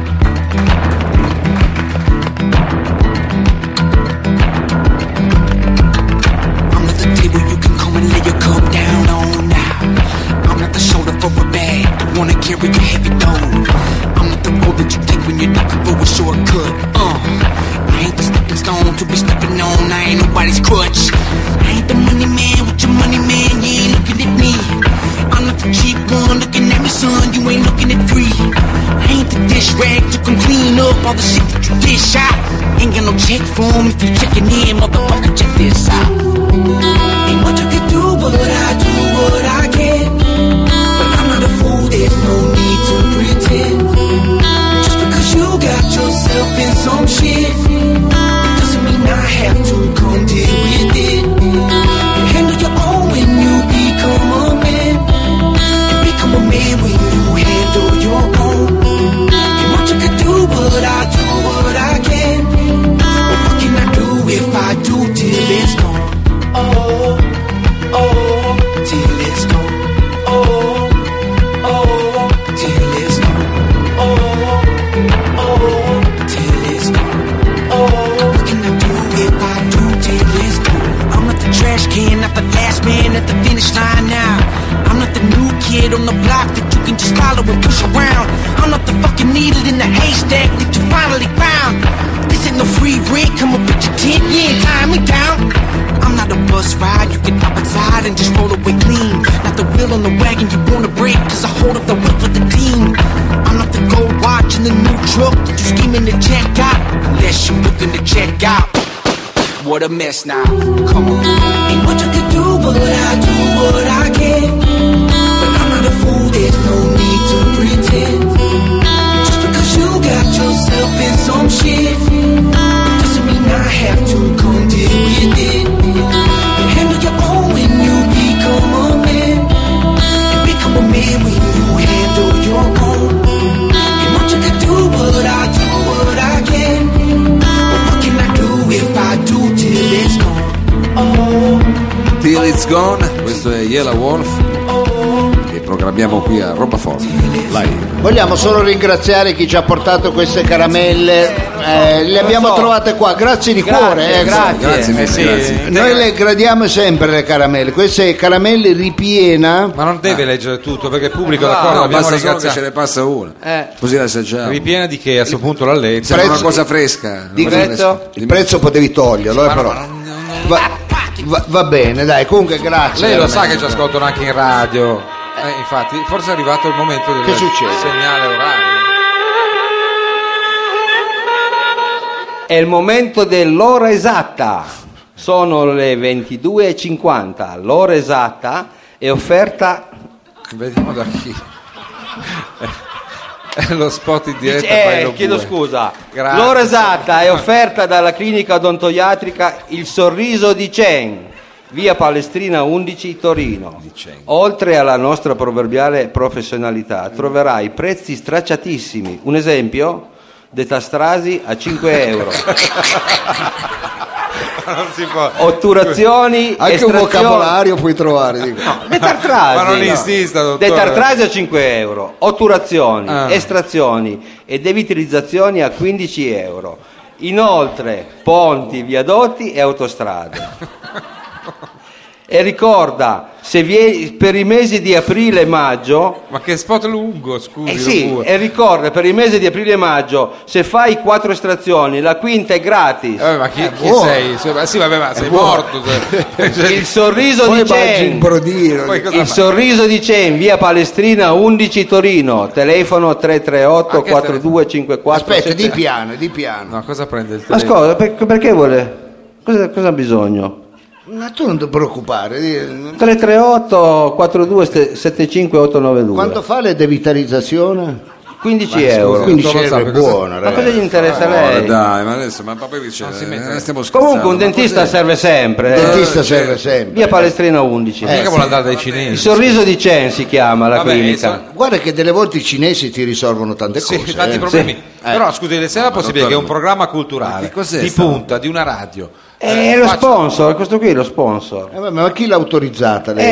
Speaker 9: Uh, Uh, nobody's crutch. I ain't the money man with your money man, you ain't looking at me. I'm not the cheap one looking at me, son, you ain't looking at free. I ain't the dish rag, you can clean up all the shit that you dish out. Ain't got no check form if you checking in, motherfucker, check this out. Ain't much you can do, but I do what I can. But I'm not a fool, there's no need to pretend. Just because you got yourself in some shit, doesn't mean I have to come deal with it. Handle your own when you become a man. And become a man when you handle your own. Ain't much I can do, but I do what I can. But what can I do if I do till it's gone? Oh, oh, till it's gone. Oh, oh, till it's gone. Oh, oh, till it's gone. Oh, what can I do if I do till it's gone? I'm not the trash can, not the last man at the finish line now. I'm not the new kid on the block that you can just follow and push around. I'm not the fucking needle in the haystack that you finally found. This ain't no free rent, come up with your tent, yeah, tie me down. I'm not a bus ride, you can hop inside and just roll away clean. Not the wheel on the wagon you wanna break, cause I hold up the whip for the team. I'm not the gold watch in the new truck that you scheming to check out. Unless you looking to check out. What a mess now. Come on. Ain't much I can do, but I do what I can. But I'm not a fool, there's no need to pretend. Just because you got yourself in some shit, doesn't mean I have to come deal with it. Handle your own when you become a man. And become a man when you handle your own. Ain't much I can do, but I do what I can. But what can I do if I do till it's gone? Oh,
Speaker 3: Till It's Gone, questo è Yellow Wolf che programmiamo qui a Roba Forte. Live.
Speaker 1: Vogliamo solo ringraziare chi ci ha portato queste caramelle. Eh, le abbiamo
Speaker 4: so.
Speaker 1: trovate qua, grazie di cuore. ecco.
Speaker 3: Grazie mille,
Speaker 2: Eh sì.
Speaker 3: grazie.
Speaker 1: Noi le gradiamo sempre le caramelle. Queste caramelle ripiena.
Speaker 2: Ma non deve leggere tutto perché il pubblico
Speaker 4: No,
Speaker 2: d'accordo
Speaker 3: No,
Speaker 2: abbiamo
Speaker 3: basta solo che ce
Speaker 2: ringraziato.
Speaker 3: ne passa una.
Speaker 4: Eh.
Speaker 3: Così la assaggiamo.
Speaker 2: Ripiena di che a questo punto la legge.
Speaker 3: Sembra
Speaker 1: prezzo-
Speaker 3: una cosa fresca. una
Speaker 1: Di
Speaker 3: cosa
Speaker 4: prezzo?
Speaker 3: fresca.
Speaker 1: Il prezzo potevi toglierlo, eh, però. Va, va- va bene, dai, comunque grazie.
Speaker 2: Lei lo
Speaker 1: veramente.
Speaker 2: sa che ci ascoltano anche in radio. Eh, infatti, forse è arrivato il momento del
Speaker 1: Che succede?
Speaker 2: segnale orario.
Speaker 4: È il momento dell'ora esatta. Sono le 22.50. L'ora esatta è offerta.
Speaker 2: Vediamo da chi. È lo spot in diretta
Speaker 4: Eh,
Speaker 2: Paolo
Speaker 4: chiedo
Speaker 2: Bue.
Speaker 4: scusa.
Speaker 2: Grazie.
Speaker 4: L'ora esatta è offerta dalla clinica odontoiatrica Il Sorriso di Chen, via Palestrina 11 Torino. Oltre alla nostra proverbiale professionalità, troverai prezzi stracciatissimi. Un esempio? Detastrasi a 5 euro.
Speaker 2: Non si può.
Speaker 4: Otturazioni,
Speaker 1: Anche un
Speaker 4: estrazioni-
Speaker 1: vocabolario puoi trovare. dico.
Speaker 4: Detartrasi.
Speaker 2: Ma non
Speaker 4: no.
Speaker 2: insista, dottore.
Speaker 4: Detartrasi a 5 euro, otturazioni,
Speaker 2: Ah.
Speaker 4: estrazioni e devitalizzazioni a 15 euro. Inoltre, ponti, viadotti e autostrade. e ricorda, se vie- per i mesi di aprile e maggio...
Speaker 2: Ma che spot lungo, scusi.
Speaker 4: Eh sì,
Speaker 2: Bue.
Speaker 4: e ricorda, per i mesi di aprile e maggio, se fai quattro estrazioni, la quinta è gratis.
Speaker 2: Eh, ma chi, chi sei? Sì, ma- Sì, vabbè, ma sei morto. cioè. Cioè,
Speaker 4: Il sorriso
Speaker 1: Poi
Speaker 4: di
Speaker 1: mangi
Speaker 4: Chen.
Speaker 1: un brodino.
Speaker 2: poi cosa
Speaker 4: Il
Speaker 2: fa?
Speaker 4: sorriso di Cen, via Palestrina 11 Torino, telefono 338 4254.
Speaker 1: Aspetta, di piano, di piano.
Speaker 2: No, cosa prende il
Speaker 4: Ma
Speaker 2: telefono?
Speaker 4: scusa, per- perché vuole? Cosa, cosa ha bisogno?
Speaker 1: Ma tu non ti preoccupare. di-
Speaker 4: 338 4275892
Speaker 1: Quanto fa le devitalizzazione?
Speaker 4: 15 euro.
Speaker 2: lo
Speaker 1: 15
Speaker 2: so,
Speaker 1: euro è
Speaker 2: perché cosa-
Speaker 1: buono,
Speaker 4: Ma cosa
Speaker 1: ragazzi. Ah,
Speaker 4: gli
Speaker 3: Ma
Speaker 4: interessa lei?
Speaker 3: Eh, dai, ma adesso, ma poi c'è,
Speaker 2: si mette.
Speaker 3: eh, stiamo scherzando.
Speaker 4: Comunque un dentista serve sempre.
Speaker 1: Il
Speaker 4: eh.
Speaker 1: dentista serve sempre.
Speaker 4: Via Palestrina 11.
Speaker 2: Mica
Speaker 1: Eh,
Speaker 2: vuole
Speaker 1: sì.
Speaker 2: andare dai
Speaker 4: Il
Speaker 2: cinesi.
Speaker 4: sorriso di Cen si chiama la
Speaker 2: Vabbè,
Speaker 4: clinica.
Speaker 2: insomma,
Speaker 1: Guarda che delle volte i cinesi ti risolvono tante
Speaker 2: Sì,
Speaker 1: cose.
Speaker 2: tanti
Speaker 1: eh.
Speaker 2: problemi.
Speaker 1: Sì. Eh.
Speaker 2: Però scusi, se è la possibilità che un programma culturale
Speaker 3: Ma che cos'è
Speaker 2: di
Speaker 3: sta-
Speaker 2: punta di una radio
Speaker 4: È Eh, lo
Speaker 2: faccia-
Speaker 4: sponsor, questo qui è lo sponsor.
Speaker 1: Eh, vabbè, ma chi l'ha autorizzata lei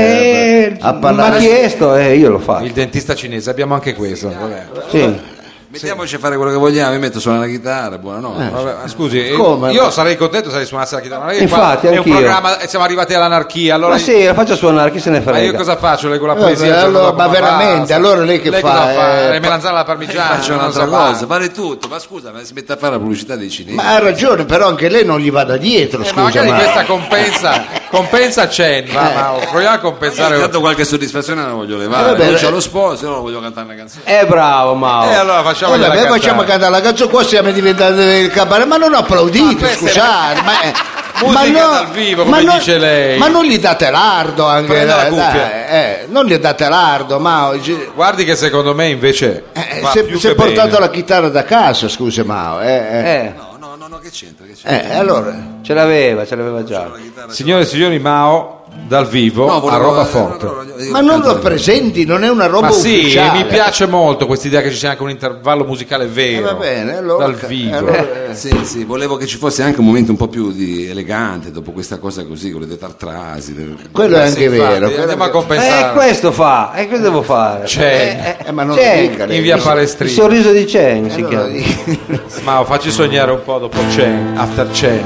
Speaker 4: Eh,
Speaker 1: a
Speaker 4: Ma
Speaker 1: parlare?
Speaker 4: chiesto e io lo faccio.
Speaker 2: il dentista cinese, abbiamo anche questo. vabbè.
Speaker 4: Sì.
Speaker 3: Mettiamoci a fare quello che vogliamo, mi metto a suonare la chitarra, buonanotte.
Speaker 2: Vabbè, ma scusi, eh,
Speaker 4: Come?
Speaker 2: io sarei contento se lei suonasse la chitarra. ma lei
Speaker 4: Infatti,
Speaker 2: qua è un
Speaker 4: anch'io.
Speaker 2: programma, eh, siamo arrivati all'anarchia. Allora,
Speaker 4: Ma sì, la faccio suonare, chi se ne
Speaker 2: ma
Speaker 4: frega.
Speaker 2: io cosa faccio? Leggo la
Speaker 1: Vabbè,
Speaker 2: poesia. il giorno
Speaker 1: allora,
Speaker 2: dopo,
Speaker 1: ma veramente,
Speaker 2: basta.
Speaker 1: allora lei che fa,
Speaker 2: cosa
Speaker 1: eh,
Speaker 2: Le melanzane alla parmigiana.
Speaker 3: Faccio
Speaker 2: non
Speaker 3: un'altra
Speaker 2: so fare.
Speaker 3: cosa, fare tutto, ma scusa, ma si mette a fare la pubblicità dei cinesi.
Speaker 1: Ma ha ragione, però anche lei non gli vada dietro,
Speaker 2: Eh, ma
Speaker 1: scusa.
Speaker 2: magari
Speaker 1: ma-
Speaker 2: questa compensa, compensa Chen, ma, ma proviamo a compensare.
Speaker 3: Tanto qualche soddisfazione la voglio
Speaker 1: Eh,
Speaker 3: levare,
Speaker 1: vabbè,
Speaker 3: non
Speaker 1: eh.
Speaker 3: c'ho Cioè, lo sponsor, io non voglio cantare una canzone.
Speaker 4: Eh, bravo Mao.
Speaker 2: E allora facciamo
Speaker 1: Eh, vabbè, facciamo cantare la canzone qua siamo diventati il cabaret ma non applaudite
Speaker 2: questa è-
Speaker 1: scusate ma, eh,
Speaker 2: Musica dal vivo, come dice lei.
Speaker 1: ma non gli date l'ardo anche
Speaker 2: Prenda la
Speaker 1: dai,
Speaker 2: cuffia.
Speaker 1: dai, eh, non gli date l'ardo ma oggi-
Speaker 2: Guardi che secondo me invece
Speaker 1: eh,
Speaker 2: va
Speaker 1: se,
Speaker 2: più
Speaker 1: se
Speaker 2: che
Speaker 1: portato
Speaker 2: bene.
Speaker 1: la chitarra da casa scusi ma eh, eh,
Speaker 4: Eh,
Speaker 3: No, no, no, no, che c'entra? Che c'entra?
Speaker 1: eh, allora
Speaker 4: ce l'aveva, ce l'aveva già.
Speaker 2: Signore e signori Mao dal vivo
Speaker 3: No,
Speaker 2: a
Speaker 3: volevo-
Speaker 2: roba
Speaker 3: eh,
Speaker 2: forte.
Speaker 3: no, no, io
Speaker 1: ma non
Speaker 3: canto-
Speaker 1: lo presenti non è una roba
Speaker 2: Ma sì,
Speaker 1: ufficiale Eh,
Speaker 2: mi piace molto questa idea che ci sia anche un intervallo musicale vero.
Speaker 1: Eh, va bene, allora- eh,
Speaker 2: dal vivo. Eh,
Speaker 1: allora-
Speaker 3: Sì, sì, volevo che ci fosse anche un momento un po' più di elegante dopo questa cosa così, con le tartrasi. le-
Speaker 1: quello è anche
Speaker 2: Sì, infatti,
Speaker 1: vero quello
Speaker 2: andiamo a
Speaker 1: è-
Speaker 2: compensare
Speaker 4: Eh, questo fa, e cosa devo fare?
Speaker 2: Chen.
Speaker 4: Eh,
Speaker 1: eh, ma non
Speaker 4: Chen,
Speaker 1: lo dica lei.
Speaker 2: in via
Speaker 4: Il
Speaker 2: Palestrina.
Speaker 4: sorriso di Chen
Speaker 2: Eh,
Speaker 4: si
Speaker 1: Allora,
Speaker 4: chiama.
Speaker 2: Mao, facci sognare un po' dopo Chen, after Chen,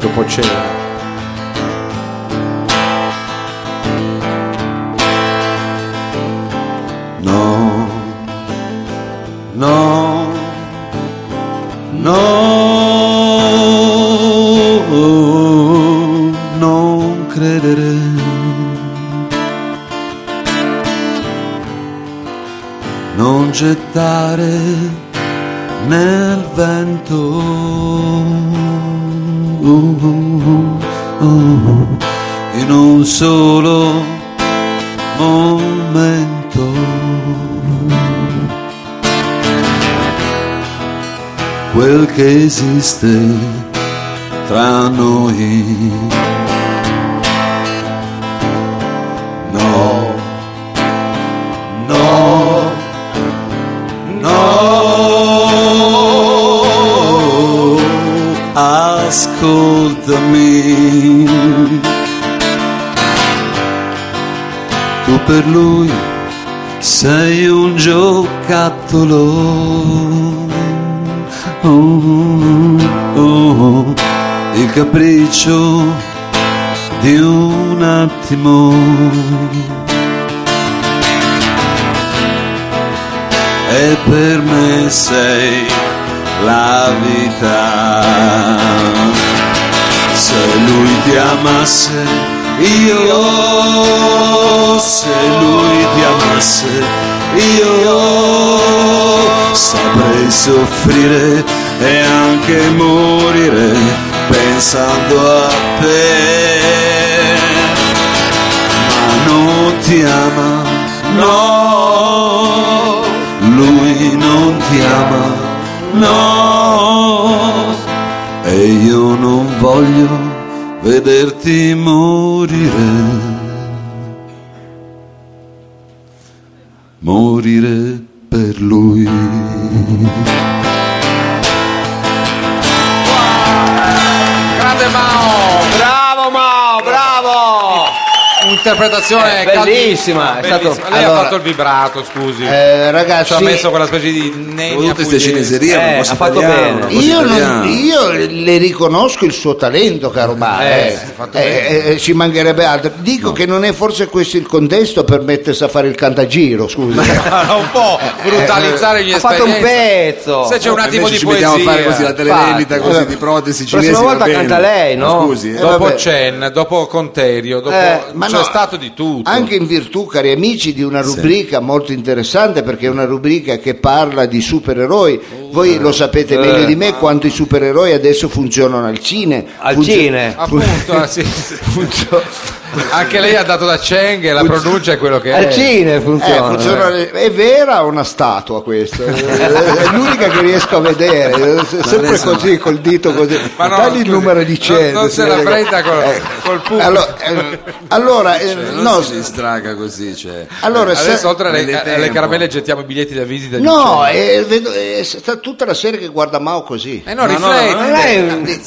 Speaker 2: dopo Chen.
Speaker 3: No, no, no, non credere. Non gettare nel vento. Uh, In un solo momento. quel che esiste tra noi. No, no, no, ascoltami. Tu per lui sei un giocattolo. Oh, oh, oh, il capriccio di un attimo. E per me sei la vita. Se lui ti amasse, io. Se lui ti amasse, io. Saprei soffrire e anche morire pensando a te ma non ti ama, no, lui non ti ama, no, e io non voglio vederti morire, morire per lui.
Speaker 2: Grande Mao!
Speaker 4: Bravo Mao, bravo!
Speaker 2: Interpretazione
Speaker 4: Eh, bellissima, è
Speaker 2: bellissima.
Speaker 4: stato-
Speaker 2: Lei
Speaker 1: allora-
Speaker 2: ha fatto il vibrato, scusi.
Speaker 1: eh,
Speaker 2: Ci ha
Speaker 1: ragazzi
Speaker 2: messo quella specie di nenia
Speaker 3: Tutte queste
Speaker 2: pugliese.
Speaker 3: cineserie,
Speaker 4: Eh,
Speaker 3: non posso
Speaker 4: ha fatto
Speaker 3: italiano,
Speaker 4: bene.
Speaker 3: non posso
Speaker 1: Io, non-
Speaker 3: italiano.
Speaker 1: io le riconosco il suo talento, caro Mario.
Speaker 4: Eh,
Speaker 1: eh. Eh, eh, ci mancherebbe altro. Dico che non è forse questo il contesto per mettersi a fare il cantagiro, scusa.
Speaker 2: Ah, un po' brutalizzare gli
Speaker 4: Ha fatto un pezzo.
Speaker 2: Se c'è un attimo
Speaker 3: Eh, Invece
Speaker 2: di
Speaker 3: ci mettiamo a
Speaker 2: poesia.
Speaker 3: fare così la televendita
Speaker 4: Infatti.
Speaker 3: così di protesi
Speaker 4: Prossima
Speaker 3: cinesi va
Speaker 4: volta
Speaker 3: bene.
Speaker 4: canta lei, no?
Speaker 3: Ma scusi eh.
Speaker 1: Eh,
Speaker 2: Dopo
Speaker 1: vabbè.
Speaker 2: Chen, dopo Conterio, dopo
Speaker 4: Eh,
Speaker 1: ma
Speaker 2: c'è
Speaker 1: no,
Speaker 2: stato di tutto.
Speaker 1: Anche in virtù, cari amici, di una rubrica molto interessante perché è una rubrica che parla di supereroi.
Speaker 2: Oh.
Speaker 1: Voi lo sapete meglio di
Speaker 2: Ah.
Speaker 1: me quanto i supereroi adesso funzionano al cine.
Speaker 4: Al
Speaker 1: Funzio-
Speaker 4: cine.
Speaker 2: Appunto, eh, sì, sì. anche lei ha dato da Cheng e la pronuncia è quello che
Speaker 4: Al
Speaker 2: è.
Speaker 4: cine
Speaker 1: Eh,
Speaker 4: funziona.
Speaker 1: funziona- è vera una statua questa? è l'unica che riesco a vedere, è sempre
Speaker 3: adesso-
Speaker 1: così col dito così.
Speaker 2: Ma no,
Speaker 1: Dagli il
Speaker 2: scusi,
Speaker 1: numero di cento.
Speaker 2: Non, non se la
Speaker 1: signore.
Speaker 2: prenda col,
Speaker 1: Eh.
Speaker 2: col pubblico.
Speaker 1: Allora, eh, allora, eh,
Speaker 3: Cioè, non
Speaker 1: no,
Speaker 3: si distraga così
Speaker 2: Eh,
Speaker 3: cioè.
Speaker 1: allora,
Speaker 2: Adesso
Speaker 1: se-
Speaker 2: oltre alle,
Speaker 3: prende
Speaker 2: alle
Speaker 3: tempo.
Speaker 2: caramelle gettiamo i biglietti da visita. di
Speaker 1: no,
Speaker 2: Chen.
Speaker 1: eh, vedo- eh, sta tutta la serie che guarda Mao così.
Speaker 2: Eh no, rifletta.
Speaker 4: Non è un-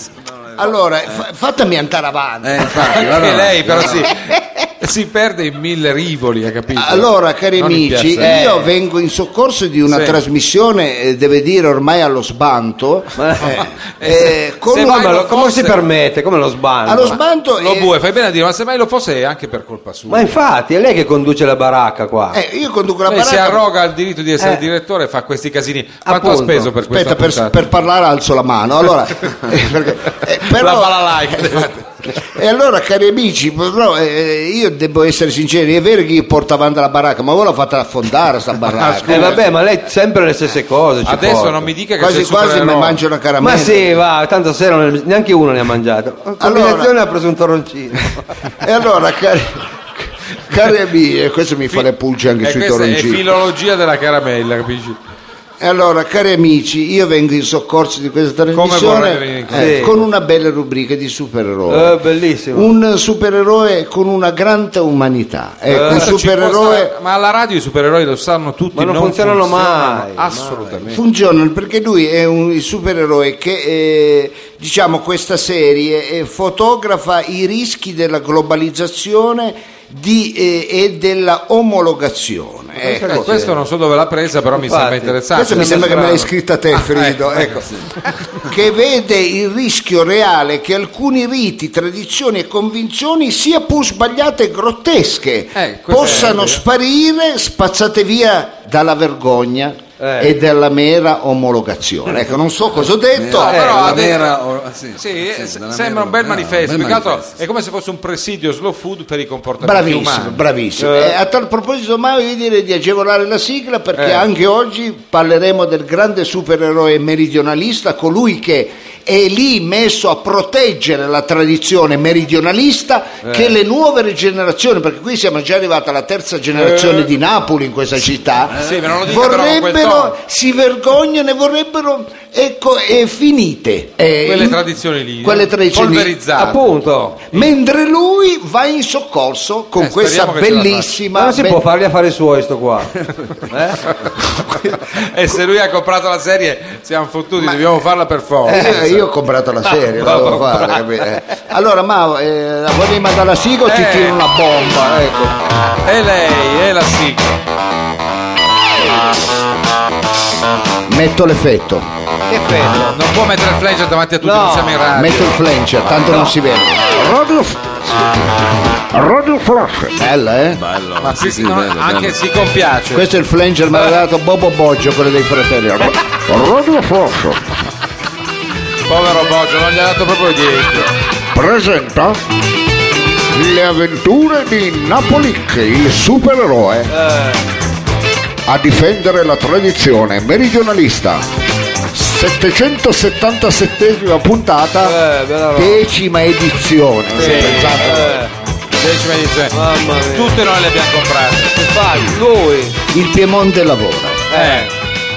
Speaker 1: Allora, fa- fatemi andare avanti.
Speaker 3: Eh, infatti,
Speaker 2: Anche
Speaker 3: guarda,
Speaker 2: lei però
Speaker 3: guarda.
Speaker 2: sì, si perde in mille rivoli, ha capito?
Speaker 1: Allora, cari
Speaker 2: Non in
Speaker 1: amici,
Speaker 2: piazza. Eh,
Speaker 1: io vengo in soccorso di una
Speaker 2: Sì.
Speaker 1: trasmissione, eh, deve dire ormai allo sbanto, eh, eh, con
Speaker 2: se
Speaker 1: una-
Speaker 2: vai
Speaker 4: Come, lo-
Speaker 2: lo
Speaker 4: come si
Speaker 2: fosse-
Speaker 4: permette? Come lo sbando?
Speaker 1: allo sbanto
Speaker 2: Lo
Speaker 1: eh,
Speaker 2: bue, fai bene a dire, ma se mai lo fosse è anche per colpa sua.
Speaker 4: Ma infatti, è lei che conduce la baracca qua.
Speaker 1: eh, io conduco la
Speaker 2: Lei si
Speaker 1: baracca.
Speaker 2: arroga il diritto di essere
Speaker 4: Eh.
Speaker 2: direttore e fa questi casini. Quanto
Speaker 4: Appunto.
Speaker 2: ha speso per questa
Speaker 1: Aspetta, per,
Speaker 2: puntata?
Speaker 1: per parlare alzo la mano. Allora, eh, perché- eh,
Speaker 2: La
Speaker 1: però-
Speaker 2: balalaica.
Speaker 1: E allora, cari amici, però, eh, io devo essere sincero, è vero che io porto avanti la baracca, ma voi la fate affondare
Speaker 2: Ah,
Speaker 1: sta baracca.
Speaker 4: Eh vabbè, ma lei sempre le stesse cose. ci
Speaker 2: Adesso
Speaker 4: porta.
Speaker 2: non mi dica che
Speaker 1: quasi
Speaker 2: sei
Speaker 1: quasi mi
Speaker 2: supereroe.
Speaker 1: mangio una caramella.
Speaker 4: Ma sì, va, tanto sera non- neanche uno ne ha mangiato. Combinazione ha preso un torroncino.
Speaker 1: E allora, cari, cari amici, e questo mi fa le pulce anche
Speaker 2: Eh,
Speaker 1: sui
Speaker 2: questa è
Speaker 1: toroncini.
Speaker 2: filologia della caramella, capisci?
Speaker 1: E allora, cari amici, io vengo in soccorso di questa
Speaker 2: vorrei venire
Speaker 1: trasmissione
Speaker 2: in
Speaker 1: eh,
Speaker 4: Sì.
Speaker 1: con una bella rubrica di supereroi.
Speaker 4: Eh, bellissimo.
Speaker 1: Un supereroe con una grande umanità. Ecco, un
Speaker 2: Questo ci
Speaker 1: supereroe
Speaker 2: costa- ma alla radio i supereroi lo sanno tutti,
Speaker 4: Ma non funzionano mai,
Speaker 2: Assolutamente.
Speaker 1: funziona perché lui è un supereroe che, eh, diciamo, questa serie eh, fotografa i rischi della globalizzazione di, eh, e della omologazione. Ecco.
Speaker 2: Eh, questo non so dove l'ha presa, però mi
Speaker 4: Infatti,
Speaker 2: sembra interessante.
Speaker 1: Questo mi sembra che me l'hai scritta te, Frido.
Speaker 2: ecco,
Speaker 1: ecco. Che vede il rischio reale che alcuni riti, tradizioni e convinzioni, sia pur sbagliate e grottesche,
Speaker 2: Eh, questo
Speaker 1: possano sparire, spazzate via dalla vergogna
Speaker 4: Eh.
Speaker 1: e dalla mera omologazione. Ecco, non so cosa ho detto.
Speaker 2: No, però
Speaker 3: Eh, la
Speaker 2: ha detto-
Speaker 3: mera, o- sì,
Speaker 2: Sì,
Speaker 3: sì,
Speaker 2: eh,
Speaker 3: della mera-
Speaker 2: sembra un bel
Speaker 3: ah,
Speaker 2: manifesto.
Speaker 3: bel
Speaker 2: Più che altro
Speaker 3: manifesto.
Speaker 2: è come se fosse un presidio slow food per i comportamenti
Speaker 1: Bravissimo,
Speaker 2: umani.
Speaker 1: bravissimo. Eh, a tal proposito, Mario, io direi di agevolare la sigla perché
Speaker 2: Eh.
Speaker 1: anche oggi parleremo del grande supereroe meridionalista, colui che è lì messo a proteggere la tradizione meridionalista
Speaker 2: Eh.
Speaker 1: che le nuove generazioni, perché qui siamo già arrivati alla terza generazione di Napoli in questa città,
Speaker 2: Eh. Sì, ma non lo dica però con quel
Speaker 1: vorrebbero,
Speaker 2: tono.
Speaker 1: si vergognano e vorrebbero, ecco, e finite. Eh,
Speaker 2: Quelle
Speaker 1: in-
Speaker 2: tradizioni lì. eh,
Speaker 1: Quelle tradizioni lì.
Speaker 2: Polverizzate.
Speaker 4: Appunto.
Speaker 1: Mentre lui va in soccorso con
Speaker 2: Eh,
Speaker 1: questa
Speaker 2: speriamo che ce la
Speaker 1: bellissima.
Speaker 4: Ma non si
Speaker 1: be-
Speaker 4: può farli a fare suoi sto qua. Eh?
Speaker 2: e se lui ha comprato la serie, siamo fottuti, dobbiamo farla per forza.
Speaker 1: Eh, io ho comprato la serie, la devo fare, capito? Eh. Allora, ma eh, la prima dalla sigla o ti
Speaker 2: Eh.
Speaker 1: tiro una bomba? Ecco.
Speaker 2: E lei, è la sigla.
Speaker 1: Metto l'effetto,
Speaker 4: Che bello.
Speaker 2: Non può mettere il flash davanti a tutti,
Speaker 4: No.
Speaker 2: non siamo in radio.
Speaker 1: metto il flancher, tanto non si vede. Radio, Radio Flash. Bella, eh?
Speaker 3: Bello,
Speaker 2: Ma
Speaker 3: sì, sì,
Speaker 2: sì, no,
Speaker 3: bello,
Speaker 2: anche
Speaker 3: bello.
Speaker 2: si compiace.
Speaker 1: Questo è il flanger, me l'ha dato Bobo Boggio, quello dei fratelli. Radio Flash
Speaker 2: Povero Boggio, non gli ha dato proprio dietro.
Speaker 1: presenta le avventure di Napoli, il supereroe. a difendere la tradizione meridionalista. 777 puntata,
Speaker 4: Eh, bella roba.
Speaker 1: decima edizione.
Speaker 2: Sì. esatto.
Speaker 1: Pensate.
Speaker 4: Eh,
Speaker 2: Decima edizione.
Speaker 4: Mamma mia.
Speaker 2: Tutte noi le abbiamo comprate.
Speaker 4: infatti, lui.
Speaker 1: Il Piemonte lavora,
Speaker 2: Eh.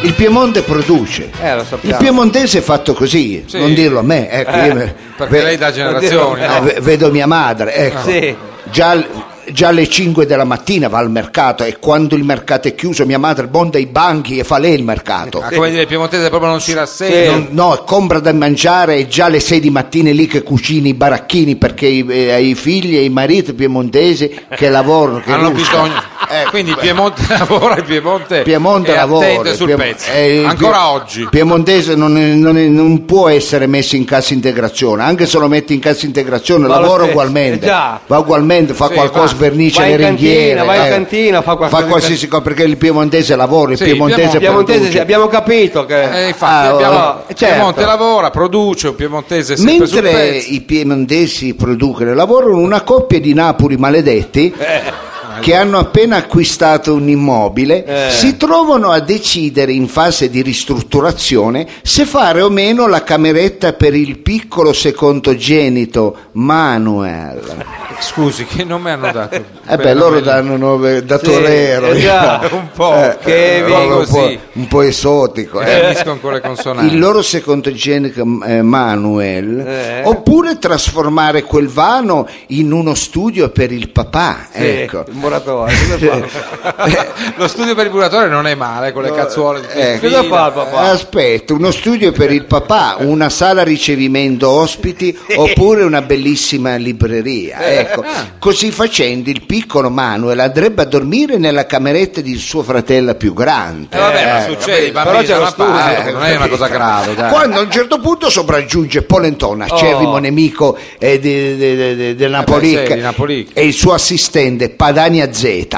Speaker 1: il Piemonte produce.
Speaker 4: Eh, lo
Speaker 1: Il
Speaker 4: sappiamo.
Speaker 1: piemontese è fatto così,
Speaker 2: Sì. Eh,
Speaker 1: non dirlo a me. ecco, io ne-
Speaker 2: Perché
Speaker 1: ve-
Speaker 2: lei da generazioni,
Speaker 1: eh,
Speaker 2: no?
Speaker 1: ve- vedo mia madre, ecco.
Speaker 4: Sì.
Speaker 1: già, al- già alle 5 della mattina va al mercato e quando il mercato è chiuso mia madre bonda i banchi e fa lei il mercato.
Speaker 2: Ah, come dire, il piemontese proprio non si
Speaker 4: Sì.
Speaker 2: rassegna.
Speaker 1: Non- no, compra da mangiare e già alle 6 di mattina è lì che cucini i baracchini perché i- eh, ai figli e ai mariti piemontesi che lavorano, che
Speaker 2: Hanno
Speaker 1: luscano.
Speaker 2: bisogno. Eh,
Speaker 1: Ecco,
Speaker 2: Quindi il
Speaker 1: beh,
Speaker 2: Piemonte lavora, il Piemonte,
Speaker 1: Piemonte
Speaker 2: è
Speaker 1: lavora,
Speaker 2: attento Eh, e sul
Speaker 1: Piem-
Speaker 2: pezzo.
Speaker 1: eh, il
Speaker 2: Ancora
Speaker 1: Pie-
Speaker 2: oggi.
Speaker 1: Piemontese non, è- non è- non può essere messo in cassa integrazione, anche se lo metti in cassa integrazione
Speaker 4: lo
Speaker 1: lavora
Speaker 4: stesso,
Speaker 1: ugualmente,
Speaker 4: eh già.
Speaker 1: va ugualmente, fa
Speaker 2: Sì,
Speaker 1: qualcosa,
Speaker 2: va.
Speaker 1: vernice
Speaker 4: Va in
Speaker 1: le
Speaker 4: cantina,
Speaker 1: ringhiere,
Speaker 4: va in
Speaker 1: eh.
Speaker 4: cantina, fa qualcosa di-
Speaker 1: qualsiasi cosa perché il piemontese lavora, il
Speaker 2: Sì, il
Speaker 1: piemontese,
Speaker 2: Piemonte-
Speaker 4: Piemontese, sì,
Speaker 1: produce.
Speaker 4: abbiamo capito che...
Speaker 2: Eh, infatti,
Speaker 1: Ah,
Speaker 2: abbiamo-
Speaker 4: no,
Speaker 2: il
Speaker 4: certo.
Speaker 2: Piemonte lavora, produce, un piemontese è sempre sul
Speaker 1: Mentre
Speaker 2: pezzo.
Speaker 1: i piemontesi producono e lavorano, una coppia di Napoli maledetti
Speaker 2: Eh.
Speaker 1: che hanno appena acquistato un immobile
Speaker 4: Eh.
Speaker 1: si trovano a decidere in fase di ristrutturazione se fare o meno la cameretta per il piccolo secondogenito Manuel.
Speaker 2: Scusi, che nome hanno dato?
Speaker 1: Eh beh, loro danno nome da torero,
Speaker 4: eh già.
Speaker 2: un po'.
Speaker 1: Eh,
Speaker 4: che
Speaker 1: eh,
Speaker 2: vi
Speaker 1: roba un, po',
Speaker 2: così.
Speaker 1: un po' esotico. eh.
Speaker 2: Finiscono con le consonanti.
Speaker 1: il loro secondogenito eh, Manuel
Speaker 4: Eh.
Speaker 1: oppure trasformare quel vano in uno studio per il papà
Speaker 4: Sì,
Speaker 1: ecco
Speaker 4: Il muratore. Cosa fa?
Speaker 2: Lo studio per il muratore non è male, con le cazzuole. tutte in
Speaker 1: ecco.
Speaker 2: fila.
Speaker 4: Cosa fa il papà?
Speaker 2: eh,
Speaker 1: Aspetta, uno studio per il
Speaker 4: Eh.
Speaker 1: papà, una sala ricevimento ospiti oppure una bellissima libreria. ecco. Ecco.
Speaker 4: Ah.
Speaker 1: Così facendo il piccolo Manuel andrebbe a dormire nella cameretta di suo fratello più grande.
Speaker 2: Eh, vabbè, ma
Speaker 1: Eh,
Speaker 2: succede, i
Speaker 4: però
Speaker 2: bambini
Speaker 4: c'è lo
Speaker 2: sono a parte,
Speaker 1: studio, eh,
Speaker 2: non è una cosa grave, dai. Oh.
Speaker 1: Quando a un certo punto sopraggiunge Polentona, acerrimo nemico eh, di- di- di- di- del Napolic,
Speaker 2: sì, di Napolic.
Speaker 1: e il suo assistente Padania Z. Ecco,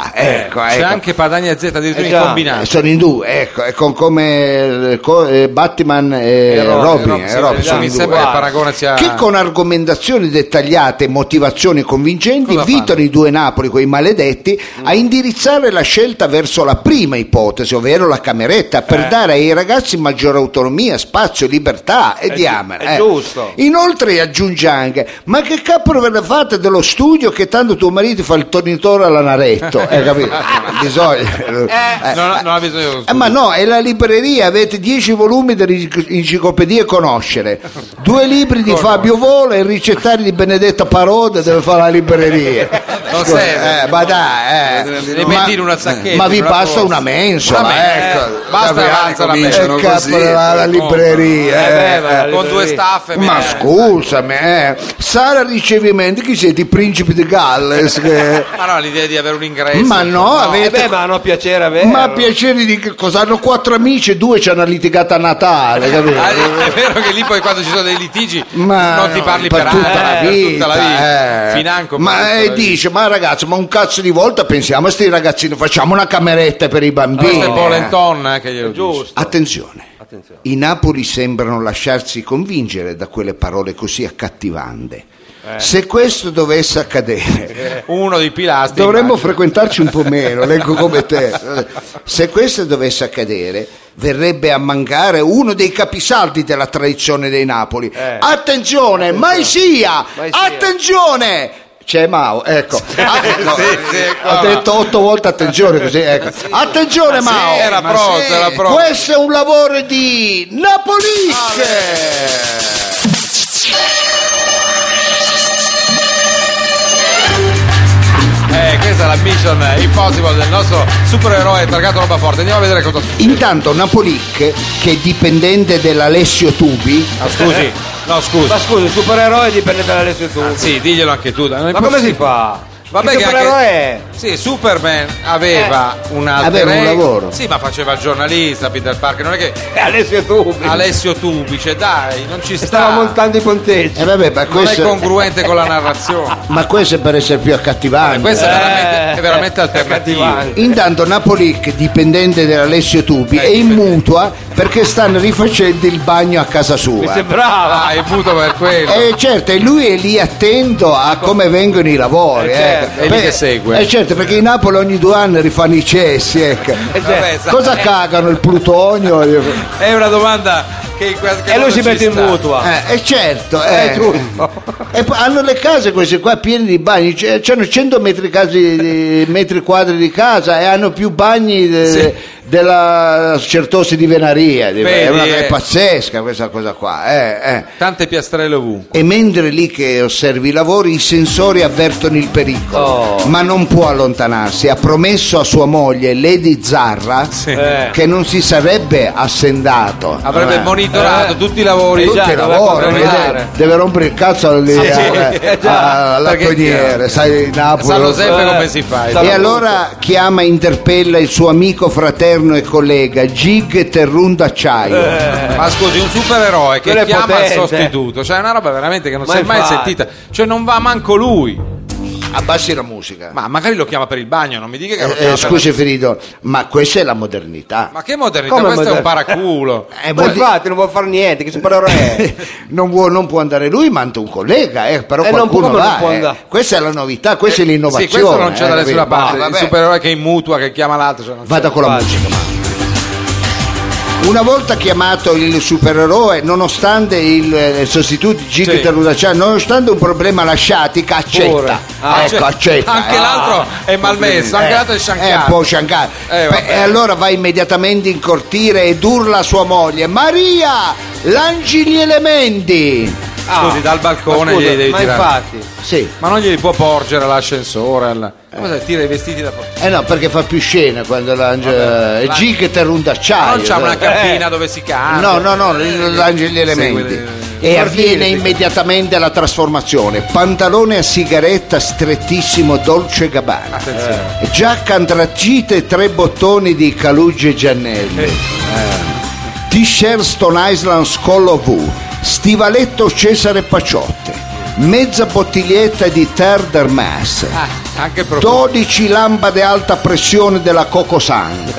Speaker 2: C'è
Speaker 1: ecco.
Speaker 2: anche Padania Z addirittura
Speaker 4: Eh
Speaker 2: in
Speaker 4: già.
Speaker 1: Eh,
Speaker 2: combinato.
Speaker 1: sono in due, ecco, e con come eh, co- eh, Batman e,
Speaker 2: E Robin,
Speaker 1: Robin,
Speaker 2: Robin,
Speaker 1: eh,
Speaker 2: sì,
Speaker 1: Robin,
Speaker 2: sì,
Speaker 1: sono
Speaker 2: mi
Speaker 1: in
Speaker 2: sembra
Speaker 1: due.
Speaker 2: che il paragone sia-
Speaker 1: Che con argomentazioni dettagliate e motivazioni convincenti
Speaker 2: Cosa
Speaker 1: invitano
Speaker 2: fanno?
Speaker 1: i due Napoli, quei maledetti, a indirizzare la scelta verso la prima ipotesi, ovvero la cameretta, per dare ai ragazzi maggiore autonomia, spazio, libertà e diamine.
Speaker 4: è giusto.
Speaker 1: Inoltre aggiunge anche, ma che capro ve ne fate dello studio che tanto tuo marito fa il tornitore all'anaretto, hai capito? Bisogna... eh.
Speaker 2: non, non ha bisogno
Speaker 1: Eh, ma no, è la libreria, avete 10 volumi dell'enciclopedia Conoscere, due libri di Fabio Volo e il ricettario di Benedetta Paroda deve fare la libreria.
Speaker 2: Non
Speaker 1: Scusa,
Speaker 2: serve.
Speaker 1: eh, ma dai, eh.
Speaker 2: Ne
Speaker 1: Ma-
Speaker 2: metti in una sacchetta,
Speaker 1: Ma vi
Speaker 2: una
Speaker 1: basta
Speaker 2: borsa.
Speaker 1: una mensola,
Speaker 2: Una men-
Speaker 1: ecco.
Speaker 2: eh, basta
Speaker 1: Davvero,
Speaker 2: avanza la
Speaker 1: cominciano
Speaker 3: mensola.
Speaker 1: così.
Speaker 3: Così.
Speaker 1: Capo, la, la libreria.
Speaker 4: beh,
Speaker 1: eh.
Speaker 4: ma-
Speaker 2: con due staffe
Speaker 1: Ma
Speaker 2: beh.
Speaker 1: scusami, eh. Sara ricevimento, chi siete? I principi di Galles? che-
Speaker 2: ma no l'idea di avere un ingresso
Speaker 1: Ma no,
Speaker 4: Eh
Speaker 2: ecco.
Speaker 1: avete
Speaker 4: beh, ma hanno piacere
Speaker 2: Eh.
Speaker 4: averlo.
Speaker 1: ma piaceri di che cosa? Hanno quattro amici e due ci hanno litigato a Natale,
Speaker 2: Ah,
Speaker 1: capito?
Speaker 2: è vero che lì poi quando ci sono dei litigi
Speaker 1: Ma
Speaker 2: non ti parli per, anni, eh,
Speaker 1: tutta la
Speaker 2: per
Speaker 1: vita,
Speaker 2: tutta la vita.
Speaker 1: eh.
Speaker 2: financo per
Speaker 1: ma
Speaker 2: tutta
Speaker 1: eh,
Speaker 2: la vita.
Speaker 1: dice ma ragazzo ma un cazzo di volta pensiamo a sti ragazzini facciamo una cameretta per i bambini
Speaker 2: questo è Polenton eh, che glielo dice
Speaker 4: Giusto.
Speaker 1: attenzione i Napoli sembrano lasciarsi convincere da quelle parole così accattivanti
Speaker 2: Eh.
Speaker 1: se questo dovesse accadere
Speaker 2: uno dei pilastri
Speaker 1: Dovremmo
Speaker 2: immagino.
Speaker 1: frequentarci un po' meno, leggo come te. Se questo dovesse accadere, verrebbe a mancare uno dei capisaldi della tradizione dei Napoli.
Speaker 2: Eh.
Speaker 1: Attenzione, mai
Speaker 2: esatto.
Speaker 1: sia!
Speaker 4: Mai sia.
Speaker 1: Attenzione! C'è Mao, ecco. Ah, no,
Speaker 2: sì, è qua.
Speaker 1: ho detto otto volte attenzione così, ecco. Attenzione Mao!
Speaker 2: era
Speaker 1: Ma
Speaker 2: pronto, era pronto.
Speaker 1: Questo è un lavoro di Napolic!
Speaker 2: eh, questa è la mission impossible del nostro supereroe targato roba forte andiamo a vedere cosa succede
Speaker 1: Intanto Napolic, che è dipendente dell'Alessio Tubi,
Speaker 2: Ah, scusi no
Speaker 4: Ma
Speaker 2: scusa
Speaker 4: scusa, il supereroe dipende dalle sue tue.
Speaker 2: Ah, sì diglielo anche tu dai, non è
Speaker 4: Ma come si
Speaker 2: possibile.
Speaker 4: fa?
Speaker 2: Vabbè
Speaker 4: il
Speaker 2: che
Speaker 4: supereroe
Speaker 2: anche- Sì, Superman aveva un alter
Speaker 1: Aveva un
Speaker 2: ego.
Speaker 1: lavoro.
Speaker 2: Sì, ma faceva il giornalista Peter Parker, non è che
Speaker 4: è Alessio Tubi.
Speaker 2: Alessio Tubice, dai, non ci sta.
Speaker 4: Stava montando i ponteggi.
Speaker 1: e eh, vabbè, ma
Speaker 2: Non è
Speaker 1: questo,
Speaker 2: congruente con la narrazione.
Speaker 1: ma questo è per essere più accattivante.
Speaker 2: Questa è veramente,
Speaker 4: Eh,
Speaker 2: è eh. veramente
Speaker 4: è
Speaker 2: alternativa.
Speaker 4: cattivante.
Speaker 1: Intanto Napolic, dipendente dell'Alessio Tubi,
Speaker 2: Eh,
Speaker 1: è in
Speaker 2: dipendente.
Speaker 1: mutua perché stanno rifacendo il bagno a casa
Speaker 4: Mi
Speaker 1: sua.
Speaker 4: sembrava.
Speaker 2: Ah, è muto per quello.
Speaker 4: Eh,
Speaker 1: E certo, e lui è lì attento a come vengono i lavori. ecco.
Speaker 4: Eh, certo.
Speaker 2: È lì che segue.
Speaker 1: Eh, certo, perché in Napoli ogni due anni rifanno i cessi. ecco.
Speaker 4: eh,
Speaker 2: Vabbè, sa-
Speaker 1: Cosa cagano il plutonio? Eh,
Speaker 2: È una domanda che in qualche
Speaker 4: E lui
Speaker 2: modo
Speaker 4: si
Speaker 2: ci
Speaker 4: mette in
Speaker 2: sta.
Speaker 4: mutua.
Speaker 1: eh, certo,
Speaker 4: È
Speaker 1: eh.
Speaker 4: giusto.
Speaker 1: E poi hanno le case queste qua piene di bagni, c- c'hanno 100 metri, casi- di- metri quadri di casa e hanno più bagni de-
Speaker 2: Sì.
Speaker 1: della certosi di Venaria. di-
Speaker 2: Vedi,
Speaker 1: è, una- è
Speaker 2: eh.
Speaker 1: pazzesca questa cosa qua. eh, eh.
Speaker 2: Tante piastrelle ovunque.
Speaker 1: E mentre lì che osservi i lavori, i sensori avvertono il pericolo,
Speaker 4: Oh.
Speaker 1: ma non può allontanarsi. Ha promesso a sua moglie, Lady Zarra,
Speaker 4: Eh.
Speaker 1: che non si sarebbe assendato.
Speaker 2: Avrebbe
Speaker 1: Eh.
Speaker 2: monitorato
Speaker 4: Eh.
Speaker 2: tutti i lavori.
Speaker 4: Eh,
Speaker 1: Tutti
Speaker 4: già,
Speaker 1: i
Speaker 4: doveva
Speaker 1: lavori,
Speaker 4: controllare.
Speaker 1: deve, deve rompere il cazzo al- al-
Speaker 4: eh, già,
Speaker 1: all'attoniere, sai, Napoli.
Speaker 2: Sanno sempre
Speaker 4: Eh.
Speaker 2: come si fa.
Speaker 4: Sa-
Speaker 1: E
Speaker 4: tutto.
Speaker 1: allora chiama e interpella il suo amico fraterno e collega Gig Terrun d'acciaio.
Speaker 2: Eh. Ma scusi, un supereroe che
Speaker 4: Quello è
Speaker 2: chiama il
Speaker 4: potente.
Speaker 2: sostituto, cioè è una roba veramente che non
Speaker 4: Ma
Speaker 2: si è mai
Speaker 4: infatti.
Speaker 2: sentita, cioè non va manco lui.
Speaker 1: Abbassi la musica.
Speaker 2: Ma magari lo chiama per il bagno, non mi dica che lo
Speaker 1: Eh,
Speaker 2: chiama
Speaker 1: eh,
Speaker 2: per-
Speaker 1: scusi Frido, ma questa è la modernità.
Speaker 2: Ma che modernità,
Speaker 4: Come
Speaker 2: questo è un
Speaker 4: modernità?
Speaker 2: paraculo.
Speaker 1: Eh,
Speaker 4: Ma
Speaker 1: vuol dire-
Speaker 4: infatti non vuol fare niente, che supereroe è?
Speaker 1: non, vuo- non può andare lui, ma anche un collega, eh, però
Speaker 4: Eh, non può-
Speaker 1: qualcuno
Speaker 4: come
Speaker 1: va.
Speaker 4: non può
Speaker 1: eh.
Speaker 4: andare?
Speaker 1: Questa è la novità, questa è
Speaker 2: Sì,
Speaker 1: l'innovazione.
Speaker 2: questo non c'è
Speaker 1: eh,
Speaker 2: da nessuna
Speaker 1: capito?
Speaker 2: parte.
Speaker 1: No,
Speaker 2: il
Speaker 1: vabbè.
Speaker 2: supereroe che è in mutua, che chiama l'altro. Cioè non
Speaker 1: Vada
Speaker 2: c'è.
Speaker 1: con la musica. Una volta chiamato il supereroe, nonostante il eh, sostituto Gigi
Speaker 2: Sì.
Speaker 1: Terrudacciano, nonostante un problema lasciatica,
Speaker 4: Pure.
Speaker 1: accetta.
Speaker 2: Ah,
Speaker 1: ecco,
Speaker 2: cioè,
Speaker 1: accetta.
Speaker 2: Anche
Speaker 1: eh.
Speaker 2: l'altro è malmesso, anche l'altro è sciancato.
Speaker 1: Eh, un po' sciancato.
Speaker 2: Eh, vabbè.
Speaker 1: Beh, e allora va immediatamente in cortile ed urla a sua moglie: Maria, lanci gli elementi!
Speaker 2: Scusi, dal balcone
Speaker 4: ma
Speaker 2: gli devi
Speaker 4: ma
Speaker 2: tirare.
Speaker 4: infatti.
Speaker 1: Sì,
Speaker 2: Ma non glieli può porgere all'ascensore. Al... Cosa tira i vestiti da fuori?
Speaker 1: eh no, perché fa più scena quando l'angelo. È
Speaker 2: l'ang-
Speaker 1: G che terrun d'acciaio.
Speaker 2: Non c'è una
Speaker 1: dai.
Speaker 2: cabina dove si cambia.
Speaker 1: No, no, no, l- lanci gli elementi.
Speaker 2: Segue le-
Speaker 1: e avviene immediatamente la trasformazione. Pantalone a sigaretta strettissimo Dolce Gabbana. Eh, Giacca antracite e tre bottoni di Calugi e Giannelli. Eh. T-shirt Stone Island Scollo V. Stivaletto Cesare Paciotti. Mezza bottiglietta di Terder Mass.
Speaker 2: Ah, Anche proprio.
Speaker 1: 12 lampade alta pressione della Cocosan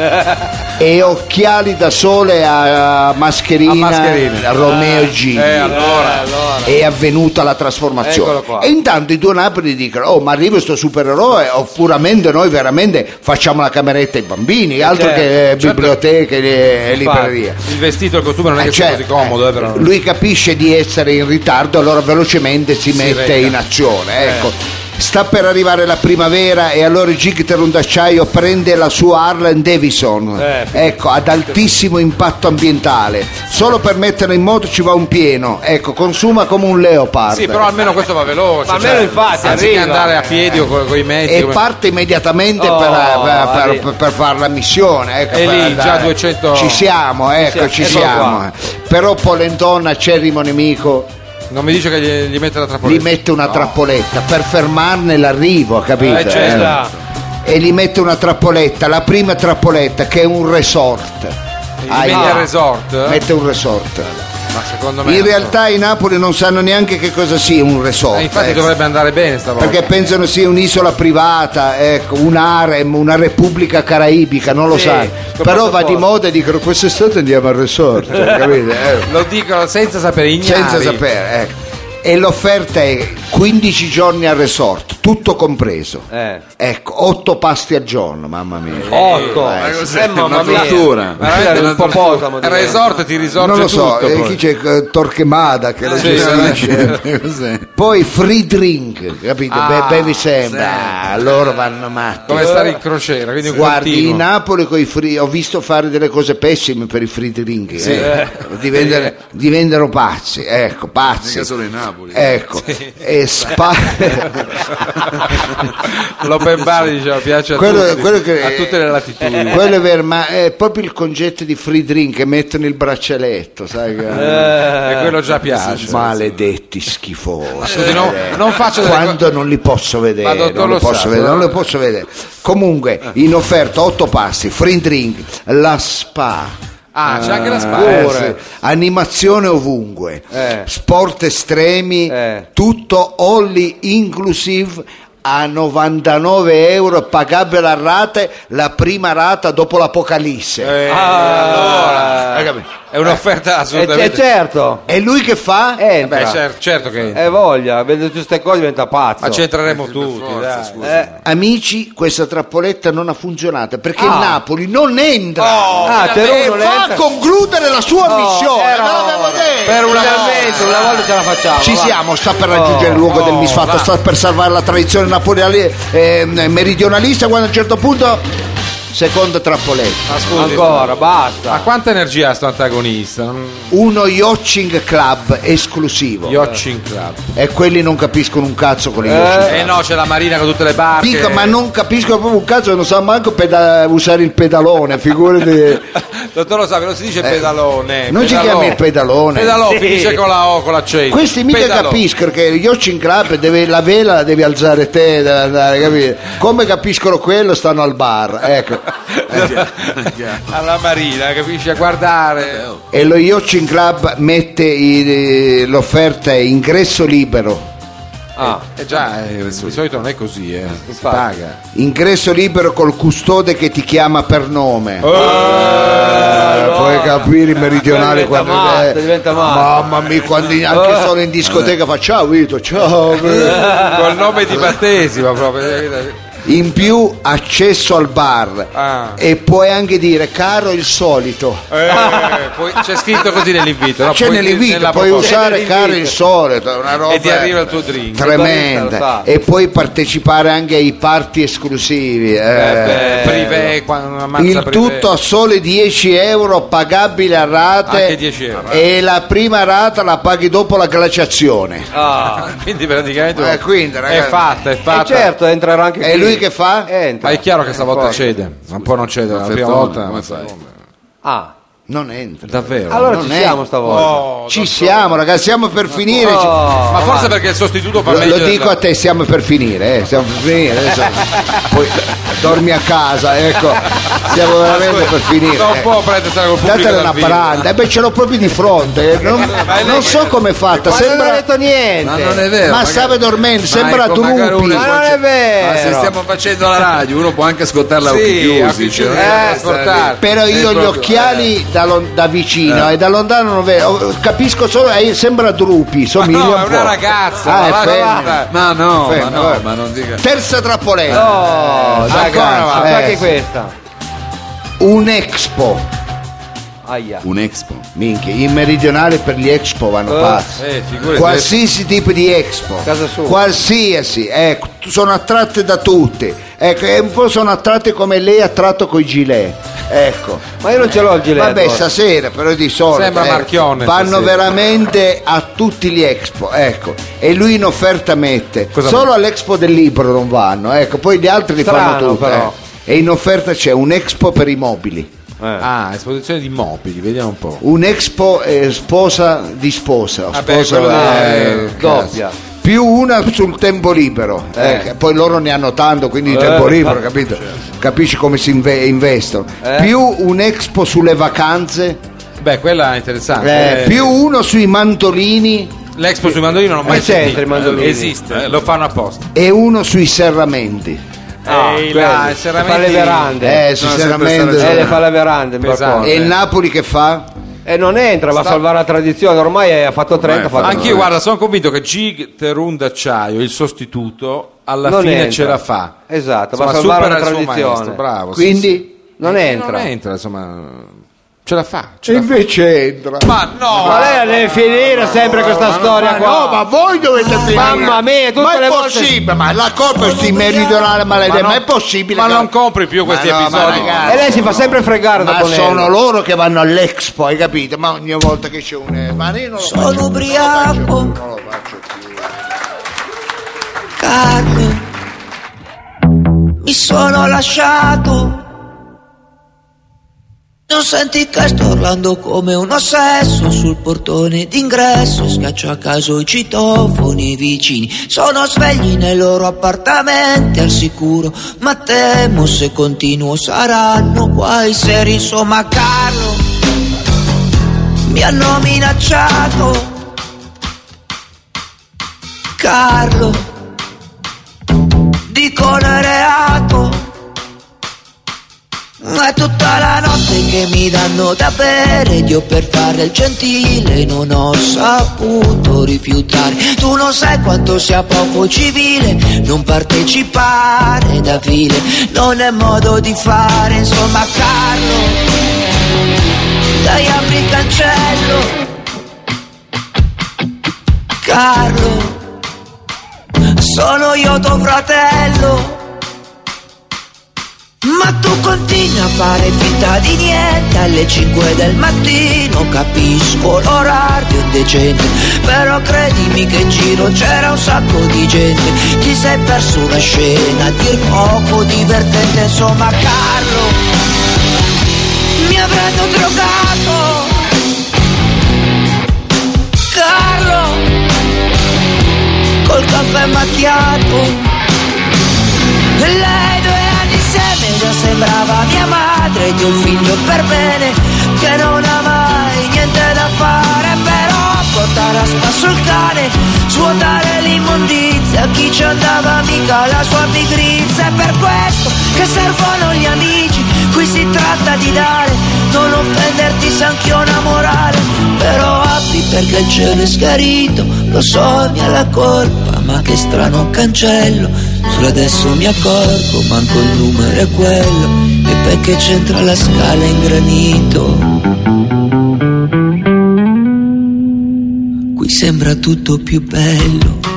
Speaker 1: e occhiali da sole a a mascherina,
Speaker 2: A mascherina.
Speaker 1: Romeo Gini
Speaker 2: Eh, allora.
Speaker 1: è avvenuta la trasformazione
Speaker 2: Eccolo qua.
Speaker 1: e intanto i due Napoli dicono oh ma arriva sto supereroe oppure noi veramente facciamo la cameretta ai bambini altro
Speaker 2: Certo,
Speaker 1: che eh,
Speaker 2: certo.
Speaker 1: biblioteche eh, e e libreria
Speaker 2: Infatti, Il vestito, il costume non è
Speaker 1: Eh,
Speaker 2: che sia
Speaker 1: certo,
Speaker 2: così comodo, eh, però.
Speaker 1: lui capisce di essere in ritardo allora velocemente si, mette
Speaker 2: reca. Eh.
Speaker 1: in azione ecco. sta per arrivare la primavera e allora il Gigterun d'acciaio prende la sua Harlan Davidson
Speaker 2: Eh,
Speaker 1: ecco ad altissimo impatto ambientale solo per mettere in moto ci va un pieno ecco consuma come un leopardo
Speaker 2: Sì, però almeno questo va veloce. cioè,
Speaker 4: Ma almeno infatti,
Speaker 2: anziché
Speaker 4: arriva.
Speaker 2: andare a piedi o con, i mezzi.
Speaker 1: eh. e
Speaker 2: come-
Speaker 1: parte immediatamente
Speaker 4: Oh,
Speaker 1: per, per- per,
Speaker 4: arriva.
Speaker 1: per fare la missione ecco,
Speaker 2: E
Speaker 1: per
Speaker 2: lì già 200
Speaker 1: ci siamo ecco ci
Speaker 4: Ci siamo, eccolo
Speaker 1: siamo, però Polentona acerrimo nemico
Speaker 2: Non mi dice che gli, gli mette la trappola.
Speaker 1: gli mette una trappoletta per fermarne l'arrivo, capito?
Speaker 2: Eh, certo.
Speaker 1: E gli mette una trappoletta, la prima trappoletta che è un resort. Ah,
Speaker 2: mette
Speaker 1: no.
Speaker 2: il resort? eh?
Speaker 1: Mette un resort.
Speaker 2: Ma secondo me.
Speaker 1: In
Speaker 2: non so.
Speaker 1: realtà i Napoli non sanno neanche che cosa sia un resort.
Speaker 2: Eh, infatti
Speaker 1: ecco.
Speaker 2: dovrebbe andare bene stavolta.
Speaker 1: Perché pensano sia un'isola privata, ecco, un harem, una repubblica caraibica, non lo
Speaker 4: Sì,
Speaker 1: sanno.
Speaker 4: con
Speaker 1: Però va
Speaker 4: passaporto.
Speaker 1: di moda e dicono quest'estate andiamo al resort, capite? Eh.
Speaker 2: Lo dicono senza sapere ignari.
Speaker 1: senza sapere. ecco. E l'offerta è 15 giorni al resort, tutto compreso.
Speaker 4: Eh.
Speaker 1: Ecco, 8 pasti al giorno, mamma mia.
Speaker 4: Otto.
Speaker 1: Eh,
Speaker 4: Eh, mamma
Speaker 3: una
Speaker 4: mia.
Speaker 3: tortura.
Speaker 4: Veramente
Speaker 2: Veramente
Speaker 4: un popotamo.
Speaker 2: Il resort ti risorge
Speaker 1: non lo so,
Speaker 2: tutto.
Speaker 1: eh,
Speaker 2: poi.
Speaker 1: chi c'è eh, Torquemada che lo
Speaker 2: Sì,
Speaker 1: gestisce.
Speaker 2: sì.
Speaker 3: Cos'è?
Speaker 1: Poi free drink, capito?
Speaker 2: Ah,
Speaker 1: Be- bevi sempre. Ah, loro vanno matti.
Speaker 2: Come stare in crociera, quindi un
Speaker 1: Guardi,
Speaker 2: continuo.
Speaker 1: in Napoli coi free, ho visto fare delle cose pessime per i free drink. eh. Diventano, diventano pazzi, ecco, pazzi.
Speaker 3: Mica solo in Napoli.
Speaker 1: Ecco, e spa-
Speaker 2: L'open bar diceva piace a,
Speaker 1: Quello-
Speaker 2: tutti,
Speaker 1: quello che-
Speaker 2: a tutte le latitudini.
Speaker 1: quello è vero, ma è proprio il concetto di free drink che mettono il braccialetto, sai? Che...
Speaker 2: e quello Eh, già piace. Eh,
Speaker 1: Maledetti schifosi. Eh,
Speaker 2: Scusi, no, non faccio delle
Speaker 1: Quando non li posso
Speaker 2: Ma
Speaker 1: vedere,
Speaker 2: dottor
Speaker 1: non li
Speaker 2: Lo
Speaker 1: posso
Speaker 2: Sapio,
Speaker 1: vedere, non
Speaker 2: no?
Speaker 1: li posso vedere. Comunque, in offerta 8 passi, free drink, la spa.
Speaker 2: Ah, c'è anche la spa.
Speaker 1: Eh, sì. Animazione ovunque, sport estremi,
Speaker 4: Eh.
Speaker 1: tutto only inclusive a 99 euro pagabile a rate la prima rata dopo l'apocalisse.
Speaker 2: Eh,
Speaker 4: Ah,
Speaker 1: Hai capito?
Speaker 2: È un'offerta
Speaker 4: eh, c-
Speaker 2: assolutamente.
Speaker 4: certo.
Speaker 1: E lui che fa?
Speaker 4: Eh,
Speaker 2: Beh, cer- certo
Speaker 1: Eh,
Speaker 2: che.
Speaker 4: E voglia, vedo tutte queste cose diventa pazzo.
Speaker 2: Ma ci entreremo tutti. dai.
Speaker 4: Eh,
Speaker 1: Amici, questa trappoletta non ha funzionato perché il
Speaker 4: Ah.
Speaker 1: Napoli non entra.
Speaker 4: ah,
Speaker 1: E
Speaker 4: Terone non
Speaker 1: fa
Speaker 4: entra.
Speaker 1: concludere la sua missione.
Speaker 4: era
Speaker 1: ve l'avevo
Speaker 4: ora.
Speaker 1: detto. Cioè,
Speaker 4: Per una, Finalmente, una volta ce la facciamo.
Speaker 1: Ci
Speaker 4: va.
Speaker 1: siamo, sta per raggiungere il luogo del misfatto, sta per salvare la tradizione napoleale ehm, meridionalista quando a un certo punto seconda trappoletta.
Speaker 2: Ma scusi,
Speaker 4: Ancora, basta.
Speaker 2: Ma quanta energia ha sto antagonista? Non...
Speaker 1: Uno yachting club esclusivo.
Speaker 2: Yachting Club.
Speaker 1: e quelli non capiscono un cazzo con i yachting.
Speaker 2: Eh no, c'è la marina con tutte le barche.
Speaker 1: Dico, ma non capiscono proprio un cazzo, non sanno manco peda- usare il pedalone, figurati.
Speaker 2: Dottor Lo Sapio, non si dice pedalone.
Speaker 1: Eh, non ci
Speaker 2: pedalò.
Speaker 1: chiami il pedalone.
Speaker 2: Pedalò,
Speaker 4: Sì.
Speaker 2: finisce con la O, con l'accento.
Speaker 1: Questi mica
Speaker 2: Pedalò.
Speaker 1: capiscono che il Yochin Club deve- la vela la devi alzare te, deve andare, capito? Come capiscono quello stanno al bar, ecco. Eh,
Speaker 2: Alla marina, capisci? A guardare.
Speaker 1: E lo Yochin Club mette i- eh, l'offerta è ingresso libero.
Speaker 4: Ah,
Speaker 2: Eh già, eh, di solito non è così, eh. Si
Speaker 4: Infatti.
Speaker 2: paga.
Speaker 1: Ingresso libero col custode che ti chiama per nome. Eh, puoi capire i meridionali
Speaker 4: diventa
Speaker 1: quando
Speaker 4: matto,
Speaker 1: eh,
Speaker 4: diventa matto.
Speaker 1: mamma mia quando anche solo in discoteca fa ciao Vito
Speaker 2: Eh.
Speaker 1: ciao
Speaker 2: Col nome di battesimo proprio. eh,
Speaker 1: in più accesso al bar
Speaker 2: Ah.
Speaker 1: e puoi anche dire caro il solito
Speaker 2: Eh, poi- c'è scritto così nell'invito. no?
Speaker 1: c'è
Speaker 2: Poi-
Speaker 1: nell'invito
Speaker 2: nella
Speaker 1: puoi
Speaker 2: proposta.
Speaker 1: usare
Speaker 4: nell'invito.
Speaker 1: caro il solito una roba
Speaker 2: E ti arriva il tuo drink.
Speaker 4: Il
Speaker 1: tremenda
Speaker 4: barista lo sa.
Speaker 1: e puoi partecipare anche ai party esclusivi eh.
Speaker 2: Eh, privé, qua- una mazza
Speaker 1: il
Speaker 2: privé.
Speaker 1: tutto a sole 10 euro pagabile a rate
Speaker 2: Anche 10 euro. eh.
Speaker 1: e la prima rata la paghi dopo la glaciazione
Speaker 4: ah.
Speaker 2: Quindi praticamente
Speaker 1: Eh, quindi,
Speaker 2: è
Speaker 1: ragazzi. Eh,
Speaker 2: fatta, è
Speaker 4: E
Speaker 2: fatta.
Speaker 4: certo, entrerà anche
Speaker 1: E
Speaker 4: qui.
Speaker 1: lui che fa?
Speaker 4: Entra.
Speaker 2: Ma Ah, è chiaro che stavolta
Speaker 4: Poi.
Speaker 2: cede, non può non cedere la prima
Speaker 3: Fertone,
Speaker 2: volta.
Speaker 3: come
Speaker 2: ma-
Speaker 3: fai?
Speaker 4: Ah,
Speaker 1: Non entra.
Speaker 10: Davvero?
Speaker 4: Allora
Speaker 1: Non
Speaker 4: ci
Speaker 1: è-
Speaker 4: siamo stavolta.
Speaker 2: Oh,
Speaker 1: Ci siamo, ragazzi, siamo per finire. Ci-
Speaker 4: Oh,
Speaker 2: ma forse perché il sostituto fa
Speaker 1: Lo,
Speaker 2: meglio.
Speaker 1: lo
Speaker 2: del-
Speaker 1: dico a te, stiamo per finire, eh, stiamo per finire. Adesso, poi dormi a casa, ecco. Stiamo veramente per finire.
Speaker 2: Non
Speaker 1: eh.
Speaker 2: può prendersela col pubblico.
Speaker 1: Datele
Speaker 2: dal
Speaker 1: una
Speaker 2: vivo.
Speaker 1: paranda, e beh ce l'ho proprio di fronte, eh. non, non so come è fatta,
Speaker 4: ma non ho
Speaker 1: sembra,
Speaker 4: detto niente.
Speaker 10: Ma non è vero.
Speaker 1: eh. ma
Speaker 10: magari-
Speaker 1: stava dormendo,
Speaker 10: Ma
Speaker 1: sembra
Speaker 10: ecco, magari
Speaker 1: Drupi.
Speaker 10: uno
Speaker 4: Ma non
Speaker 3: certo.
Speaker 4: è vero.
Speaker 10: Ma se stiamo facendo la radio, uno può anche ascoltarla a
Speaker 2: Sì,
Speaker 10: occhi chiusi.
Speaker 2: occhi
Speaker 10: cioè, non
Speaker 2: chiusi,
Speaker 10: è
Speaker 2: eh,
Speaker 10: che stare lì.
Speaker 2: portarti.
Speaker 1: Però
Speaker 10: Eh,
Speaker 1: io gli
Speaker 10: proprio,
Speaker 1: occhiali da, lon- da vicino e da lontano non vedo, capisco solo, eh, sembra Drupi,
Speaker 2: Ma
Speaker 1: somiglia
Speaker 2: no,
Speaker 1: un
Speaker 2: è
Speaker 1: po'.
Speaker 2: una ragazza.
Speaker 1: Ah, è
Speaker 2: ma va-
Speaker 1: femmina.
Speaker 2: guarda.
Speaker 10: Ma no, ma
Speaker 1: Fermo,
Speaker 10: no,
Speaker 1: guarda.
Speaker 10: ma non dica.
Speaker 1: Terza trappoletta,
Speaker 4: Oh, dai,
Speaker 1: Ancora,
Speaker 4: ragazzi,
Speaker 1: va.
Speaker 4: anche
Speaker 1: Eh, sì.
Speaker 4: questa.
Speaker 1: un expo.
Speaker 4: Aia.
Speaker 10: Un expo.
Speaker 1: Minchia, in meridionale per gli expo vanno
Speaker 4: Eh,
Speaker 1: pazzi.
Speaker 2: eh, figurati.
Speaker 1: qualsiasi tipo di expo,
Speaker 4: Casa sua.
Speaker 1: qualsiasi, ecco, t- sono attratte da tutte. Ecco, e un po' sono attratte come lei è attratto coi gilet. Ecco.
Speaker 4: Ma io non ce l'ho il giletto.
Speaker 1: Vabbè, stasera però di solito
Speaker 2: Sembra
Speaker 1: eh,
Speaker 2: Marchionne
Speaker 1: vanno
Speaker 2: stasera.
Speaker 1: veramente a tutti gli expo, ecco. E lui in offerta mette.
Speaker 2: Cosa
Speaker 1: Solo all'expo del libro non vanno, ecco, poi gli altri li fanno
Speaker 4: Strano,
Speaker 1: tutti.
Speaker 4: però.
Speaker 1: eh. E in offerta c'è un expo per i mobili.
Speaker 2: Ah, esposizione di mobili, vediamo un po'.
Speaker 1: un expo eh, sposa di sposa,
Speaker 2: Vabbè,
Speaker 1: sposa,
Speaker 2: quello là,
Speaker 1: eh,
Speaker 4: eh, doppia.
Speaker 1: più una sul tempo libero eh, che poi loro ne hanno tanto quindi il tempo
Speaker 4: Eh,
Speaker 1: libero capito? capisci come si inve- investono più un expo sulle vacanze
Speaker 2: Beh, quella è
Speaker 1: eh,
Speaker 2: interessante. Eh,
Speaker 1: più uno sui mantolini
Speaker 2: L'expo sui mandolini non ho mai
Speaker 4: Eh, c'entra
Speaker 2: sentito.
Speaker 4: i mandolini.
Speaker 2: Esiste, eh, lo fanno apposta.
Speaker 1: e uno sui serramenti
Speaker 4: Ah,
Speaker 2: Ehi,
Speaker 4: quelli.
Speaker 2: là,
Speaker 4: Fa le
Speaker 2: serramenti-
Speaker 4: verande.
Speaker 1: eh,
Speaker 4: Eh,
Speaker 1: sui
Speaker 10: no, sempre
Speaker 1: serramenti
Speaker 10: stare-
Speaker 4: le fa le verande in
Speaker 2: Pesante.
Speaker 4: balcone.
Speaker 1: e il Napoli che fa?
Speaker 4: E non entra, va a salvare la tradizione. Ormai è- ha fatto 30, ha fatto
Speaker 2: Anche io, guarda, sono convinto che Gig Terun d'acciaio, il sostituto, alla
Speaker 4: Non
Speaker 2: fine
Speaker 4: entra.
Speaker 2: ce la fa.
Speaker 4: Esatto, va a
Speaker 2: Insomma,
Speaker 4: salvare la
Speaker 2: supera il suo
Speaker 4: tradizione.
Speaker 2: maestro, bravo. sì, sì.
Speaker 1: quindi
Speaker 4: Non
Speaker 2: non
Speaker 4: entra.
Speaker 2: entra, insomma, ce la fa. ce
Speaker 1: e
Speaker 2: la
Speaker 1: invece entra
Speaker 2: fa. Ma no!
Speaker 4: Ma lei deve finire sempre questa storia
Speaker 1: Ma
Speaker 4: qua.
Speaker 1: no, ma voi dovete finire.
Speaker 4: Mamma mia, tutte
Speaker 1: ma è
Speaker 4: le volte-
Speaker 1: possibile, ma la colpa è di meridionale maledetta, ma,
Speaker 2: non-
Speaker 1: è possibile.
Speaker 2: Ma
Speaker 1: che-
Speaker 2: non compri più questi
Speaker 1: Ma no, ma
Speaker 2: episodi.
Speaker 1: ragazzi,
Speaker 4: E lei si fa sempre fregare da
Speaker 1: Ma
Speaker 4: Bonello.
Speaker 1: sono loro che vanno all'Expo, hai capito? Ma ogni volta che c'è un eh, ma io non lo
Speaker 8: Sono
Speaker 1: faccio più,
Speaker 8: ubriaco.
Speaker 1: Non lo faccio, non lo faccio più.
Speaker 8: Carmen, mi sono lasciato. Non senti che sto urlando come un ossesso sul portone d'ingresso, schiaccio a caso i citofoni vicini. Sono svegli nei loro appartamenti al sicuro, ma temo se continuo saranno guai seri, insomma Carlo. Mi hanno minacciato. Carlo dicono reato. Ma è tutta la notte che mi danno da bere, Dio per fare il gentile non ho saputo rifiutare. Tu non sai quanto sia poco civile, non partecipare da file, non è modo di fare, insomma Carlo. Dai apri il cancello, Carlo. Sono io tuo fratello. Ma tu continui a fare finta di niente alle 5 del mattino, capisco l'orario indecente, però credimi che in giro c'era un sacco di gente, ti sei perso una scena, a dir poco divertente, insomma Carlo, mi avranno drogato, Carlo, col caffè macchiato. Lei due anni insieme già sembrava mia madre di un figlio per bene che non ha mai niente da fare però portare a spasso il cane, svuotare l'immondizia, chi ci andava mica la sua pigrizia, è per questo che servono gli amici, qui si tratta di dare, non offenderti se anch'io ho una morale, però apri perché il cielo è schiarito, lo so mia la colpa, ma che strano cancello, solo adesso mi accorgo, manco il numero è quello, e perché c'entra la scala in granito. Qui sembra tutto più bello.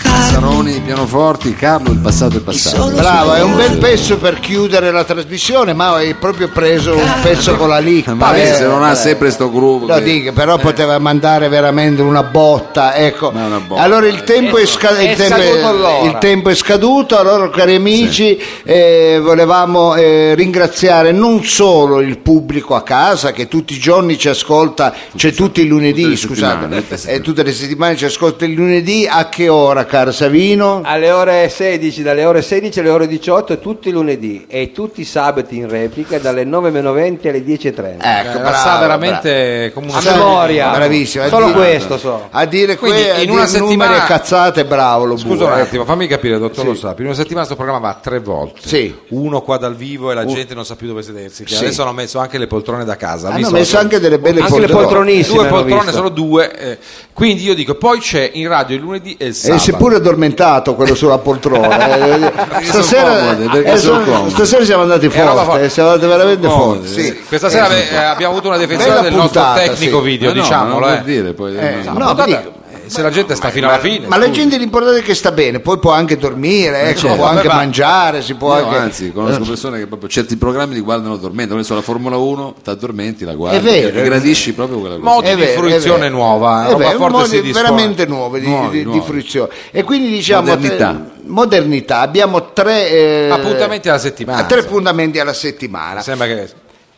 Speaker 8: Carlo,
Speaker 10: Saroni
Speaker 3: pianoforti, Carlo, il passato è passato.
Speaker 1: Bravo, è un bel pezzo per chiudere la trasmissione, ma hai proprio preso un pezzo con la licca.
Speaker 3: Ma
Speaker 1: Eh,
Speaker 3: lei se non ha
Speaker 1: eh.
Speaker 3: sempre sto groove.
Speaker 1: No,
Speaker 3: che-
Speaker 1: dica, però poteva mandare veramente una botta, ecco.
Speaker 3: Ma una botta.
Speaker 1: allora il tempo è, sca-
Speaker 4: È
Speaker 1: il tempo-
Speaker 4: scaduto l'ora.
Speaker 1: il tempo è scaduto, allora cari amici eh, volevamo eh, ringraziare non solo il pubblico a casa che tutti i giorni ci ascolta, cioè tutti i lunedì,
Speaker 3: Tutte le
Speaker 1: scusate,
Speaker 3: settimane, tutte le
Speaker 1: eh,
Speaker 3: settimane.
Speaker 1: tutte le settimane ci ascolta il lunedì, a che ora caro Savino?
Speaker 4: Alle ore 16, dalle ore 16 alle ore 18 tutti i lunedì e tutti i sabati in replica dalle 9.20 alle 10.30.
Speaker 1: Ecco,
Speaker 2: la
Speaker 1: bravo,
Speaker 2: sa
Speaker 1: bravo.
Speaker 2: veramente come una
Speaker 4: A
Speaker 1: Sai,
Speaker 4: memoria.
Speaker 1: bravissimo, a
Speaker 4: Solo
Speaker 1: dire-
Speaker 4: questo so.
Speaker 1: A dire
Speaker 2: Quindi,
Speaker 1: que- a
Speaker 2: in
Speaker 1: dire
Speaker 2: una settimana-
Speaker 1: numeri e cazzate, bravo lo
Speaker 2: Scusa
Speaker 1: bue,
Speaker 2: un
Speaker 1: eh.
Speaker 2: attimo, fammi capire, dottor Lo Sapio. In una settimana questo programma va tre volte.
Speaker 1: Sì.
Speaker 2: Uno qua dal vivo e la gente non sa più dove sedersi. Che
Speaker 1: Sì.
Speaker 2: Adesso hanno messo anche le poltrone da casa.
Speaker 1: Hanno
Speaker 2: visto la
Speaker 1: messo
Speaker 2: gente?
Speaker 1: anche delle belle
Speaker 4: Anche le
Speaker 1: poltrone.
Speaker 4: poltronissime.
Speaker 2: Due
Speaker 4: hanno
Speaker 2: poltrone,
Speaker 4: visto.
Speaker 2: sono due. eh. Quindi io dico, poi c'è in radio il lunedì e il
Speaker 1: E
Speaker 2: sabato.
Speaker 1: si è Eh, pure addormentato quello sulla
Speaker 3: sono
Speaker 1: poltrona. Eh, stasera,
Speaker 3: comode, perché
Speaker 1: eh,
Speaker 3: sono
Speaker 1: sono-
Speaker 3: comode.
Speaker 1: stasera siamo andati
Speaker 2: È roba
Speaker 1: forte,
Speaker 2: forte.
Speaker 1: eh, siamo andati veramente
Speaker 2: Sono
Speaker 1: forti.
Speaker 2: comodi,
Speaker 1: sì.
Speaker 2: Questa sera ave- eh, abbiamo avuto una defensione
Speaker 1: Bella
Speaker 2: del
Speaker 1: puntata,
Speaker 2: nostro tecnico
Speaker 1: sì.
Speaker 2: video,
Speaker 3: Ma no,
Speaker 2: diciamolo.
Speaker 3: ma non
Speaker 2: eh.
Speaker 3: vuol dire poi.
Speaker 1: Eh,
Speaker 3: no.
Speaker 2: La
Speaker 1: no,
Speaker 2: puntata-
Speaker 1: mi dico-
Speaker 2: eh, se la gente sta fino alla fine.
Speaker 1: Ma la gente l'importante è che sta bene, poi può anche dormire, ecco,
Speaker 3: certo.
Speaker 1: può anche
Speaker 2: Vabbè, ma-
Speaker 1: mangiare, si può
Speaker 3: Io,
Speaker 1: anche...
Speaker 3: anzi, conosco persone che proprio certi programmi li guardano dormendo. Adesso la Formula 1 ti addormenti, la guardi,
Speaker 1: È vero,
Speaker 3: e gradisci proprio quella cosa.
Speaker 2: Modi
Speaker 1: È
Speaker 2: di
Speaker 1: vero, è
Speaker 2: fruizione
Speaker 1: vero.
Speaker 2: nuova, eh,
Speaker 1: È
Speaker 2: roba
Speaker 1: vero,
Speaker 2: forte
Speaker 1: modi
Speaker 2: si dispone.
Speaker 1: veramente nuovi di,
Speaker 3: Nuovi,
Speaker 1: di- di
Speaker 3: nuovi.
Speaker 1: fruizione. E quindi diciamo
Speaker 3: Modernità.
Speaker 1: eh, modernità. abbiamo tre eh,
Speaker 2: Appuntamenti alla settimana.
Speaker 1: tre appuntamenti alla settimana.
Speaker 2: Sembra che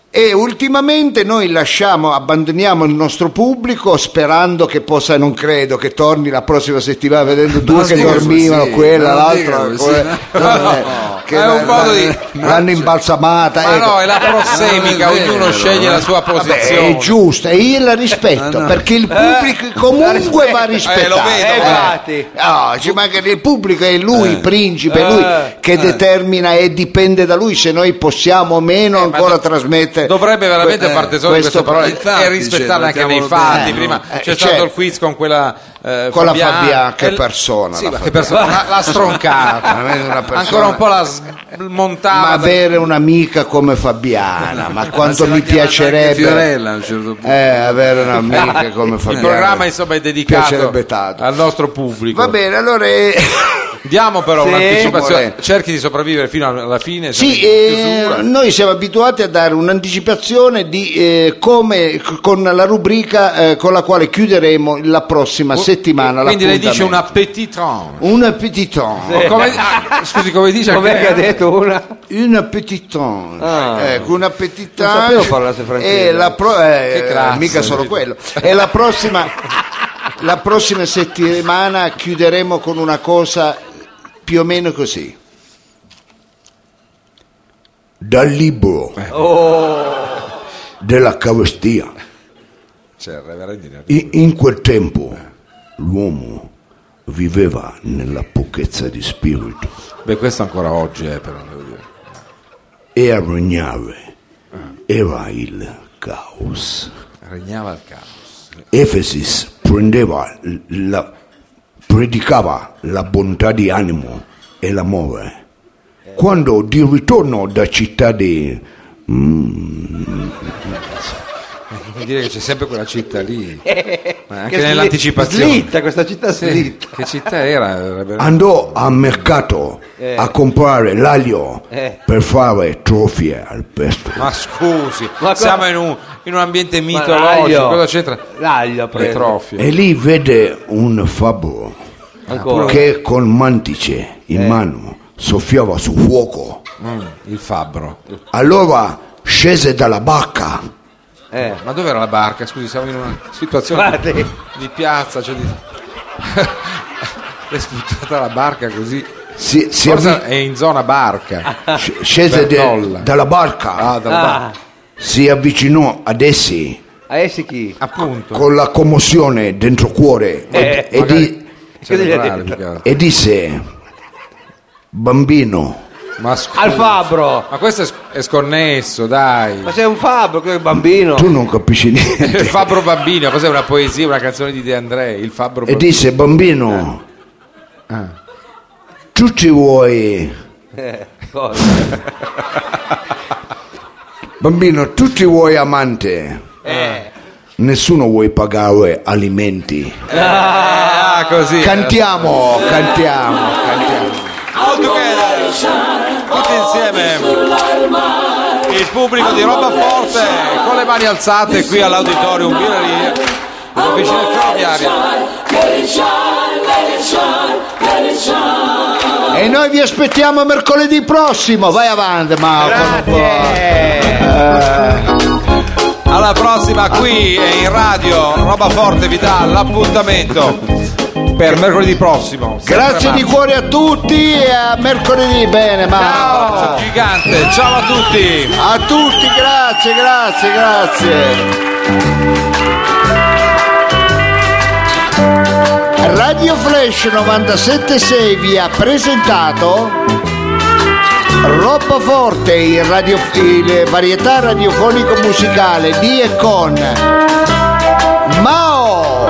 Speaker 1: E ultimamente noi lasciamo, abbandoniamo il nostro pubblico sperando che possa, non credo, che torni la prossima settimana vedendo due che
Speaker 3: dica
Speaker 1: dormivano,
Speaker 3: così,
Speaker 1: quella,
Speaker 3: non
Speaker 1: l'altra.
Speaker 3: dica
Speaker 1: quella-
Speaker 3: così.
Speaker 1: no, eh,
Speaker 2: È un modo di- cioè.
Speaker 1: L'hanno imbalsamata.
Speaker 2: Ma
Speaker 1: ecco.
Speaker 2: no, è la prossemica,
Speaker 3: Ah, non è
Speaker 2: ognuno
Speaker 3: vero,
Speaker 2: sceglie
Speaker 3: eh.
Speaker 2: la sua
Speaker 1: Vabbè,
Speaker 2: posizione.
Speaker 1: è giusto, e io la rispetto perché il pubblico comunque va
Speaker 2: Ah, Eh, Eh. lo
Speaker 1: rispettato.
Speaker 2: vedo,
Speaker 1: Eh,
Speaker 4: infatti.
Speaker 1: no, ci manca che il pubblico è lui, il principe, è lui
Speaker 2: Eh.
Speaker 1: che determina e dipende da lui se noi possiamo o meno
Speaker 2: Eh,
Speaker 1: ancora trasmettere.
Speaker 2: Dovrebbe veramente
Speaker 1: Eh,
Speaker 2: far tesoro di queste parole
Speaker 3: infatti,
Speaker 2: e rispettarle
Speaker 3: cioè,
Speaker 2: anche nei
Speaker 3: mettiamolo
Speaker 2: fatti.
Speaker 1: bene,
Speaker 2: Prima
Speaker 1: no? Eh,
Speaker 2: c'è stato
Speaker 1: certo.
Speaker 2: il quiz con quella eh,
Speaker 1: Con la
Speaker 2: Fabian.
Speaker 1: Fabian, che
Speaker 2: Eh,
Speaker 1: persona,
Speaker 2: sì,
Speaker 1: la
Speaker 2: ma
Speaker 1: Fabian.
Speaker 2: che persona, la, la stroncata.
Speaker 1: Veramente una persona- Eh,
Speaker 2: Ancora un po' la
Speaker 1: Ma
Speaker 2: smontava.
Speaker 1: avere un'amica come Fabiana, ma quanto mi
Speaker 3: Anche
Speaker 1: piacerebbe
Speaker 3: Fiorella a un certo punto.
Speaker 1: eh, avere un'amica come
Speaker 2: il
Speaker 1: Fabiana.
Speaker 2: programma insomma è
Speaker 1: Piacerebbe
Speaker 2: dedicato
Speaker 1: tanto.
Speaker 2: al nostro pubblico.
Speaker 1: Va bene, allora eh,
Speaker 2: Diamo però
Speaker 4: Sì.
Speaker 2: un'anticipazione,
Speaker 1: Amore.
Speaker 2: cerchi di sopravvivere fino alla fine. siamo
Speaker 1: sì,
Speaker 2: in
Speaker 1: eh,
Speaker 2: chiusura.
Speaker 1: noi siamo abituati a dare un'anticipazione di eh, come c- con la rubrica eh, con la quale chiuderemo la prossima settimana.
Speaker 2: Oh, Quindi lei dice un
Speaker 1: l'appuntamento.
Speaker 2: appetit tranche.
Speaker 1: un appetiton.
Speaker 2: O come- ah, scusi, come dice
Speaker 4: Com'è
Speaker 2: anche
Speaker 4: che ha
Speaker 2: lei?
Speaker 4: detto una?
Speaker 1: Un appetiton.
Speaker 4: Ah.
Speaker 1: Ecco, un
Speaker 4: Non
Speaker 1: appetiton.
Speaker 4: sapevo parlasse francese.
Speaker 1: E la pro- eh,
Speaker 2: Che classe.
Speaker 1: mica solo quello. E la prossima, la prossima settimana chiuderemo con una cosa più o meno così. Dal libro
Speaker 4: Oh.
Speaker 1: della carestia.
Speaker 2: Cioè, il reverendo in-
Speaker 1: I- In quel tempo l'uomo viveva nella pochezza di spirito
Speaker 2: Beh, questo ancora oggi, eh, però devo dire.
Speaker 1: e a regnare era il caos.
Speaker 2: Regnava il caos.
Speaker 1: Efesis prendeva l- la- predicava la bontà di animo e l'amore. Quando di ritorno da mm, città di
Speaker 2: Vuol dire che c'è sempre quella città lì. Ma anche
Speaker 4: Che sli-
Speaker 2: nell'anticipazione.
Speaker 4: Slitta, questa città
Speaker 2: Sì,
Speaker 4: slitta. Ah,
Speaker 2: Che città era? il reverendo?
Speaker 1: andò al mercato a comprare l'aglio
Speaker 4: Eh.
Speaker 1: per fare trofie al pesto.
Speaker 2: Ma scusi,
Speaker 4: Ma
Speaker 2: siamo
Speaker 4: co- Eh.
Speaker 2: in un, in un ambiente
Speaker 4: Ma
Speaker 2: mitologico.
Speaker 4: l'aglio-
Speaker 2: Cosa c'entra?
Speaker 4: L'aglio ha
Speaker 2: Le
Speaker 4: preso.
Speaker 2: trofie.
Speaker 1: E lì vede un fabbro
Speaker 4: Ancora.
Speaker 1: che col mantice in
Speaker 2: Eh.
Speaker 1: mano soffiava su fuoco.
Speaker 2: Mm, il fabbro.
Speaker 1: Allora scese dalla barca
Speaker 4: Eh.
Speaker 2: Ma dov'era la barca? Scusi, siamo in una situazione
Speaker 4: Guardi.
Speaker 2: di piazza. Cioè di... è sputata la barca così.
Speaker 1: si, si
Speaker 2: Forse
Speaker 1: avvi-
Speaker 2: è in zona barca.
Speaker 1: sc- scese de-
Speaker 2: Bertolla.
Speaker 1: dalla barca
Speaker 2: Ah, dalla barca.
Speaker 4: Ah,
Speaker 1: si avvicinò ad essi
Speaker 4: a essi chi?
Speaker 2: Appunto.
Speaker 1: con la commozione dentro cuore e, e
Speaker 2: Eh, magari-
Speaker 1: di-
Speaker 2: Cerebrale, più che altro.
Speaker 1: e disse bambino
Speaker 2: Ma scusi.
Speaker 4: Al fabbro.
Speaker 2: Ma questo è sc- è sconnesso, dai.
Speaker 4: Ma sei un fabbro, che bambino.
Speaker 2: Oh.
Speaker 1: tu non capisci niente
Speaker 2: Il fabbro bambino, cos'è una poesia, una canzone di De André? Il fabbro
Speaker 1: e
Speaker 2: bambino.
Speaker 1: disse bambino Eh. tu ci vuoi
Speaker 4: Eh, cosa?
Speaker 1: bambino tu ci vuoi amante
Speaker 4: Eh.
Speaker 1: nessuno vuoi pagare alimenti
Speaker 2: Ah, così.
Speaker 1: cantiamo cantiamo, cantiamo.
Speaker 2: All together. Tutti insieme. Il pubblico di Roma Forte con le mani alzate qui all'auditorium Birreria, l'officina ferroviaria.
Speaker 1: E noi vi aspettiamo mercoledì prossimo. Vai avanti, Marco.
Speaker 2: Alla prossima qui e in radio Roba Forte vi dà l'appuntamento per mercoledì prossimo. Sempre
Speaker 1: Grazie di
Speaker 2: marzo.
Speaker 1: cuore a tutti e a mercoledì. Bene, Marco.
Speaker 2: Ciao, gigante, ciao a tutti.
Speaker 1: A tutti, grazie, grazie, grazie. Radio Flash 976 vi ha presentato Roba Forte, il, radio- il varietà radiofonico musicale di e con Mao,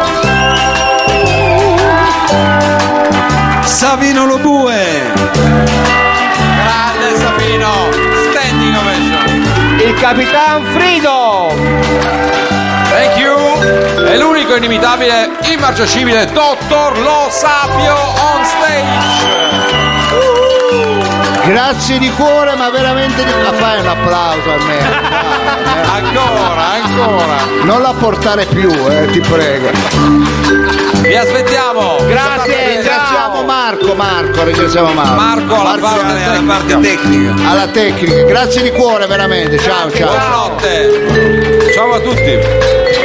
Speaker 3: Savino Lobue!
Speaker 2: Grande Sabino, standing ovation.
Speaker 4: Il Capitan Frido!
Speaker 2: Thank you. È l'unico inimitabile, immarciascibile, dottor Lo Sapio on stage.
Speaker 1: grazie di cuore ma veramente di... Ma fai un applauso a me,
Speaker 2: Ancora, eh. ancora.
Speaker 1: non la portare più, eh, ti prego.
Speaker 2: Vi aspettiamo.
Speaker 4: Grazie,
Speaker 1: Ringraziamo Marco, Marco, ringraziamo Marco.
Speaker 2: Marco alla parte
Speaker 3: Alla
Speaker 2: tecnica.
Speaker 3: parte tecnica.
Speaker 1: alla tecnica. Grazie di cuore veramente. Ciao ciao.
Speaker 2: Buonanotte. Ciao a tutti.